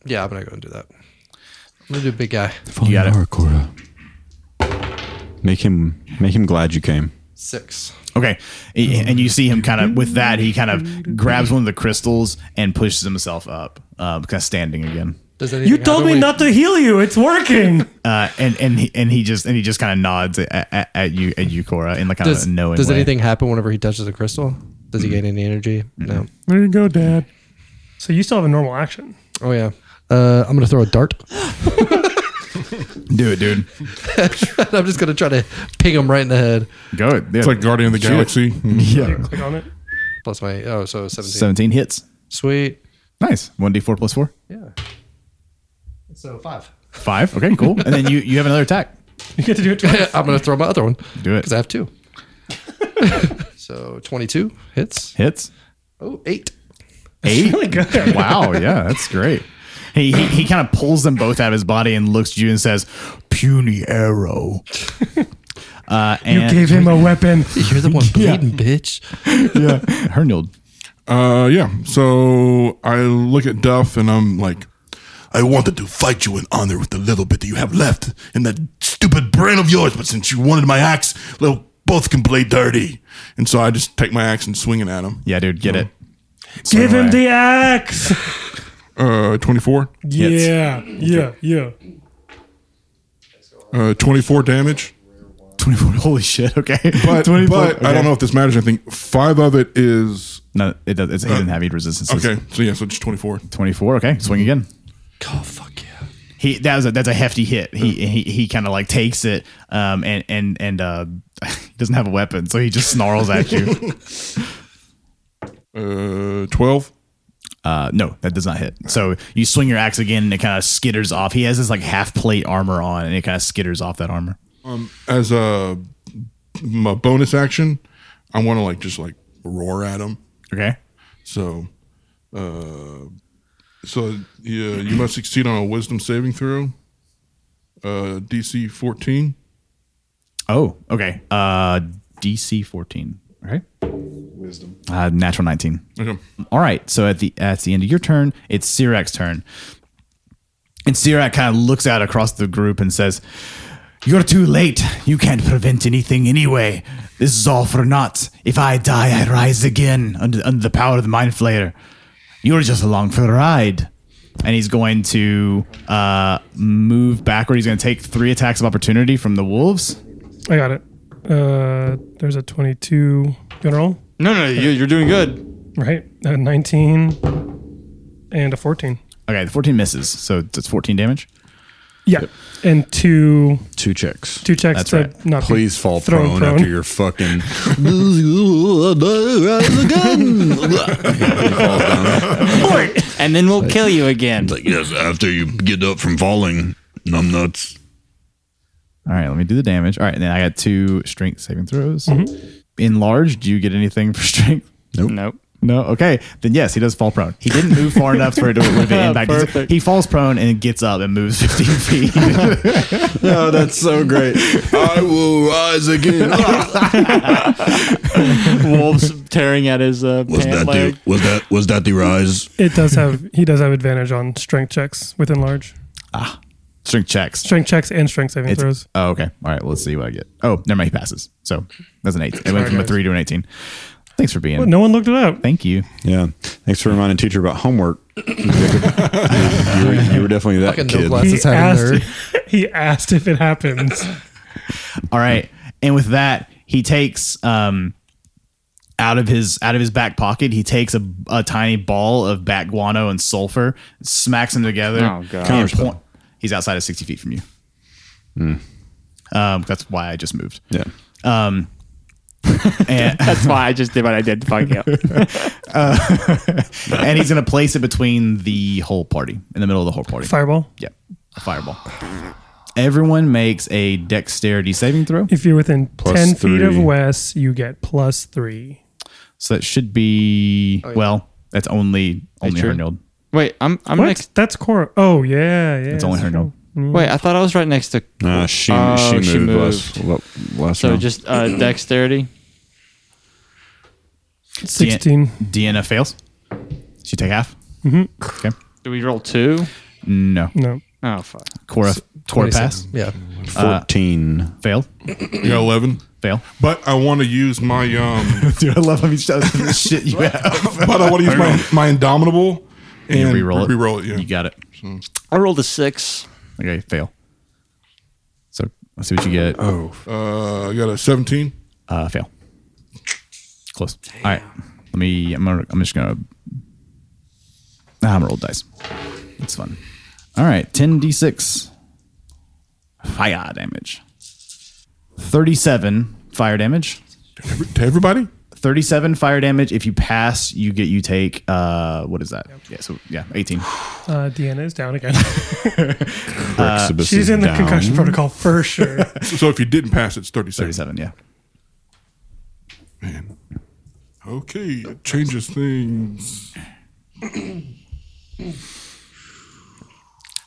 yeah, I'm gonna go and do that. I'm gonna do big guy
You got it.
Follow her, Cora. Make him make him glad you came.
six.
Okay, A- and you see him kind of with that he kind of grabs one of the crystals and pushes himself up, uh, kind of standing again.
Does
You told me not to heal you. It's working.
Uh, and and he, and he just and he just kind of nods at, at, at you at you Cora in like kind
Does,
of a knowing.
does
way.
anything happen whenever he touches a crystal? Does he gain any energy? No.
there you go, Dad. So you still have a normal action.
Oh yeah. Uh, I'm gonna throw a dart.
Do it, dude.
I'm just gonna try to ping him right in the head.
Go it. Yeah.
It's like Guardian of the Galaxy.
You click on it.
Plus my oh, so 17.
seventeen hits.
Sweet.
Nice. One d four plus four.
Yeah. So five.
Five. Okay, cool. And then you you have another attack.
You get to do it twice.
I'm gonna throw my other one
Do it.
because I have two. so 22 hits.
Hits.
Oh, eight.
Eight.
really good.
wow. Yeah, that's great. He he, he kind of pulls them both out of his body and looks at you and says, "Puny arrow." Uh,
You
and
gave him a weapon.
You're the one bleeding, bitch.
yeah, Hernold.
Uh, yeah. So I look at Duff and I'm like,
I wanted to fight you in honor with the little bit that you have left in that stupid brain of yours, but since you wanted my axe, well, both can play dirty.
and so I just take my axe and swing it at him.
Yeah, dude, get it.
Give him
away.
the axe.
Uh, 24.
Hits.
Yeah. Yeah. Yeah.
Uh, 24 damage.
Twenty-four. Holy shit. Okay,
But,
24,
but I
okay.
don't know if this matters anything. Five of it is.
No, it does. It's, he didn't have any resistances.
Okay. So yeah, so just 24.
Twenty-four. Okay, swing again.
Oh, fuck yeah.
He that was a, that's a hefty hit. He he, he kind of like takes it, um, and and and uh, he doesn't have a weapon, so he just snarls at you.
Uh, 12.
Uh, no, that does not hit. So you swing your axe again, and it kind of skitters off. He has this like half plate armor on, and it kind of skitters off that armor.
As a my bonus action, I want to like just like roar at him.
Okay.
So, uh, so yeah, you must succeed on a wisdom saving throw. Uh, DC 14.
Oh, okay. Uh, DC fourteen. Okay. Wisdom. Uh, natural nineteen.
Okay.
All right. So at the at the end of your turn, it's Sirac's turn. And Sirac kind of looks out across the group and says, "You're too late. You can't prevent anything anyway. This is all for naught. If I die, I rise again under under the power of the Mind Flayer. You're just along for the ride." And he's going to uh, move backward. He's going to take three attacks of opportunity from the wolves.
I got it. Uh, there's a 22 general,
No, no, you, you're doing good.
right? Uh, 19 and a 14.
Okay, the 14 misses, so that's 14 damage.
Yeah. And two
Two checks.
two checks
That's
to
right.
not be
Please fall
thrown
prone, after your fucking.
and then we'll kill you again.
Like, yes, after you get up from falling, numbnuts.
All right, let me do the damage. All right, and then I got two strength saving throws. Enlarged, do you get anything for strength?
Nope.
No. Okay. Then yes, he does fall prone. He didn't move far enough for it to would have been impacted. He falls prone and gets up and moves 15 feet.
Oh, that's so great. I will rise again. Ah,
Wolves tearing at his uh,
Was that
pant leg.
the was that was that the rise?
It does have he does have advantage on strength checks within large.
Strength checks.
Strength checks and strength saving
It's-
throws.
Oh, okay. All right. well, Let's see what I get. Oh, never mind. He passes. So that's an eight. It went from a three to an 18. Thanks for being.
But no one looked it up.
Thank you.
yeah. Thanks for reminding teacher about homework. you, were, you were definitely that
Fucking no
kid.
class.
He
That's how
asked,
nerd.
he asked if it happens.
All right. And with that, he takes um out of his out of his back pocket, he takes a, a tiny ball of bat guano and sulfur, smacks them together.
Oh, God.
and point- he's outside of sixty feet from you. Um, that's why I just moved.
Yeah.
Um, and,
That's why I just did what I did to fuck you. up.
and he's gonna place it between the whole party, in the middle of the whole party.
Fireball.
yeah, a fireball. Everyone makes a dexterity saving throw,
If you're within
Plus
ten feet of
three.
Wes, you get plus three.
so that should be well. That's only only
sure?
Hernold.
Wait, I'm I'm
What?
next.
That's core. Oh yeah, yeah.
It's only Hernold.
Wait, I thought I was right next to.
Uh, she,
Oh,
she,
she
moved last, lo- last
So
round.
just uh, dexterity.
Sixteen.
Deanna fails. She take half. Mm-hmm. Okay.
Do we roll two?
No.
No.
Oh fuck.
Cora, Cora pass.
27. Yeah.
Uh, 14.
Failed.
You got 11.
Fail.
But I want to use my um
Dude, I love how each other shit you have.
but I want to use my, my indomitable and
You reroll it.
Reroll it, yeah.
You got it.
I rolled a six.
Okay, fail. So let's see what you get.
Uh, I got a 17.
Uh, fail. Close. All right. Let me. I'm. Gonna, I'm just gonna. Nah, I'm gonna roll dice. That's fun. All right. Ten d6. Fire damage. Thirty-seven fire damage.
Every- To everybody?
37 fire damage. If you pass, you get you take uh what is that? Yeah, so yeah, 18.
Uh, Deanna is down again.
Exhibus is
She's in the
down.
concussion protocol for sure.
So if you didn't pass, it's 37.
37, yeah.
Man. Okay, it changes things.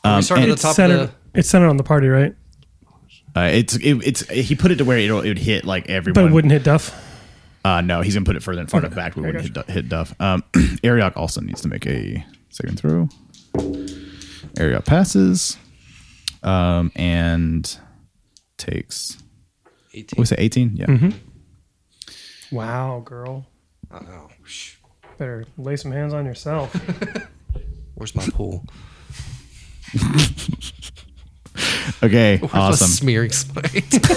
Um,
we started at the
it's
top
centered.
of
It's centered on the party, right?
Uh, it's it, it's he put it to where it'll, it would hit like everyone.
But it wouldn't hit Duff.
Uh, no, he's gonna put it further in front of back. We wouldn't hit, Du- hit Duff. Um, Ariok also needs to make a second throw. Ariok passes, um, and takes.
18.
What was it? 18? Yeah.
Wow, girl.
Oh, sh-
Better lay some hands on yourself.
Where's my pool?
Okay.
Awesome.
awesome.
smearing spite.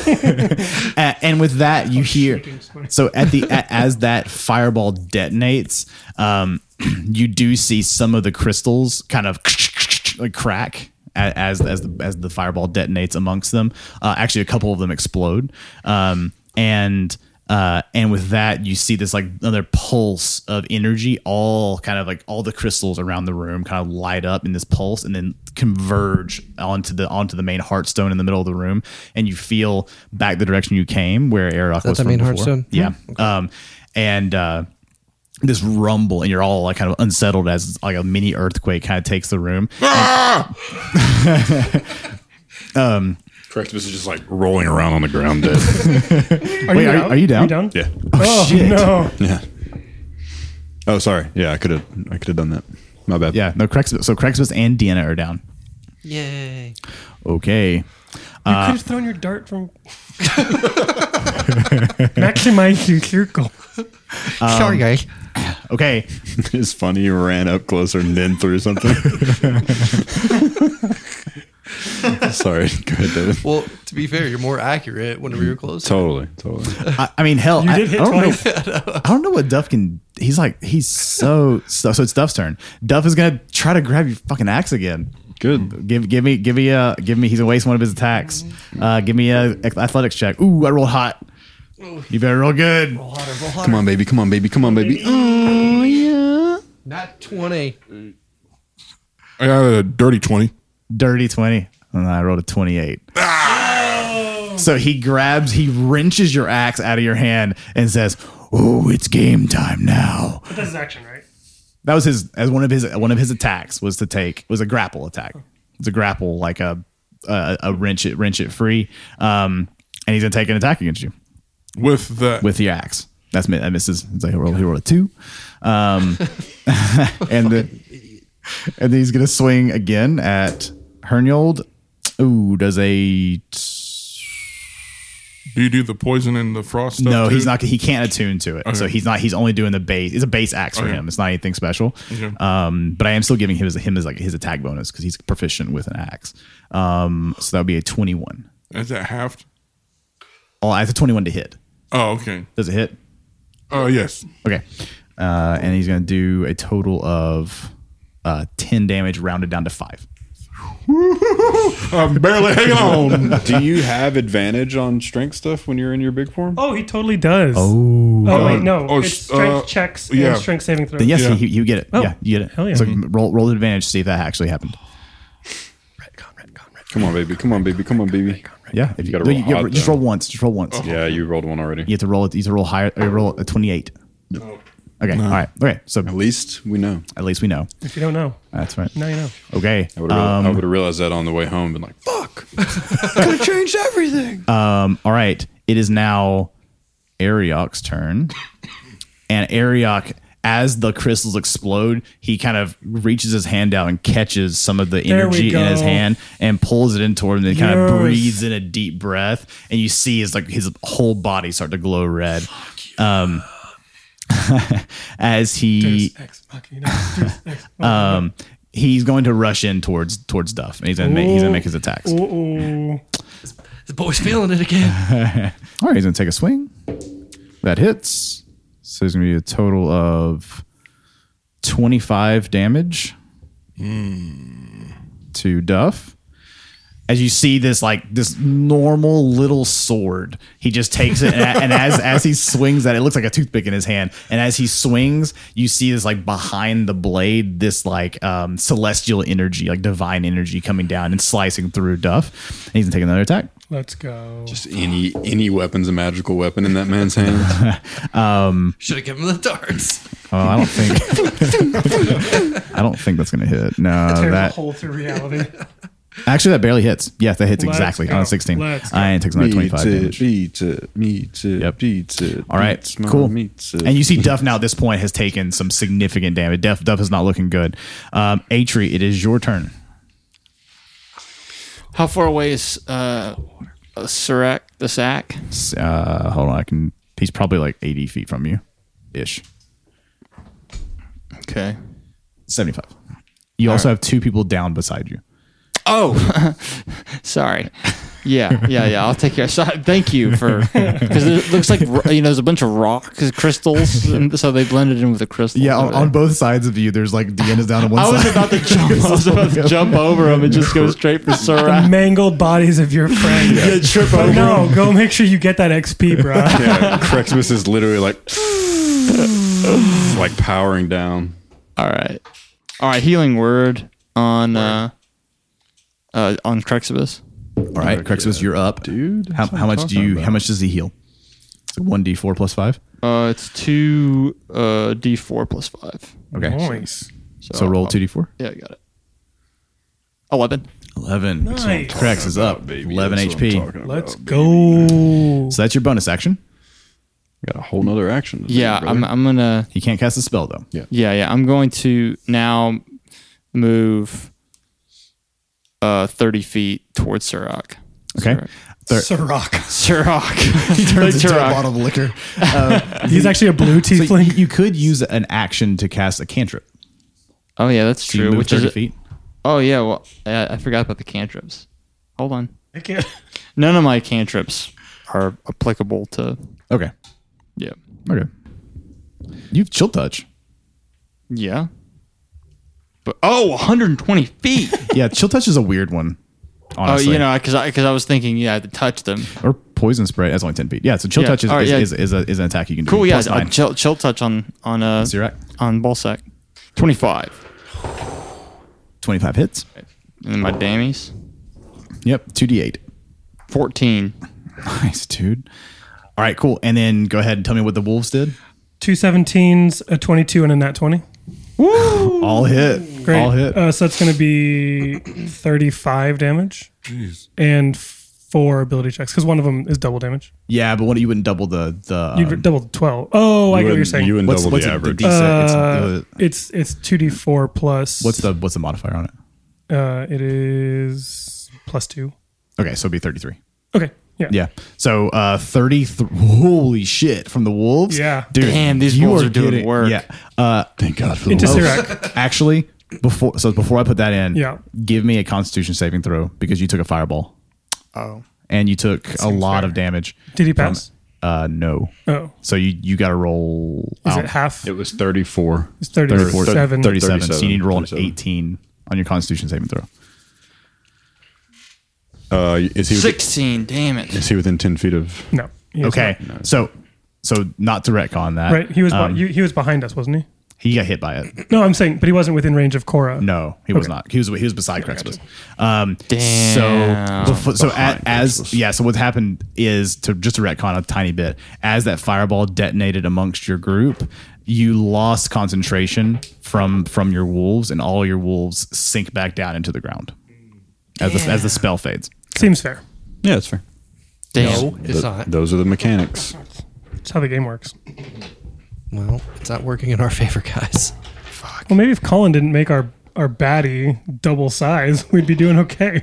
A- and with that you hear so at the a- as that fireball detonates um you do see some of the crystals kind of like crack a- as as the, as the fireball detonates amongst them uh, actually a couple of them explode um and uh, and with that, you see this like another pulse of energy, all kind of like all the crystals around the room kind of light up in this pulse, and then converge onto the onto the main heartstone in the middle of the room, and you feel back the direction you came, where Aeroc was
the
from
main
before.
heartstone? Hmm,
Yeah, um, and uh, this rumble, and you're all like kind of unsettled as like a mini earthquake kind of takes the room.
Correct. This is just like rolling around on the ground. Dead.
Are
Wait,
you
are-
down?
are you down?
You down?
yeah.
Oh,
shit.
no.
Yeah. Oh, sorry. Yeah, I could have. I could have done that. My bad.
Yeah, no, Craxbus. So Craxbus and Deanna are down.
yay.
Okay.
You
Uh,
could have thrown your dart from. Maximize your circle.
Um,
Sorry, guys.
Okay.
it's funny you ran up closer and then threw something. Sorry. Go ahead, David.
Well, to be fair, you're more accurate whenever you're close.
Totally. Totally.
I, I mean, hell, I,
did hit
I don't
twice.
know. I don't know what Duff can. He's like, he's so so. So it's Duff's turn. Duff is gonna try to grab your fucking axe again.
Good.
Give give me give me a give me. He's gonna waste one of his attacks. Uh, give me a athletics check. Ooh, I rolled hot. You better roll good.
Come on, baby. Come on, baby. Come on, baby. Oh, yeah.
Not 20.
I got a dirty 20.
Dirty twenty, and I rolled a twenty-eight. So he grabs, he wrenches your axe out of your hand and says, "Oh, it's game time now."
But this is action, right?
That was his as one of his one of his attacks was to take was a grapple attack. It's a grapple like a a, a wrench it wrench it free. Um, and he's gonna take an attack against you
With that,
with the axe. That's mi- that misses. It's like he rolled, he rolled a two, um, and then and then he's gonna swing again at Herniold. Ooh, does a
do you do the poison and the frost stuff?
no?
too?
He's not. He can't attune to it, so
Okay.
he's not. He's only doing the base. It's a base axe for
Okay.
him. It's not anything special.
Okay.
Um, but I am still giving him his, him as like his attack bonus because he's proficient with an axe. Um, so that would be a twenty-one.
Is that halved?
Oh, I have a twenty-one to hit.
Oh, okay.
Does it hit?
Oh, yes.
Okay. Uh, and he's gonna do a total of uh, ten damage, rounded down to five.
I'm barely hanging on.
Do you have advantage on strength stuff when you're in your big form?
Oh, he totally does. Oh, wait, no.
oh,
it's
s-
strength
uh,
checks
yeah.
and strength saving throws.
Then yes,
Yeah.
you, you get it.
Oh,
yeah, you get it.
hell yeah.
So roll roll advantage to see if that actually happened.
Come on, baby. Come on, baby. Come on, baby.
Yeah, if you,
gotta
no,
roll
you get-
odd,
just
though.
roll once. Just roll once.
Yeah, you rolled one already.
You have to roll it. You have to roll higher. Or roll a twenty-eight.
Oh.
Okay. All right. Okay. So
At least we know.
at least we know.
If you don't know,
That's right.
now you know.
Okay. um,
I would have realized that on the way home. Been like, fuck. Could have changed everything.
All right. It is now Ariok's turn. And Ariok, as the crystals explode, he kind of reaches his hand out and catches some of the
There we
energy in his
go.
hand and pulls it in toward him and kind of
Yes.
breathes in a deep breath. And you see his like his whole body start to glow red. Um as he
Deus ex machina, Deus ex machina.
um he's going to rush in towards towards Duff and he's gonna make he's gonna make his attacks. All
Ooh,
The boy's feeling it again.
right, he's gonna take a swing. That hits. So it's gonna be a total of twenty five damage to Duff. As you see this like this normal little sword, he just takes it and, and as as he swings that, it looks like a toothpick in his hand. And as he swings, you see this like behind the blade, this like um, celestial energy, like divine energy coming down and slicing through Duff. And he's gonna take another attack.
let's go.
Just any any weapon's a magical weapon in that man's hand.
Should have given him the darts.
Oh, I don't think. I don't think that's gonna hit. No,
Tears a
that
hole through reality.
actually that barely hits. Yes, that hits
Let's
exactly on
go.
a sixteen.
Let's go.
I ain't takes another twenty five damage.
beat it, meet it,
Yep.
beat it.
All right,
beats my
cool.
meats it.
And you see Duff now at this point has taken some significant damage. Duff, Duff is not looking good. Um, Atri, it is your turn.
How far away is uh, uh, Sirek the sack?
S- Uh, hold on, I can. He's probably like eighty feet from you, ish.
Okay.
Seventy five. You also have two people down beside you.
Oh, sorry. Yeah, yeah, yeah. I'll take care. So, thank you for because it looks like ro- you know there's a bunch of rock crystals, and so they blended in with the crystals.
Yeah, on,
over
on
there.
both sides of you, there's like Deanna's down on one
I
side.
was about to jump. I was about to jump over him and just go straight for
The
Sirek.
mangled bodies of your friend.
Yeah, trip over.
No, go make sure you get that XP, bro.
yeah, Crexmas is literally like like powering down.
All right, all right. Healing word on uh, uh on Crexibus.
All right, Crexus, you're up, dude. How, how much do you? How much does he heal? One d four plus five.
Uh, it's two uh D four plus five.
Okay,
Nice.
so, roll two d four.
Yeah, I got it. Eleven.
Eleven.
Nice.
Crex is up. Eleven HP.
Let's go.
So that's your bonus action.
Got a whole nother action. to
Yeah,
do,
I'm.
brother.
I'm gonna.
He can't cast a spell though. Yeah.
Yeah, yeah. I'm going to now move uh 30 feet towards Surak.
Okay. Thir-
Sirach.
Surak. Towards Surak.
of liquor. Uh,
He's actually a blue
So you,
tiefling.
you could use an action to cast a cantrip.
Oh yeah, that's
Do you
true.
move
Which
thirty
is
feet?
Oh yeah, well I, I forgot about the cantrips. Hold on.
I can't.
None of my cantrips are applicable to.
Okay.
Yeah.
Okay. You've chill touch.
Yeah. But oh, 120 feet.
Yeah, chill touch is a weird one.
oh,
Honestly.
you know, because I because I was thinking, yeah, I had to touch them.
Or poison spray. That's only ten feet. Yeah, so chill
Yeah,
touch is,
all right,
is,
yeah.
is, is, a, is an attack you can do.
Cool. Yeah,
Plus
I'll
nine.
chill, chill touch on on uh
So you're at
on ballsack. 25.
twenty five hits.
And then my damies.
Yep, two d eight.
14.
Nice, dude. All right, cool. And then go ahead and tell me what the wolves did.
Two 17s, a 22, and a nat 20.
All hit.
Great.
All hit.
Uh, so that's going to be 35 damage
Jeez.
and four ability checks because one of them is double damage.
yeah, but what you wouldn't double the the.
You
um,
double 12. Oh, I get what you're
wouldn't-
saying.
You wouldn't
what's
double
what's
the
it-
average.
the D6? It's
Uh,
the-
it's it's 2d4 plus.
what's the what's the modifier on it?
Uh, it is plus two.
Okay, so it'd be thirty three.
Okay. Yeah.
Yeah. So uh 30 th- holy shit from the wolves.
Yeah.
Dude,
Damn, these
you
wolves are doing
getting-
work.
Yeah. Uh thank God for the
Into
wolves.
Sirac.
Actually, before so before I put that in,
Yeah.
give me a constitution saving throw because you took a fireball.
Oh.
And you took a lot of damage.
Did he
from-
pass?
uh no.
Oh,
So you you got to roll
is
out
it half?
It was 34.
It's 37.
37, So you need to roll an
37.
18 on your constitution saving throw.
Uh, is he
16. Damn it.
is he within 10 feet of?
No. he is
Okay. So so not to retcon that.
not. Right. He was
Um,
be- you- he was behind us, wasn't he?
he got hit by it.
No, I'm saying, but he wasn't within range of Cora.
No, he was
Okay.
not. He was he was beside Crexus. Um,
Damn.
So befo- so a as yeah. So what happened is to just to retcon a tiny bit. As that fireball detonated amongst your group, you lost concentration from from your wolves, and all your wolves sink back down into the ground as the, as the spell fades.
Seems fair.
Yeah, that's fair.
Damn.
No, it's not.
Those are the mechanics.
That's how the game works.
Well, it's not working in our favor, guys.
Well, maybe if Colin didn't make our our baddie double size, we'd be doing okay.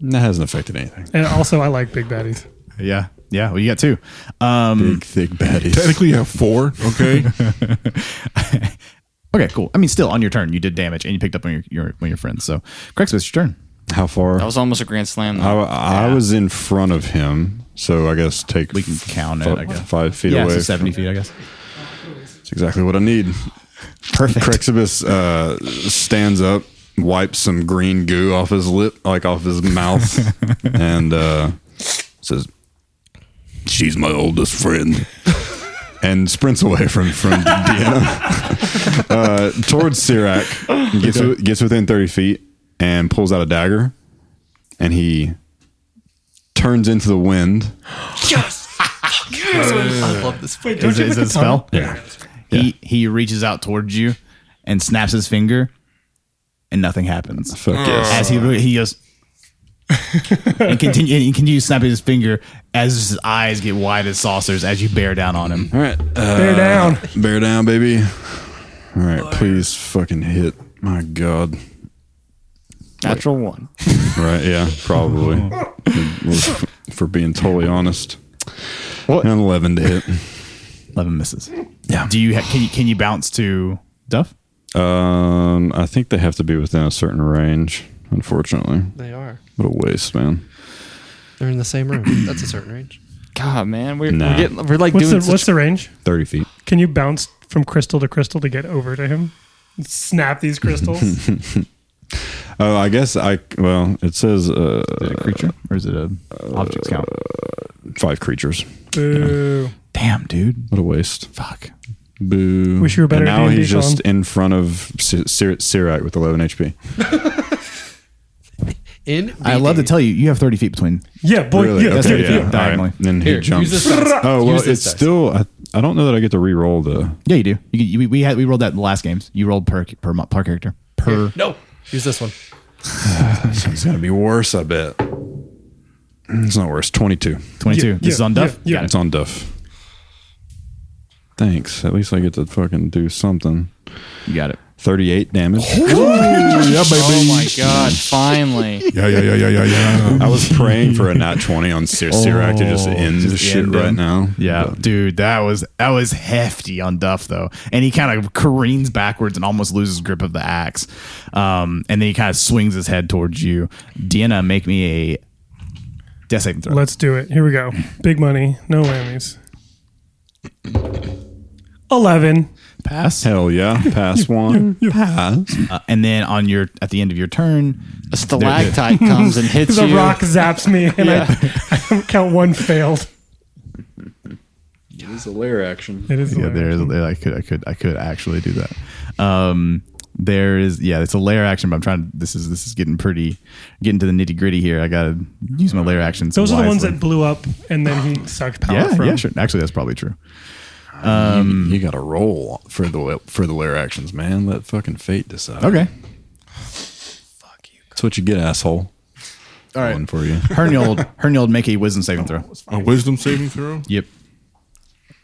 That hasn't affected anything.
And also, I like big baddies.
Yeah, yeah. Well, you got two. Um,
Big, thick baddies.
Technically, you have four. Okay.
okay, cool. I mean, still on your turn, you did damage and you picked up on your your, on your friends. So Crexus, it's your turn.
How far?
That was almost a grand slam.
I,
Though.
I was in front of him, so I guess take
We can count it,
fi-
I guess.
five feet
yeah,
away.
so seventy feet, I guess.
That's exactly what I need.
Perfect.
Crexibus uh, stands up, wipes some green goo off his lip, like off his mouth, and uh, says,
She's my oldest friend.
and sprints away from from Deanna uh, towards Sirac. Gets gets within thirty feet and pulls out a dagger, and he turns into the wind.
I love this. Wait,
Don't
Is
you
it, is
pick
it a
a tunnel?
spell? Yeah. He he reaches out towards you and snaps his finger, and nothing happens.
Fuck yes.
As he re- he goes and continue and he continues snapping his finger as his eyes get wide as saucers as you bear down on him.
All right, uh,
Bear down.
bear down, baby. All right, please fucking hit. My God.
Natural one.
Right? Yeah, probably. For being totally honest, an eleven to hit.
Eleven misses.
Yeah.
Do you ha- can you can you bounce to Duff?
Um, I think they have to be within a certain range. Unfortunately,
They are.
what a waste, man.
They're in the same room. That's a certain range.
God, man, we're,
Nah.
we're getting we're like
What's
doing
the
such
what's the range?
Thirty feet.
Can you bounce from crystal to crystal to get over to him? Snap these crystals.
Oh, I guess I. Well, it says uh,
Is it a creature or is it a objects count?
five creatures.
Boo.
Damn, dude.
What a waste.
Fuck.
Boo.
Wish you were better
And
at
now
D&D,
he's just
Colin.
in front of Sir- Sir- Sirac with eleven HP.
In
I love to tell you, you have thirty feet between.
Yeah, boy.
Really?
Yeah,
Okay,
that's
thirty
yeah.
feet.
feet diagonally.
All right. Then he
Here,
jumps.
use this dice.
Oh well,
Use this
it's
dice.
still. I, I don't know that I get to re-roll the.
Yeah, you do. You, you, we, we had we rolled that in the last games. You rolled per per mo- per character per.
No, use this one.
It's gonna be worse, I bet. It's not worse. Twenty-two.
22.
Yeah,
this
yeah,
is on Duff.
yeah, yeah.
It's on Duff. Thanks. At least I get to fucking do something.
You got it.
38 damage.
yeah,
Oh my god! Finally,
Yeah, yeah, yeah, yeah, yeah, yeah.
I was praying for a nat 20 on Sir Sirac to just end the shit
end
right
him.
now.
Yeah, dude, that was that was hefty on Duff though, and he kind of careens backwards and almost loses grip of the axe, um, and then he kind of swings his head towards you. Deanna, make me a death saving throw.
Let's do it. Here we go. Big money, no whammies. Eleven.
pass,
Hell yeah. Pass one. Pass.
uh, and then on your at the end of your turn,
a stalactite comes and hits
The
you.
rock zaps me, and I, I count one failed.
It is a lair action.
It is
yeah, there is. I could, I could, I could actually do that. Um, there is, yeah, it's a layer action, but I'm trying. This is this is getting pretty, getting to the nitty gritty here. I gotta use my layer actions.
Those are the ones
wisely.
that blew up, and then he sucked power
Yeah,
from.
yeah, sure. Actually, that's probably true.
you got to roll for the for the lair actions, man. Let fucking fate decide.
Okay,
That's what you get, asshole. All right. One for you.
Herniold, Herniold, make a wisdom saving throw.
A wisdom saving throw.
Yep.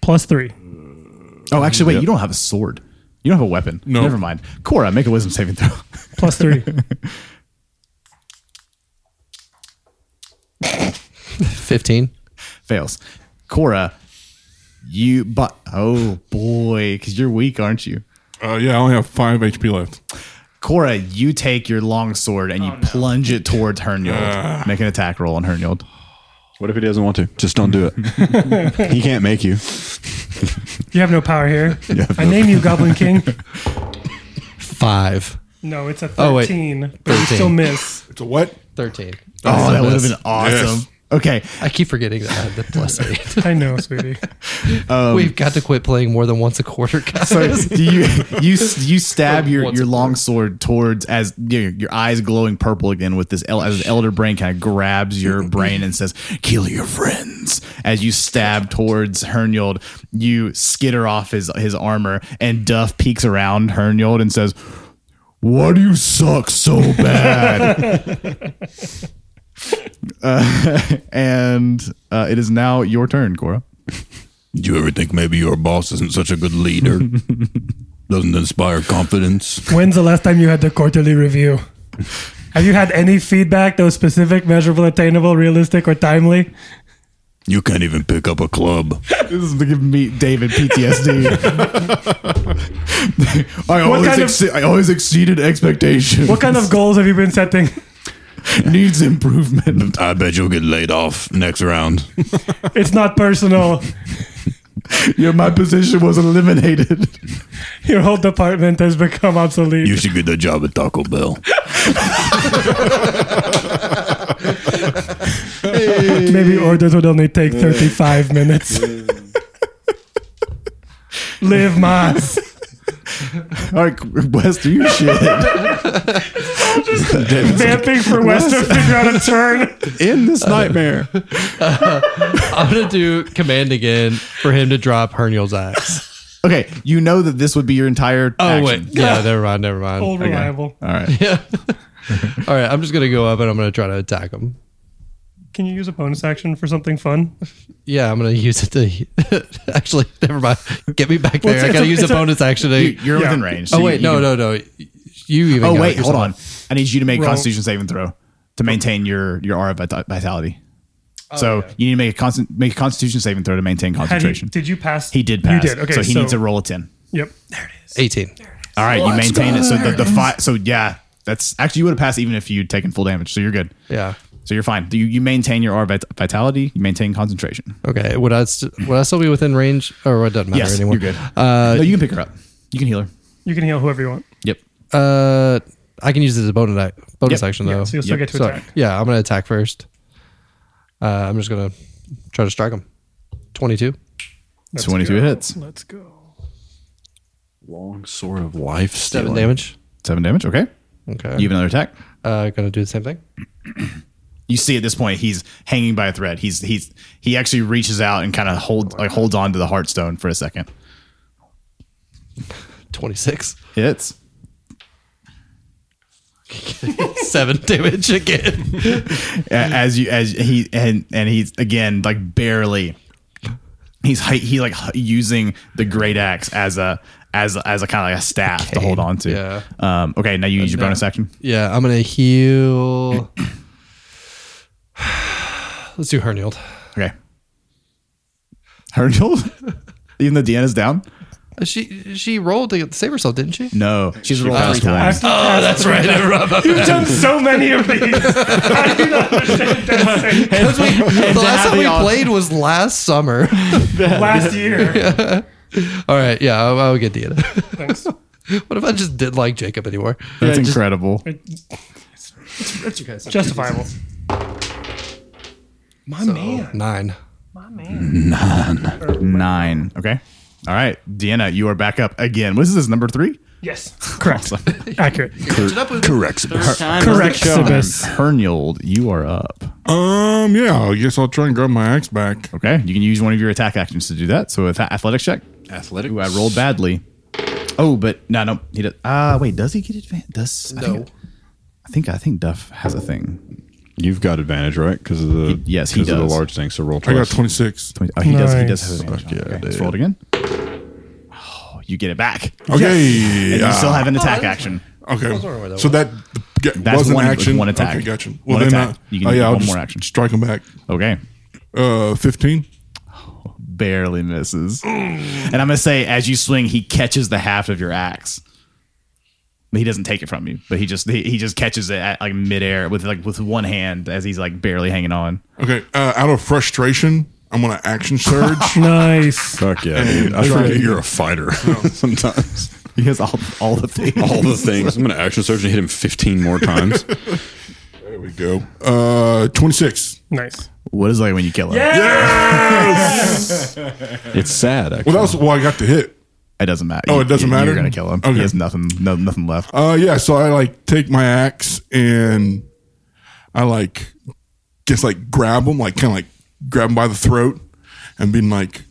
Plus three.
Oh, actually, wait. You don't have a sword. You don't have a weapon.
No.
Never mind. Cora, make a wisdom saving throw.
Plus three.
Fifteen.
Fails. Cora, you but oh boy, because you're weak, aren't you?
Uh, yeah, I only have five HP left.
Cora, you take your long sword and you plunge it towards Herniold. Make an attack roll on Herniold.
What if he doesn't want to? Just don't do it. he can't make you.
You have no power here. I name you Goblin King.
Five.
No, it's a 13,
Oh, wait.
but you
13.
still miss.
It's a what?
Thirteen.
Oh, that would have
miss.
been awesome. Okay,
I keep forgetting that I had the plus eight.
I know, sweetie.
Um,
We've got to quit playing more than once a quarter, guys.
so do you you you stab your
Once
your
a
long sword towards as your, your eyes glowing purple again with this el- as the elder brain kind of grabs your brain and says kill your friends as you stab towards Herniold you skitter off his his armor and Duff peeks around Herniold and says why do you suck so bad Uh, and uh, it is now your turn Cora
Do you ever think maybe your boss isn't such a good leader? Doesn't inspire confidence.
When's the last time you had the quarterly review? Have you had any feedback that was specific, measurable, attainable, realistic, or timely?
You can't even pick up a club.
This is giving me David PTSD. I always,
kind of-
exce- I always exceeded expectations.
What kind of goals have you been setting?
needs improvement?
I bet you'll get laid off next round.
It's not personal.
Yeah, my position was eliminated.
Your whole department has become obsolete.
You should get the job at Taco Bell.
Maybe orders would only take 35 minutes. Live Mas.
All right, West, you shit.
Vamping for West to figure out a turn.
In this nightmare.
I'm gonna do command again for him to drop Herniel's axe.
Okay, you know that this would be your entire.
Oh
action.
wait, yeah, never mind, never mind.
Old reliable.
All right.
All right, I'm just gonna go up and I'm gonna try to attack him.
Can you use a bonus action for something fun?
Yeah, I'm gonna use it to actually. Never mind. Get me back
Well,
there.
it's-
I gotta
it's a-
use a
it's a-
bonus action. To,
You, are
Yeah.
within range.
oh
so
wait,
you-
no,
you
no, no. You
can-
even. got
Oh
it
wait, hold
yourself.
on. I need you to make a
Roll.
Constitution saving throw to maintain your your aura vit- vitality.
Oh,
so you need to make a constant make a Constitution saving throw to maintain
Had he-
concentration.
did you pass?
He did pass.
You did. Okay.
so he needs to roll a ten.
Yep. There it is.
Eighteen.
All right, you maintain it. So the, the five. So yeah, that's actually you would have passed even if you'd taken full damage. So you're good.
Yeah.
So you're fine. You, you maintain your R vit- vitality. You maintain concentration.
Okay. Would I st- would I still be within range? Or it doesn't matter
yes,
anymore.
you're good.
Uh,
no, you can pick her up. You can heal her.
You can heal whoever you want.
Yep.
uh, I can use it as a bonus ac- bonus
Yep.
action though.
Yeah, so you'll still
Oh, Yep.
get to
So,
attack.
yeah, I'm gonna attack first. Uh, I'm just gonna try to strike him. Twenty-two.
Let's
Twenty-two
go.
hits.
Let's go.
Long sword of life.
Seven
stealing.
damage.
Seven damage. Okay.
Okay.
You have another attack.
uh, gonna do the same thing.
You see at this point he's hanging by a thread. He's he's he actually reaches out and kind of hold like holds on to the heartstone for a second.
Twenty-six.
Hits.
Seven damage again.
A- as you as he and and he's again like barely he's hi- he like h- using the great axe as a as as a kind of like a staff to hold on to.
yeah.
Um, okay, now you use your bonus action.
Yeah, I'm gonna heal. Let's do Hernield.
Okay. Herniel, even though Deanna's down.
Uh, She she rolled to save herself, didn't she?
No, she's rolled three times.
oh, that's right. You've done so many of these. I do not understand dancing.
the last time we
all-
played was last summer.
Last year.
All right, yeah, I'll, I'll get Deanna.
Thanks.
what if I just didn't like Jacob anymore?
That's incredible.
Justifiable. My man.
Nine.
Nine. Okay. All right, Deanna, you are back up again. What is this number three?
Yes. Correct. Accurate.
Correct.
Correct. Sibis.
Herniold, you are up.
Um, yeah, I guess I'll try and grab my axe back.
Okay, you can use one of your attack actions to do that. So with athletics check. Athletics. Ooh, I rolled badly. Oh, but no, no, he does. Ah, wait, does he get advantage? Does I think, I think I think Duff has a thing.
You've got advantage, right? Because of the
He- yes, he
'cause of the
does.
large thing. So roll
I
twice.
got 26.
Oh, he does. He does have
Nice.
advantage. on it. okay, let's roll it again. Oh, you get it back.
Okay.
And you
yeah.
still have an attack action.
Okay. So that,
That's
was an
one-
action.
one attack.
Okay, gotcha.
One
Well, then
attack.
I,
You can
oh,
do
yeah, I'll
one
just
more action.
Strike him back.
Okay.
Uh, 15.
Barely misses. And I'm gonna say, as you swing, he catches the half of your axe. But He doesn't take it from you, but he just he, he just catches it at like midair with like with one hand as he's like barely hanging on.
Okay. Uh, out of frustration, I'm going to action surge.
Nice.
Fuck yeah, dude. I forget you're a fighter sometimes.
He has all, all the things.
All the things. I'm going to action surge and hit him 15 more times.
there we go. Uh, 26.
Nice.
What is it like when you kill him?
it's sad, actually.
Well, that was, well, I got the hit.
It doesn't matter.
Oh, it doesn't
You-
matter?
You're gonna kill him. He
Okay.
has nothing, no, nothing left.
Uh, yeah. So I like take my axe and I like just like grab him, like kind of like grab him by the throat and being like,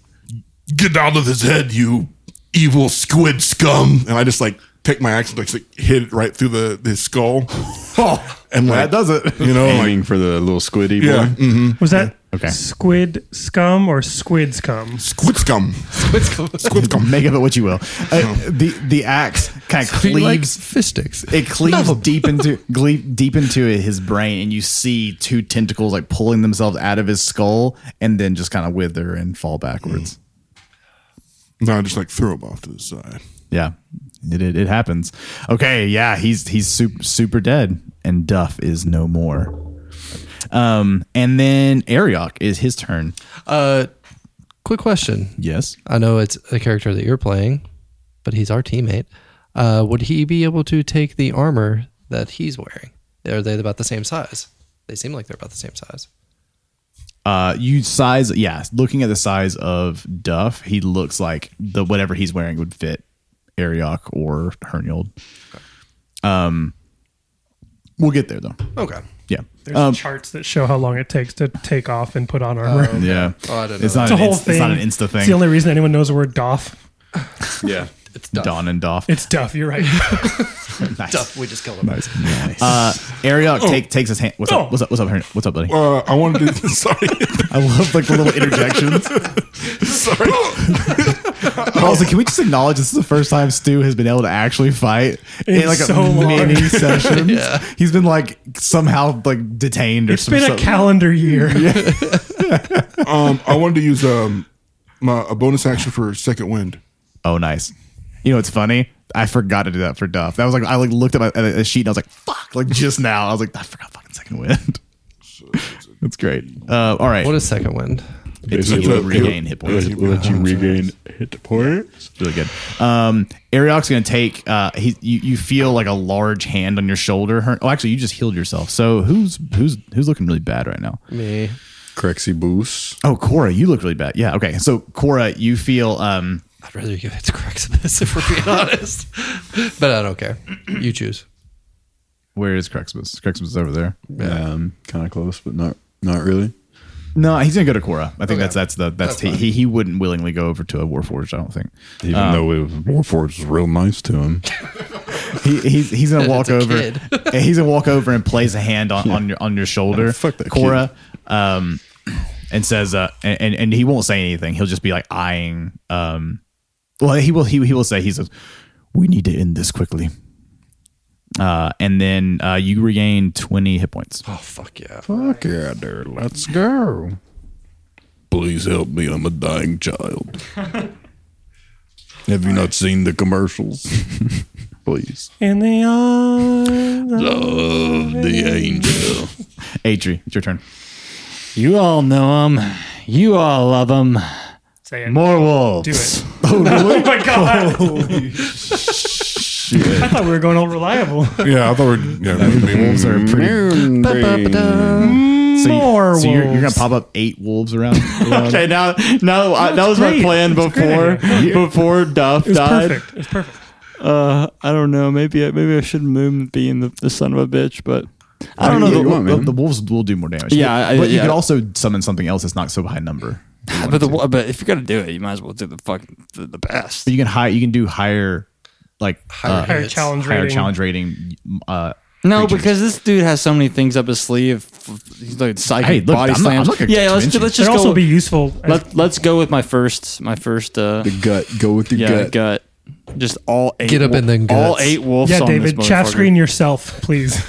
"Get out of his head, you evil squid scum!" And I just like take my axe and like hit it right through the his skull. oh, and
that does it.
You know, like,
Aiming for the little squiddy
Oh yeah,
boy.
mhm.
Was that
Okay.
squid scum or squid scum?
squid scum, squid scum, squid scum.
Make of it what you will. Uh, the the axe kind of
He
cleaves.
likes fish sticks.
it cleaves deep into gle- deep into his brain, and you see two tentacles like pulling themselves out of his skull, and then just kind of wither and fall backwards.
No, I just like threw him off to the side.
Yeah, it, it it happens. Okay, yeah, he's he's super super dead, and Duff is no more. Um, and then Ariok is his turn.
Uh, quick question.
Yes.
I know it's a character that you're playing, but he's our teammate. Uh, would he be able to take the armor that he's wearing? Are they about the same size? They seem like they're about the same size.
Uh, you size, yeah. Looking at the size of Duff, he looks like the whatever he's wearing would fit Ariok or Herniold. Um, we'll get there though.
Okay.
Yeah, Um,
There's charts that show how long it takes to take off and put on armor.
uh, yeah.
Oh, I didn't
It's
know
not,
it's a
an
whole
inst-
thing.
it's not an Insta
It's the
thing.
only reason anyone knows the word doff.
Yeah.
It's
Don and Doff.
It's duff. You're right.
nice.
We just killed him.
Uh, Ariok take, takes his hand. What's
Oh.
up? What's up? What's up? Hern- What's up, buddy?
Uh, I wanted to. sorry,
I love like the little interjections.
sorry.
I was like, can we just acknowledge this is the first time Stu has been able to actually fight in,
In
like
so
a
long.
mini session? He's been like somehow like detained or
it's
some-
been a
some-
calendar year.
um, I wanted to use um my a bonus action for second wind.
Oh, nice. You know, it's funny. I forgot to do that for Duff. That was like I like looked at my at a sheet and I was like, "Fuck!" Like just now, I was like, "I forgot fucking second wind." That's great. Uh, all right,
What is second wind?
it's
It's
you
a-
regain hit points.
Will let you regain hit points.
really good. Um, Ariok's gonna take. Uh, he you, you feel like a large hand on your shoulder. Her- oh, actually, you just healed yourself. So who's who's who's looking really bad right now?
Me.
Crexy boost.
Oh, Cora, you look really bad. Yeah. Okay. So Cora, you feel. Um,
I'd rather give it to Craximus if we're being honest. but I don't care. You choose.
where is Crexmus? Crexmus is over there.
Um, kind of close, but not not really.
No, he's gonna go to Cora. I think that's that's the that's, he, he he wouldn't willingly go over to a Warforged. I don't think
Even
Um,
though it was, Warforged was real nice to him.
he, he's he's gonna walk
a
over.
kid.
and he's gonna walk over and place a hand on, on your on your shoulder,
Oh,
fuck that
Cora, um, and says uh and and- and he won't say anything. He'll just be like eyeing um well, he will. He, he will say he says, "We need to end this quickly." Uh, and then uh, you regain twenty hit points.
Oh fuck yeah!
Fuck yeah, dude. Let's go.
Please help me. I'm a dying child. Have you not seen the commercials? Please.
In the arms.
Oh,
Oh,
Love the angel.
Adri, it's your turn.
You all know him. You all love him.
Say it.
More wolves.
Do it. Oh my god! I thought we were going all reliable.
Yeah, I thought we were. Yeah, we
Wolves are pretty. So you,
More
so you're, you're gonna
wolves.
pop up eight wolves around.
Mm-hmm. Okay, now, now I, that was my
great.
plan before before Duff
It was
died.
perfect. It was perfect.
Uh, I don't know. Maybe I, maybe I should move and be in the, the son of a bitch, but I don't
No,
know.
the,
you want,
the-
man.
the wolves will do more damage.
Yeah, I-
but you
yeah.
could also summon something else that's not so high number.
The, but, the, but if you're gonna do it, you might as well do the fucking the, the best.
But you can high. You can do higher, like uh,
Higher challenge
higher
rating.
challenge rating. Uh,
No,
creatures.
because this dude has so many things up his sleeve. He's like psychic
Hey, look,
body
I'm not- I'm
slams.
not gonna
yeah, let's
convince you.
let's
It'd
just go.
also be useful. as-
let, let's go with my first my first uh
The gut. Go with your
yeah
gut.
gut. Just all eight.
Get up
wol-
in them
All
guts.
eight wolves.
yeah,
on
David,
This
chat
motherfucker.
screen yourself, please.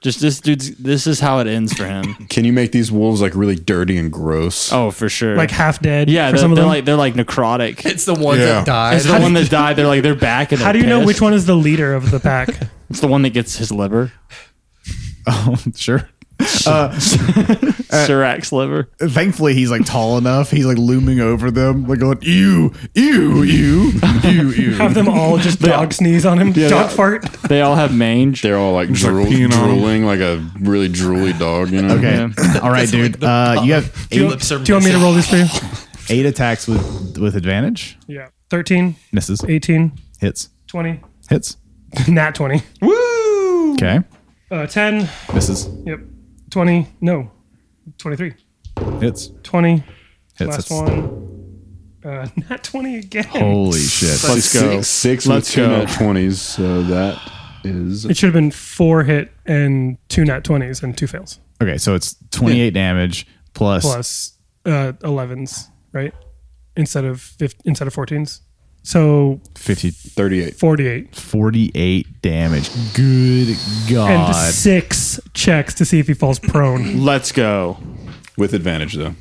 Just this dude's. This is how it ends for him.
Can you make these wolves like really dirty and gross?
oh, for sure.
Like half dead.
yeah,
for
they're,
some of
they're
them.
like they're like necrotic.
It's the ones
Yeah.
that died.
It's the one that died. They're like they're back. And
How do
they're
you know
pissed.
which one is the leader of the pack?
It's the one that gets his liver.
oh, sure. Uh,
Sirac's liver.
Thankfully, he's like tall enough. He's like looming over them, like going ew, ew, ew, ew, ew.
Have them all just dog sneeze on him. dog fart.
They all have mange.
They're all like, drool,
like peeing on 'em.
drooling like a really drooly dog, you know?
Okay, all right, dude. Uh, you have
Do you,
eight,
lips are
do you want me to roll this for you?
eight attacks with with advantage.
Yeah. 13,
Misses,
18,
hits,
20,
hits.
nat 20.
Okay,
Uh, 10,
misses,
yep. 20, no. 23,
hits,
20,
hits.
last
hits.
one. Uh, nat 20 again.
Holy shit!
Let's go. Six
Let's
with two
go.
nat 20s. So that is
It should have been four hit and two nat 20s and two fails.
Okay, so it's twenty eight damage plus.
plus uh, 11s, right? Instead of fif- instead of 14s. So
50,
38.
48
48 damage. Good God.
and 6 checks to see if he falls prone.
Let's go.
With advantage, though.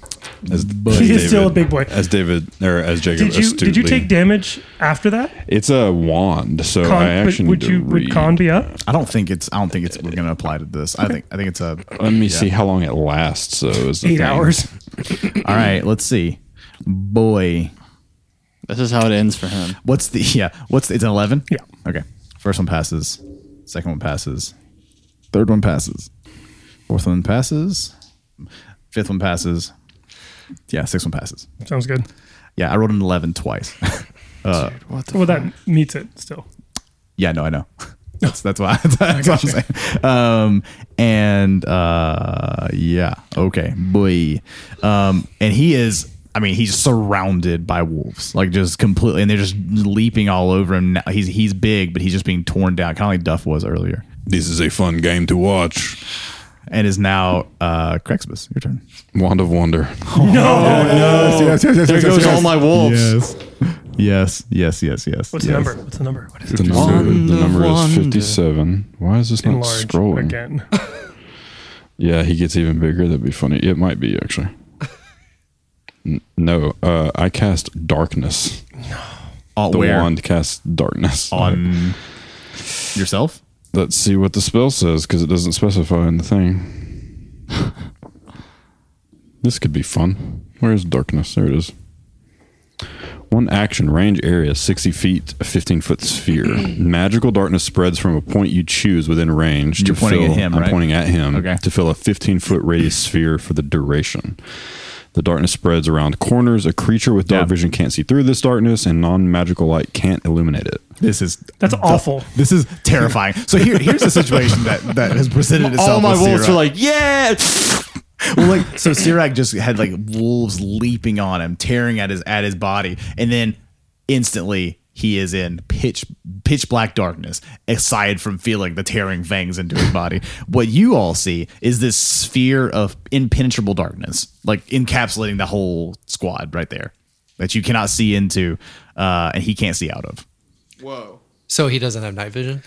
As
He is still a big boy.
As David, or as Jacob
Did you
astutely.
did you take damage after that?
It's a wand, so
Con,
I
but
actually
would
need to
you would
read.
con be up?
I don't think it's. I don't think it's. We're gonna apply to this. I think. I think it's a.
Let me see how long it lasts. So is the
Eight
thing.
hours.
All right. Let's see. Boy,
This is how it ends for him.
what's the? Yeah. What's the, it's an eleven.
Yeah.
Okay. First one passes. Second one passes. Third one passes. Fourth one passes. Fifth one passes. Yeah. Sixth one passes.
Sounds good.
Yeah. I rolled an eleven twice.
Well, that meets it still.
Oh,
Yeah, no, I know. That's that's why that's what I'm saying. Um, and uh, yeah, okay, boy. Um, and he is. I mean, he's surrounded by wolves, like just completely, and they're just leaping all over him. Now he's he's big, but he's just being torn down, kind of like Duff was earlier,
This is a fun game to watch.
and is now uh, Crexbus. Your turn.
Wand of Wonder.
Oh, There goes all my wolves.
Yes, yes, yes, yes.
What's
yes.
the number? What's the number? What is it?
The number, the number is 57. Why is this not
Enlarge
scrolling?
again.
Yeah, he gets even bigger. That'd be funny. It might be, actually. N- no, uh, I cast Darkness.
Uh,
The
where?
wand casts Darkness.
on yourself?
Let's see what the spell says because it doesn't specify in the thing. this could be fun. Where is darkness? There it is. One action range area, 60 feet, a 15 foot sphere. Magical darkness spreads from a point you choose within range.
You're
to
pointing at
fill,
him,
I'm
right?
pointing at him
Okay.
to fill a 15 foot radius sphere for the duration. The darkness spreads around corners. A creature with dark
Yeah.
vision can't see through this darkness, and non magical light can't illuminate it.
This is
That's awful.
This is terrifying. So here, here's the situation that that has presented itself.
All my
with
wolves
Sirach.
were like, yeah.
well, like, so Sirach just had like wolves leaping on him, tearing at his at his body, and then instantly he is in pitch pitch black darkness. Aside from feeling the tearing fangs into his body, what you all see is this sphere of impenetrable darkness, like encapsulating the whole squad right there. that you cannot see into, uh, and he can't see out of.
Whoa.
So he doesn't have night vision.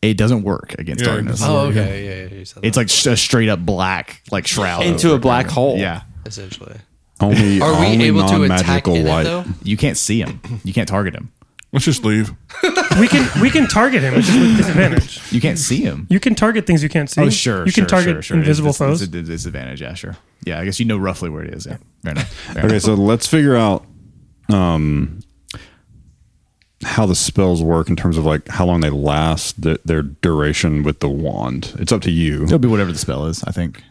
It doesn't work against
Yeah,
darkness.
Oh, okay, yeah, yeah, yeah, you said
It's
that.
like sh- a straight up black like shroud
Into
over
a black
everything.
hole.
Yeah,
essentially.
Only,
Are we
only
able to attack
non-magical
in
light.
it though?
you can't see him. You can't target him.
Let's just leave.
We can we can target him just with disadvantage.
You can't see him.
You can target things you can't see.
Oh sure,
You can
sure,
target
sure, sure.
invisible
it's,
foes.
It's a disadvantage. Yeah, sure. Yeah, I guess you know roughly where it is. Yeah, fair enough. Fair
Okay,
enough.
so let's figure out um how the spells work in terms of like how long they last, th- their duration with the wand. It's up to you.
It'll be whatever the spell is. I think.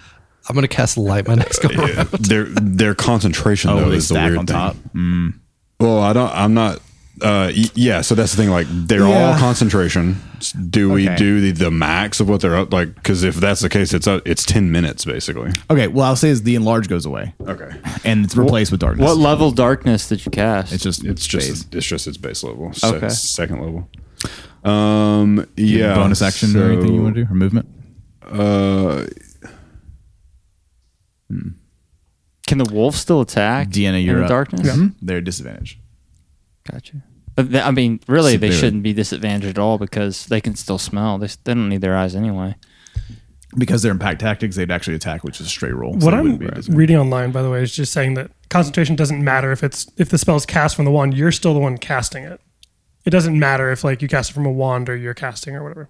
I'm gonna cast light my next go around.
their their concentration
Oh,
though
they
is the
stack
weird
on
thing.
top.
Well, I don't. I'm not. Uh, y- yeah. So that's the thing. Like they're all
Yeah.
concentration. Do we
Okay.
do the, the max of what they're up like? Because if that's the case, it's up, it's ten minutes basically.
Okay. Well, I'll say is the enlarge goes away
Okay.
and it's replaced with darkness.
What level darkness did you cast?
It's just
It's just
phase.
it's just its base level.
Okay.
Se- second level. Um. Yeah.
bonus action or anything you want to do or movement.
Uh.
Can the wolf still attack?
Deanna,
in
you're
the
up.
darkness.
They're disadvantage.
Gotcha. But th- I mean, really, they
Superior.
shouldn't be disadvantaged at all because they can still smell. They, s- they don't need their eyes anyway.
Because they're impact tactics, they'd actually attack, which is a straight roll. so
what
it
I'm
wouldn't be a disadvantage.
reading online, by the way, is just saying that concentration doesn't matter if it's if the spell's cast from the wand. You're still the one casting it. It doesn't matter if like you cast it from a wand or you're casting or whatever.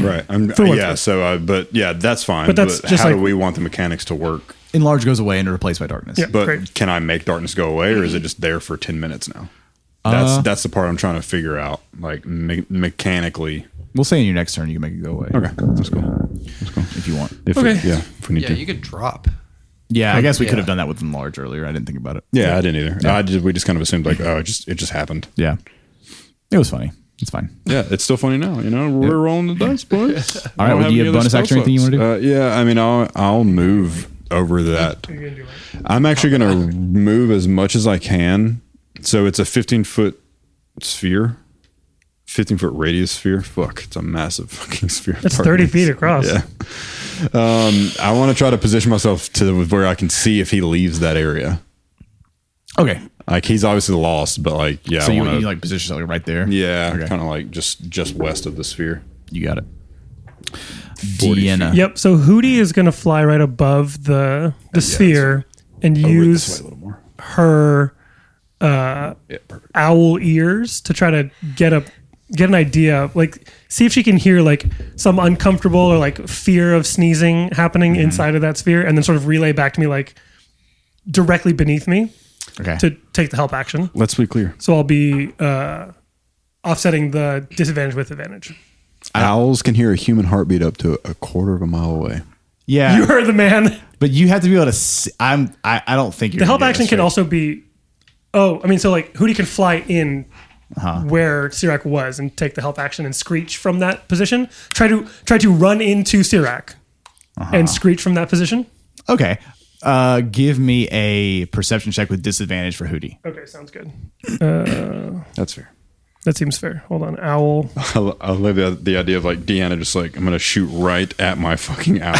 Right. I'm.
For what's
yeah.
worth.
So. Uh, but yeah. That's fine.
But that's just
how do
like-
we want the mechanics to work?
enlarge goes away and replaced by darkness.
Yeah.
But
Great.
can I make darkness go away, or is it just there for ten minutes now? That's
Uh,
that's the part I'm trying to figure out, like me- mechanically.
We'll say in your next turn you can make it go away.
Okay, that's cool.
If you want.
If
Okay.
it, yeah, if we need
yeah,
to.
you could drop.
Yeah, I guess we
yeah.
could have done that with enlarge earlier. I didn't think about it.
yeah, I didn't either. I did, we just kind of assumed like, oh, it just it just happened.
Yeah. It was funny. It's fine.
Yeah, it's still funny now. You know, we're rolling the dice, boys.
All right, well, do you have bonus action or anything you want to do?
Uh, yeah, I mean, I'll I'll move over that. I'm actually going to move as much as I can. So it's a 15 foot sphere, 15 foot radius sphere. Fuck, it's a massive fucking sphere.
That's 30 feet across.
Yeah. Um, I want to try to position myself to where I can see if he leaves that area.
okay.
Like he's obviously lost, but like yeah,
So
Uh, I
you,
wanna,
you like position yourself right there?
yeah,
Okay.
kind of like just just west of the sphere.
You got it.
40
Deanna.
Yep. So Hootie is going to fly right above the the sphere and
Over this way
use
a little more.
her uh,
Yeah, perfect.
owl ears to try to get a get an idea, like see if she can hear like some uncomfortable or like fear of sneezing happening
Mm-hmm.
inside of that sphere, and then sort of relay back to me like directly beneath me
Okay.
to take the help action.
Let's be clear.
So I'll be uh, offsetting the disadvantage with advantage.
Owls can hear a human heartbeat up to a quarter of a mile away.
yeah.
You heard the man.
but you have to be able to. s I'm. I, I don't think you're
The
gonna
help
get
action
this
can
right.
also be. Oh, I mean, so like Hootie can fly in
Uh-huh.
where Sirac was and take the help action and screech from that position. Try to try to run into Sirac
Uh-huh.
and screech from that position.
Okay. Uh, give me a perception check with disadvantage for Hootie.
Uh.
Okay, sounds good. Uh,
That's fair.
That seems fair. Hold on, owl.
I, lo- I love the, the idea of like Deanna just like I'm gonna shoot right at my fucking owl.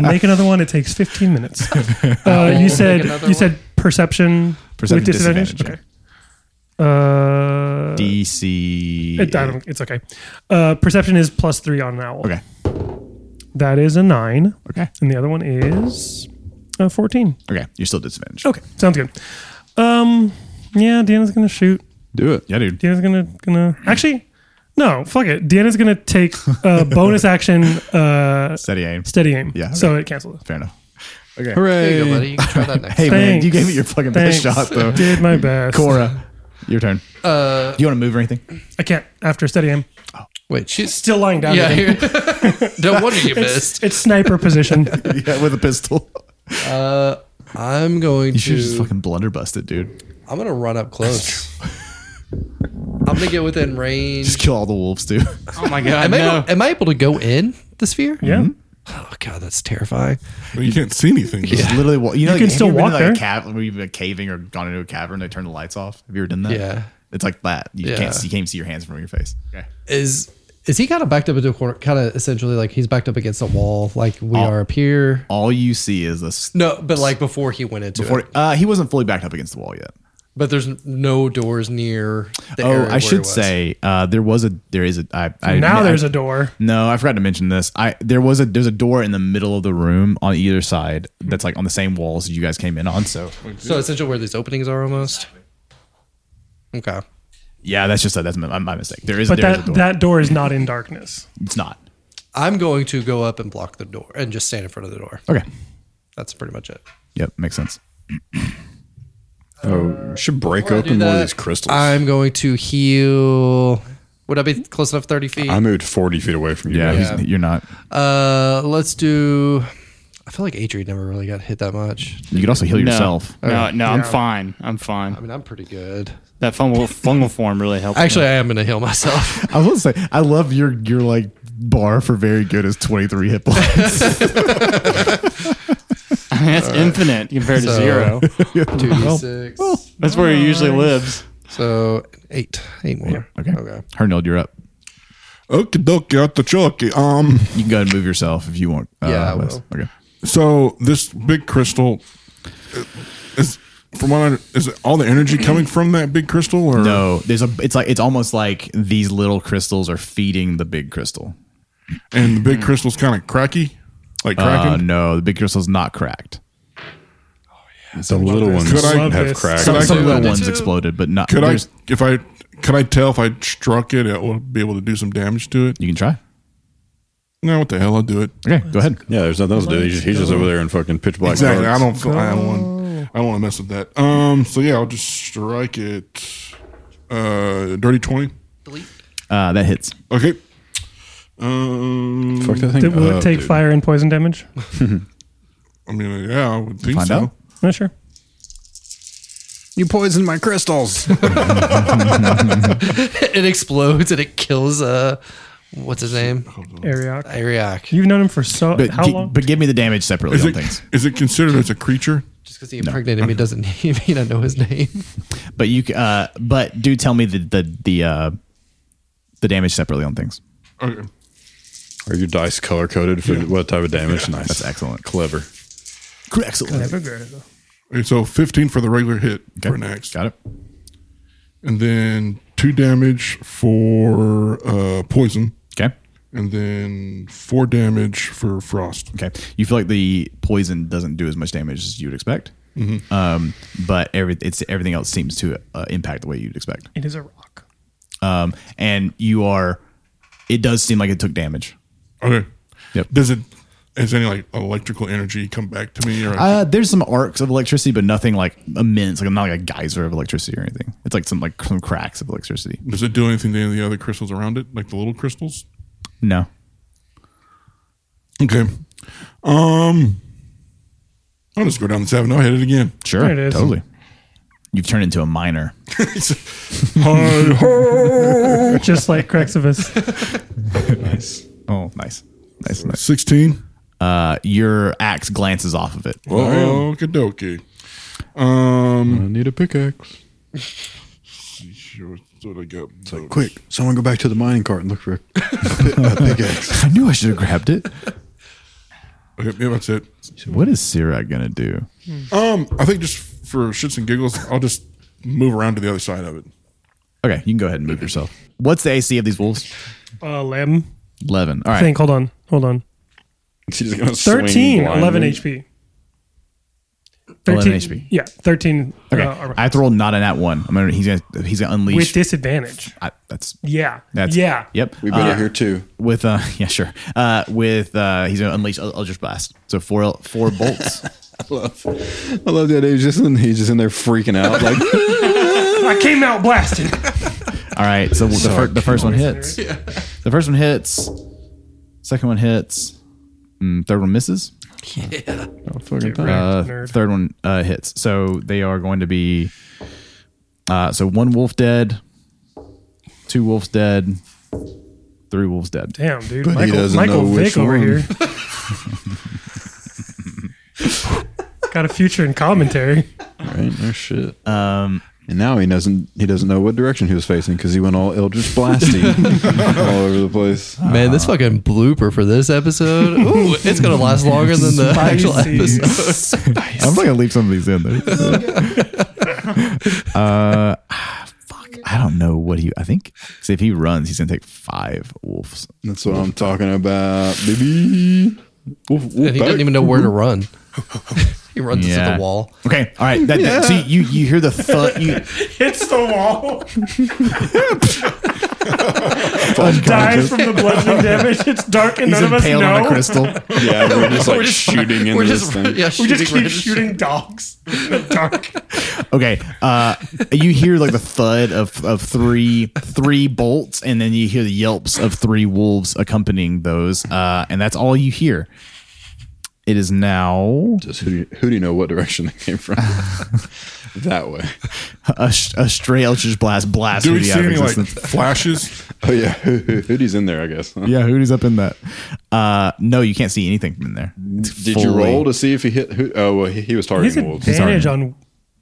make another one. It takes fifteen minutes. Uh, you said you
another
said perception,
Perception
with disadvantage.
disadvantage,
Okay. Uh,
DC.
it- I don't- it's okay. Uh, perception is plus three on an owl.
Okay.
That is a nine.
Okay.
And the other one is uh, 14.
Okay. You're still disadvantaged.
Okay, sounds good. Um, yeah, Deanna's gonna shoot.
Do it.
Yeah, dude.
Deanna's gonna gonna actually, no, fuck it. Deanna's gonna take uh, bonus action uh,
Steady aim.
steady aim.
Yeah, okay.
So it cancels.
Fair enough.
There you go,
Hooray!
buddy. You can try that next.
Hey, man, you
Thanks.
gave it your fucking
Thanks.
best shot, though.
Did my best.
Cora, your turn.
Uh,
Do you want to move or anything?
I can't after steady aim.
Wait, she's
Still lying down.
yeah,
again.
here. no wonder you missed.
It's sniper position.
yeah, with a pistol.
Uh,
I'm going
You
to.
should just fucking blunderbust it, dude.
I'm gonna run up close. I'm gonna get within range.
Just kill all the wolves, dude.
Oh my god!
Am I, able, am I able to go in the sphere?
yeah.
Mm-hmm.
Oh god, that's terrifying.
Well, you can't see anything. though.
Just literally, wa- you know,
You can
have
still
you ever
walk
been in,
there.
like, A cave, where you've been caving or gone into a cavern, they turn the lights off. Have you ever done that?
Yeah.
It's like that. You
Yeah.
can't see, you can't see your hands from your face. Okay.
Is Is he kind of backed up into a corner? Kind of essentially like he's backed up against a wall, like we are up here.
All you see is this.
No, but like before he went into
Before,
it.
uh, he wasn't fully backed up against the wall yet.
But there's no doors near the area
Oh,
where
I
it
should
was.
say uh, there was a there is a I, I
now
I-
there's a door.
No, I forgot to mention this. I there was a there's a door in the middle of the room on either side that's like on the same walls you guys came in on. So
So essentially where these openings are almost. Okay.
yeah, that's just a, that's my, my mistake. There is
But
there is
that
a door.
that door is not in darkness.
it's not
I'm going to go up.
Up and block the door and just stand in front of the door.
okay.
That's pretty much it.
Yep, makes sense.
Oh, should break
Before I do
open one of
that,
these crystals. I,
I'm going to heal. Would I be close enough? Thirty feet.
moved 40 feet away from you.
Yeah,
guys.
he's- you're not.
Uh, let's do. I feel like Adrian never really got hit that much.
You could also heal yourself.
No, no, I'm fine. I'm fine.
I mean, I'm pretty good.
That fungal fungal form really helped.
Actually, I am going to heal myself.
I will say I love your your like bar for very good is twenty three hit points.
I mean, that's infinite compared to zero.
Two d six.
That's where he usually lives.
So eight, eight more.
okay. Hernold, you're up.
Okie dokie, out the chalky. Um,
You can go ahead and move yourself if you want. Uh,
Yeah, I
Wes.
will.
Okay.
So this big crystal uh, is, from what I, is it all the energy coming from that big crystal, or
No, there's a. It's like it's almost like these little crystals are feeding the big crystal.
and the big crystal's kind of cracky, like cracking.
Uh, no, the big crystal's not cracked.
The little ones
Could I-
have
this.
cracked.
Some,
I
some
do
little
that
ones exploded, but not.
Could I,
there's-
if I, could I tell if I struck it, it would be able to do some damage to it?
You can try.
No, what the hell? I'll do. It
Okay, go ahead.
yeah, there's nothing else to do. He's just, he's just over there in fucking pitch black.
exactly.
dark.
I don't. feel- I don't want. I don't want to mess with that. Um. So yeah, I'll just strike it. Uh, dirty twenty.
Uh, that hits.
Okay. Um.
Fuck that thing.
Did, will
Oh,
up,
it take
dude.
fire and poison damage?
I mean, yeah, I would think
Find
so.
out.
Not sure.
You poisoned my crystals.
It explodes and it kills. Uh,
What's his name?
Ariok.
Ariak.
You've known him for so
But
how
gi-
long?
but give me the damage separately
Is
on
it,
things.
is it considered as a creature?
Just because he impregnated me doesn't mean I know his name.
But you. c- Uh, but do tell me the the the uh, the damage separately on things.
Okay.
Are your dice color coded for what type of damage? Nice.
That's excellent.
Clever.
Excellent.
Never granted, though.
Okay, So fifteen for the regular hit for next,
Got it.
and then two damage for uh, poison,
Okay.
and then four damage for frost.
Okay. You feel like the poison doesn't do as much damage as you'd expect. Um, but every it's everything else seems to uh, impact the way you'd expect.
It is a rock.
Um, and you are. It does seem like it took damage.
Okay.
Yep.
Does it? Has any like electrical energy come back to me? Or
Uh, there's some arcs of electricity, but nothing like immense. Like not like a geyser of electricity or anything. It's like some like some cracks of electricity.
does it do anything to any of the other crystals around it, like the little crystals?
No.
Okay. Um. I'll just go down the seven. I'll hit it again.
Sure.
There it is.
Totally. You've turned into a miner.
Hi, ho!
Just like Crexivus.
Oh, nice. Nice. nice.
Sixteen.
Uh, your axe glances off of it.
Oh, kadoki. Um.
I need a pickaxe.
Sure, what I got.
Quick, someone go back to the mining cart and look for a pickaxe.
I knew I should have grabbed it.
Okay, yeah, that's it.
What is Sirach gonna do?
Um, I think just for shits and giggles, I'll just move around to the other side of it.
Okay, you can go ahead and move yourself. What's the AC of these wolves?
Uh, Lem.
Eleven. All
I
right.
think. Hold on. Hold on.
She's gonna swing
13,
blindly.
11 HP.
11 HP.
Yeah, 13.
okay.
uh, armor.
I have to roll not an at one. I'm gonna. He's gonna. He's gonna unleash.
with disadvantage.
I, that's.
Yeah.
That's.
yeah.
Yep.
We better
Uh,
here too.
with uh yeah sure uh with uh he's gonna unleash Eld- Eldritch Blast so four four bolts
I love that. He's just in, he's just in there freaking out. Like
I came out blasted.
all right so the, fir- the first one hits the first one hits second one hits mm, third one misses uh,
Nerd.
third one uh hits so they are going to be uh so one wolf dead two wolves dead three wolves dead
Damn, dude.
he
Michael,
doesn't
Michael
know
Vick
which
over
one.
here. Got a future in commentary.
right, no shit.
um
And now he doesn't he doesn't know what direction he was facing because he went all Eldritch Blasty all over the place.
Man,
Uh-huh.
this fucking blooper for this episode. Ooh, it's gonna last longer than the actual
Spicy.
episode.
I'm not gonna leave some of these in there. uh, ah, fuck. I don't know what he. I think 'cause if he runs, he's gonna take five wolves.
That's what I'm talking about, baby. Woof, woof,
And he
back.
doesn't even know where to run. he runs into
Yeah.
the wall.
Okay, all right. That, that- see, you you hear the thud. You
Hits the wall, dies
Conscious.
from the bludgeoning damage. It's dark and
he's
none of us
impaled on a
know.
crystal.
Yeah, we're just like
We're just-
shooting into
We're
this
just,
thing.
yeah,
We just
right
keep
into
shooting dogs in the dark.
Okay, uh, you hear like the thud of of three three bolts, and then you hear the yelps of three wolves accompanying those, uh, and that's all you hear. It is now
Just who do, you, who do you know what direction they came from? that way.
a, sh- a stray Eldritch blast blast.
Do we
through the
see
outer
any like
existence.
flashes?
Oh yeah, Hoo- hoo- hoodie's in there, I guess. huh?
Yeah, Hootie's up in that. Uh, no, you can't see anything from in there.
Did you roll to see if he hit? Hood? Oh, well, he, he was
He's
targeting wolves.
advantage on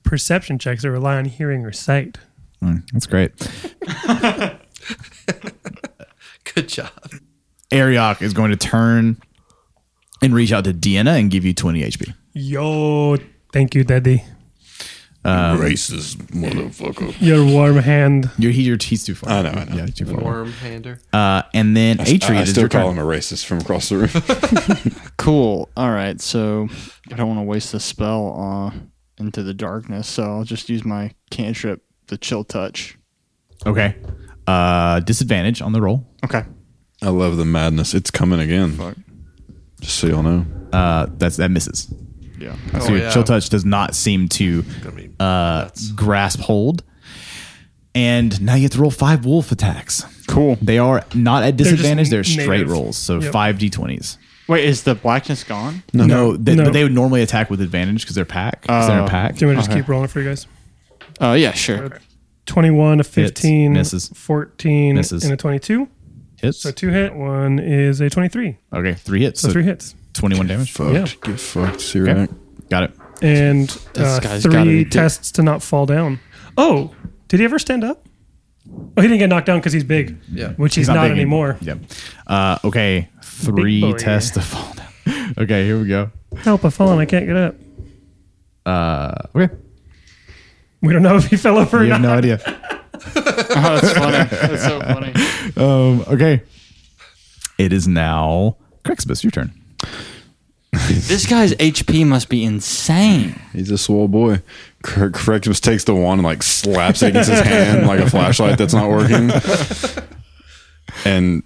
perception checks that rely on hearing or sight.
Mm, That's great.
Good job.
Ariok is going to turn and reach out to Deanna and give you 20 HP.
Yo, thank you, Daddy.
Ah, Racist motherfucker.
Your warm hand.
You're, he, you're, he's too far.
I know, I know.
Yeah, he's too far.
Worm hander.
Uh, and then Atri,
I, I
it is
still
your
call
turn.
him a racist from across the room.
Cool. All right. So I don't want to waste the spell uh, into the darkness, so I'll just use my cantrip, the chill touch.
Okay. Uh, disadvantage on the roll.
Okay.
I love the madness. It's coming again. Just so y'all know.
Uh, that's that misses.
Yeah.
So
Oh,
your
yeah.
chill touch does not seem to uh, grasp hold. And now you have to roll five wolf attacks.
Cool.
They are not at
just
disadvantage. They're,
n-
straight
native.
rolls. So
Yep.
five d20s.
Wait, is the blackness gone?
No, they,
No.
but they would normally attack with advantage because they're pack. 'cause they're in a
Oh.
pack.
Do you want me to just keep rolling for you guys?
Oh yeah, sure.
21, a 15,
Misses.
14,
Misses.
and a 22.
Hits.
So two hit. One is a 23.
okay, three hits.
So
So
three hits.
Twenty-one damage.
Fucked.
Yeah.
Get fucked, see
Okay.
right?
Got it.
And uh,
guy's gotta be
three
dick.
tests to not fall down. Oh, did he ever stand up? Oh, he didn't get knocked down because he's big.
Yeah.
Which he's, not,
big
anymore.
Yep. Uh, okay, three
boy.
tests to fall down. Okay, here we go.
Help, I've fallen. I can't get up.
Okay,
We don't know if he fell over or
you have
not.
no idea.
Oh, that's funny. That's so funny.
Um, okay, it is now Crixbus. Your turn.
This guy's HP must be insane.
He's a swole boy. Cor- Correct just takes the wand and like slaps it against his hand like a flashlight that's not working. and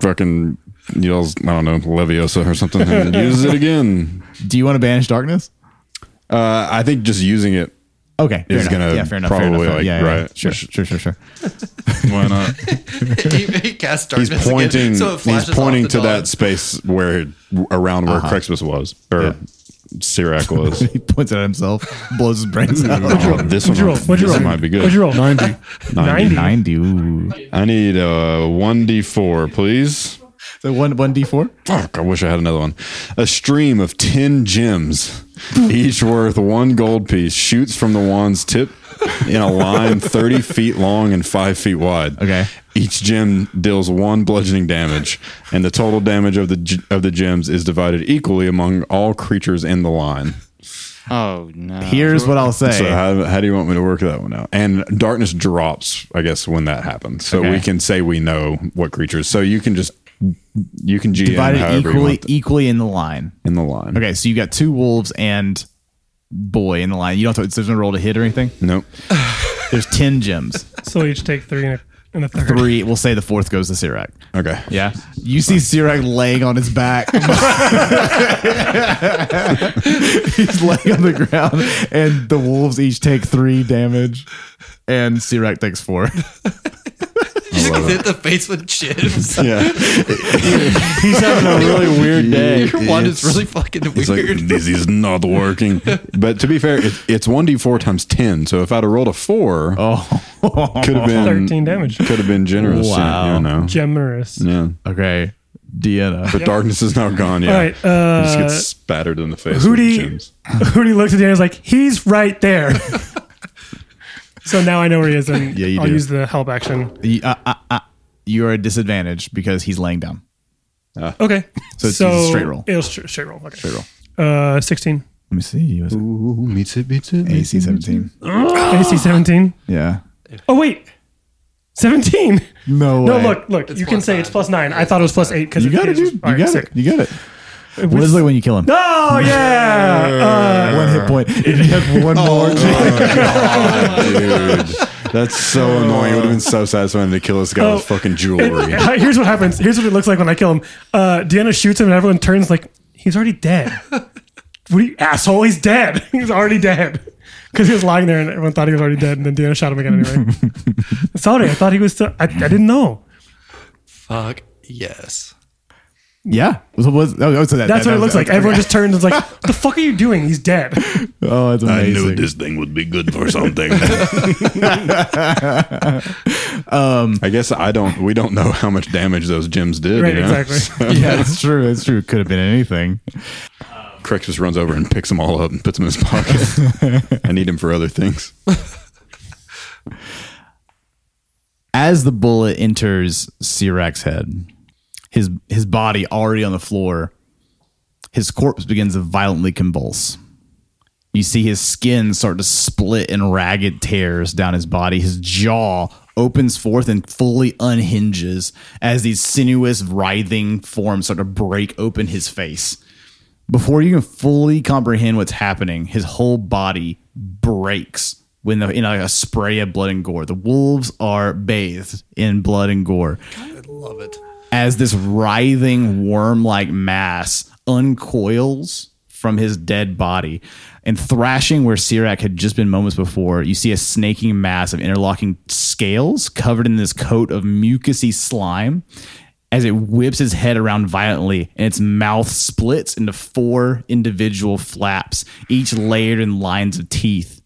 fucking yells, I don't know, Leviosa or something and uses it again.
Do you want to banish darkness?
Uh, I think just using it
Okay, fair
He's
enough.
gonna
yeah, fair enough.
probably,
fair enough.
like,
yeah, yeah,
right.
Sure, sure, sure, sure.
why not?
he, he casts
he's
darkness again,
pointing
so it
he's
flashes off
pointing
the
to
dog. Uh-huh.
that space where around where Crexus was or
Yeah.
Sirac was.
he points it at himself, blows his brains out.
Oh, this
What'd you roll?
one,
What'd you
this
roll?
might be good.
What'd you roll?
90.
90.
90. Ooh.
I need a 1d4, please.
So one one d four.
Fuck, I wish I had another one. A stream of 10 gems, each worth one gold piece, shoots from the wand's tip in a line 30 feet long and 5 feet wide.
Okay.
Each gem deals one bludgeoning damage, and the total damage of the ge- of the gems is divided equally among all creatures in the line.
Oh no.
Here's what I'll say.
So how, how do you want me to work that one out? And darkness drops, I guess, when that happens. So
Okay.
we can say we know what creatures. So you can just you can GM
divided
however you
equally
want
equally in the line.
in the line.
Okay, so you got two wolves and boy in the line. You don't have to, there's no roll to hit or anything.
Nope.
There's ten gems.
So we each take three and a, and a third.
Three. We'll say the fourth goes to Sirac.
Okay.
Yeah. You see Sirac laying on his back. He's laying on the ground, and the wolves each take three damage, and Sirac takes four.
Just hit the face with chips.
Yeah.
He's having a really weird day.
Your wand is really fucking
It's like
weird.
this is not working. but to be fair, it, it's one d four times ten. So if I'd have rolled a four,
Oh.
could have been
13 damage.
Could have been generous.
Wow.
Yeah, you know.
Generous.
Yeah.
Okay. Deanna.
But darkness is now gone. Yeah.
All right.
He just
Uh,
gets spattered in the face. with
Hootie,
gems.
Hootie looks at Daniel and is like, he's right there. So now I know where he is, and
Yeah, you
I'll
do.
use the help action.
You, uh, uh, uh, you are at disadvantage because he's laying down.
Okay.
So it's a straight roll.
It'll str- straight roll. Okay.
Straight roll.
Uh, 16.
Let me see. You was
Ooh, meets it, meets it.
AC 17.
AC 17.
Yeah.
Oh, wait. 17.
No,
No,
way.
look, look. you can say it's plus nine. I thought it was plus eight because
You got it, dude. You got it. You got it. What is it when you kill him?
Oh yeah.
One hit point. Oh. If you have one more,
Dude, that's so annoying. It would have been so satisfying to kill this guy with
Oh.
fucking
Uh,
jewelry.
uh, here's what happens. Here's what it looks like when I kill him. Uh, Deanna shoots him, and everyone turns like he's already dead. what do you asshole? He's dead. he's already dead because he was lying there, and everyone thought he was already dead. And then Deanna shot him again anyway. Sorry, I thought he was. Still, I, I didn't know.
Fuck yes.
yeah. So was- oh, oh, so that-
That's
that-
what it
that-
looks like.
that-
Everyone just turns and is like, "What the fuck are you doing? He's dead."
Oh, that's
I
amazing.
knew this thing would be good for something.
I guess I don't. We don't know how much damage those gems did.
Right?
you know?
Exactly.
Yeah, that's true. That's true. Could have been anything.
Crick just runs over and picks them all up and puts them in his pocket. I need him for other things.
As the bullet enters Sirac's head, his his body already on the floor, his corpse begins to violently convulse. You see his skin start to split in ragged tears down his body. His jaw opens forth and fully unhinges as these sinuous, writhing forms start to break open his face. Before you can fully comprehend what's happening, his whole body breaks when the, in like a spray of blood and gore. The wolves are bathed in blood and gore
Love it.
as this writhing worm-like mass uncoils from his dead body and thrashing where Sirac had just been moments before, you see a snaking mass of interlocking scales covered in this coat of mucousy slime as it whips his head around violently and its mouth splits into four individual flaps, each layered in lines of teeth.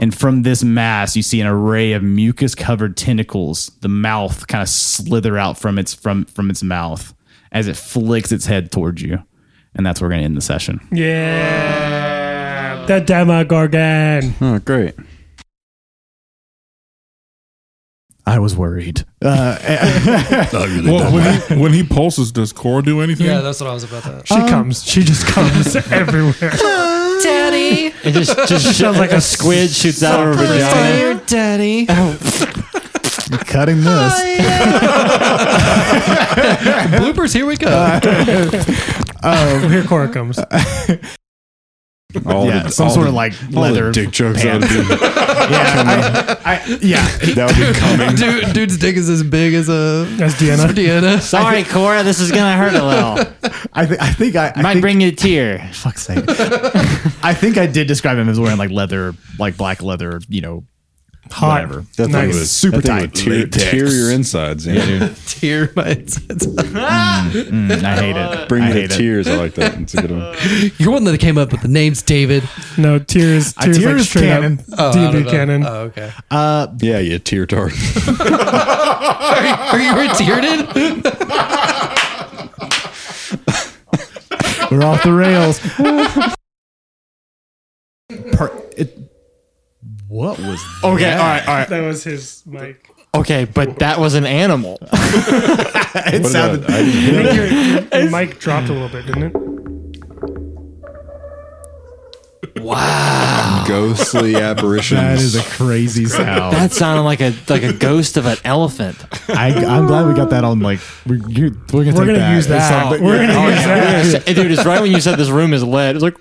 And from this mass, you see an array of mucus-covered tentacles. The mouth kind of slither out from its from from its mouth as it flicks its head towards you, and that's where we're gonna end the session.
yeah. That Demogorgon.
Oh, great.
I was worried.
Well, when he, when he pulses, does Cora do anything?
Yeah, that's what I was about to.
She
Um,
comes. She just comes everywhere.
Daddy.
It just, just
sounds like a
squid shoots out of her
Please
vagina.
say your daddy.
Cutting this.
Bloopers, here we go.
Um,
Oh, here Cora comes.
All
Yeah,
the-
some
all
sort
the-
of like
all the
leather
dick jokes. That
pants.
would be,
Yeah, I, I, yeah.
that would be coming.
Dude, dude's dick is as big as a
That's Deanna.
Deanna.
Sorry, Cora, this is gonna hurt a little.
I, th- I think I, I
Might
think,
bring you a tear.
fuck's sake. I think I did describe him as wearing like leather, like black leather, you know,
Hot.
whatever.
That
Nice.
thing would
Super
that thing
tight.
would Tear, tear your insides. Yeah,
Tear my insides.
Mm, I hate it.
Bring
I
you to
hate it.
tears. I like that. It's a good one.
You're one that came up with the names, David.
No, tears.
Uh,
Tears, like
tears
straight
cannon.
up
I don't
D&D
know.
cannon.
Oh, okay.
Yeah, you tear tart.
Are you retarded?
We're off the rails. per- it, what was
Okay, all right, all right.
That was his mic.
Okay, but that was an animal.
it sounded?
I didn't hear
Your,
that.
your mic dropped a little bit, didn't it?
ghostly apparitions.
That is a crazy sound.
That sounded like a like a ghost of an elephant.
I, I'm glad we got that on. Like we're, you, we're gonna,
We're
take
gonna
that.
use
It
that.
sounded-
We're
Oh,
gonna use that.
Dude, it's right when you said this room is lit. It's like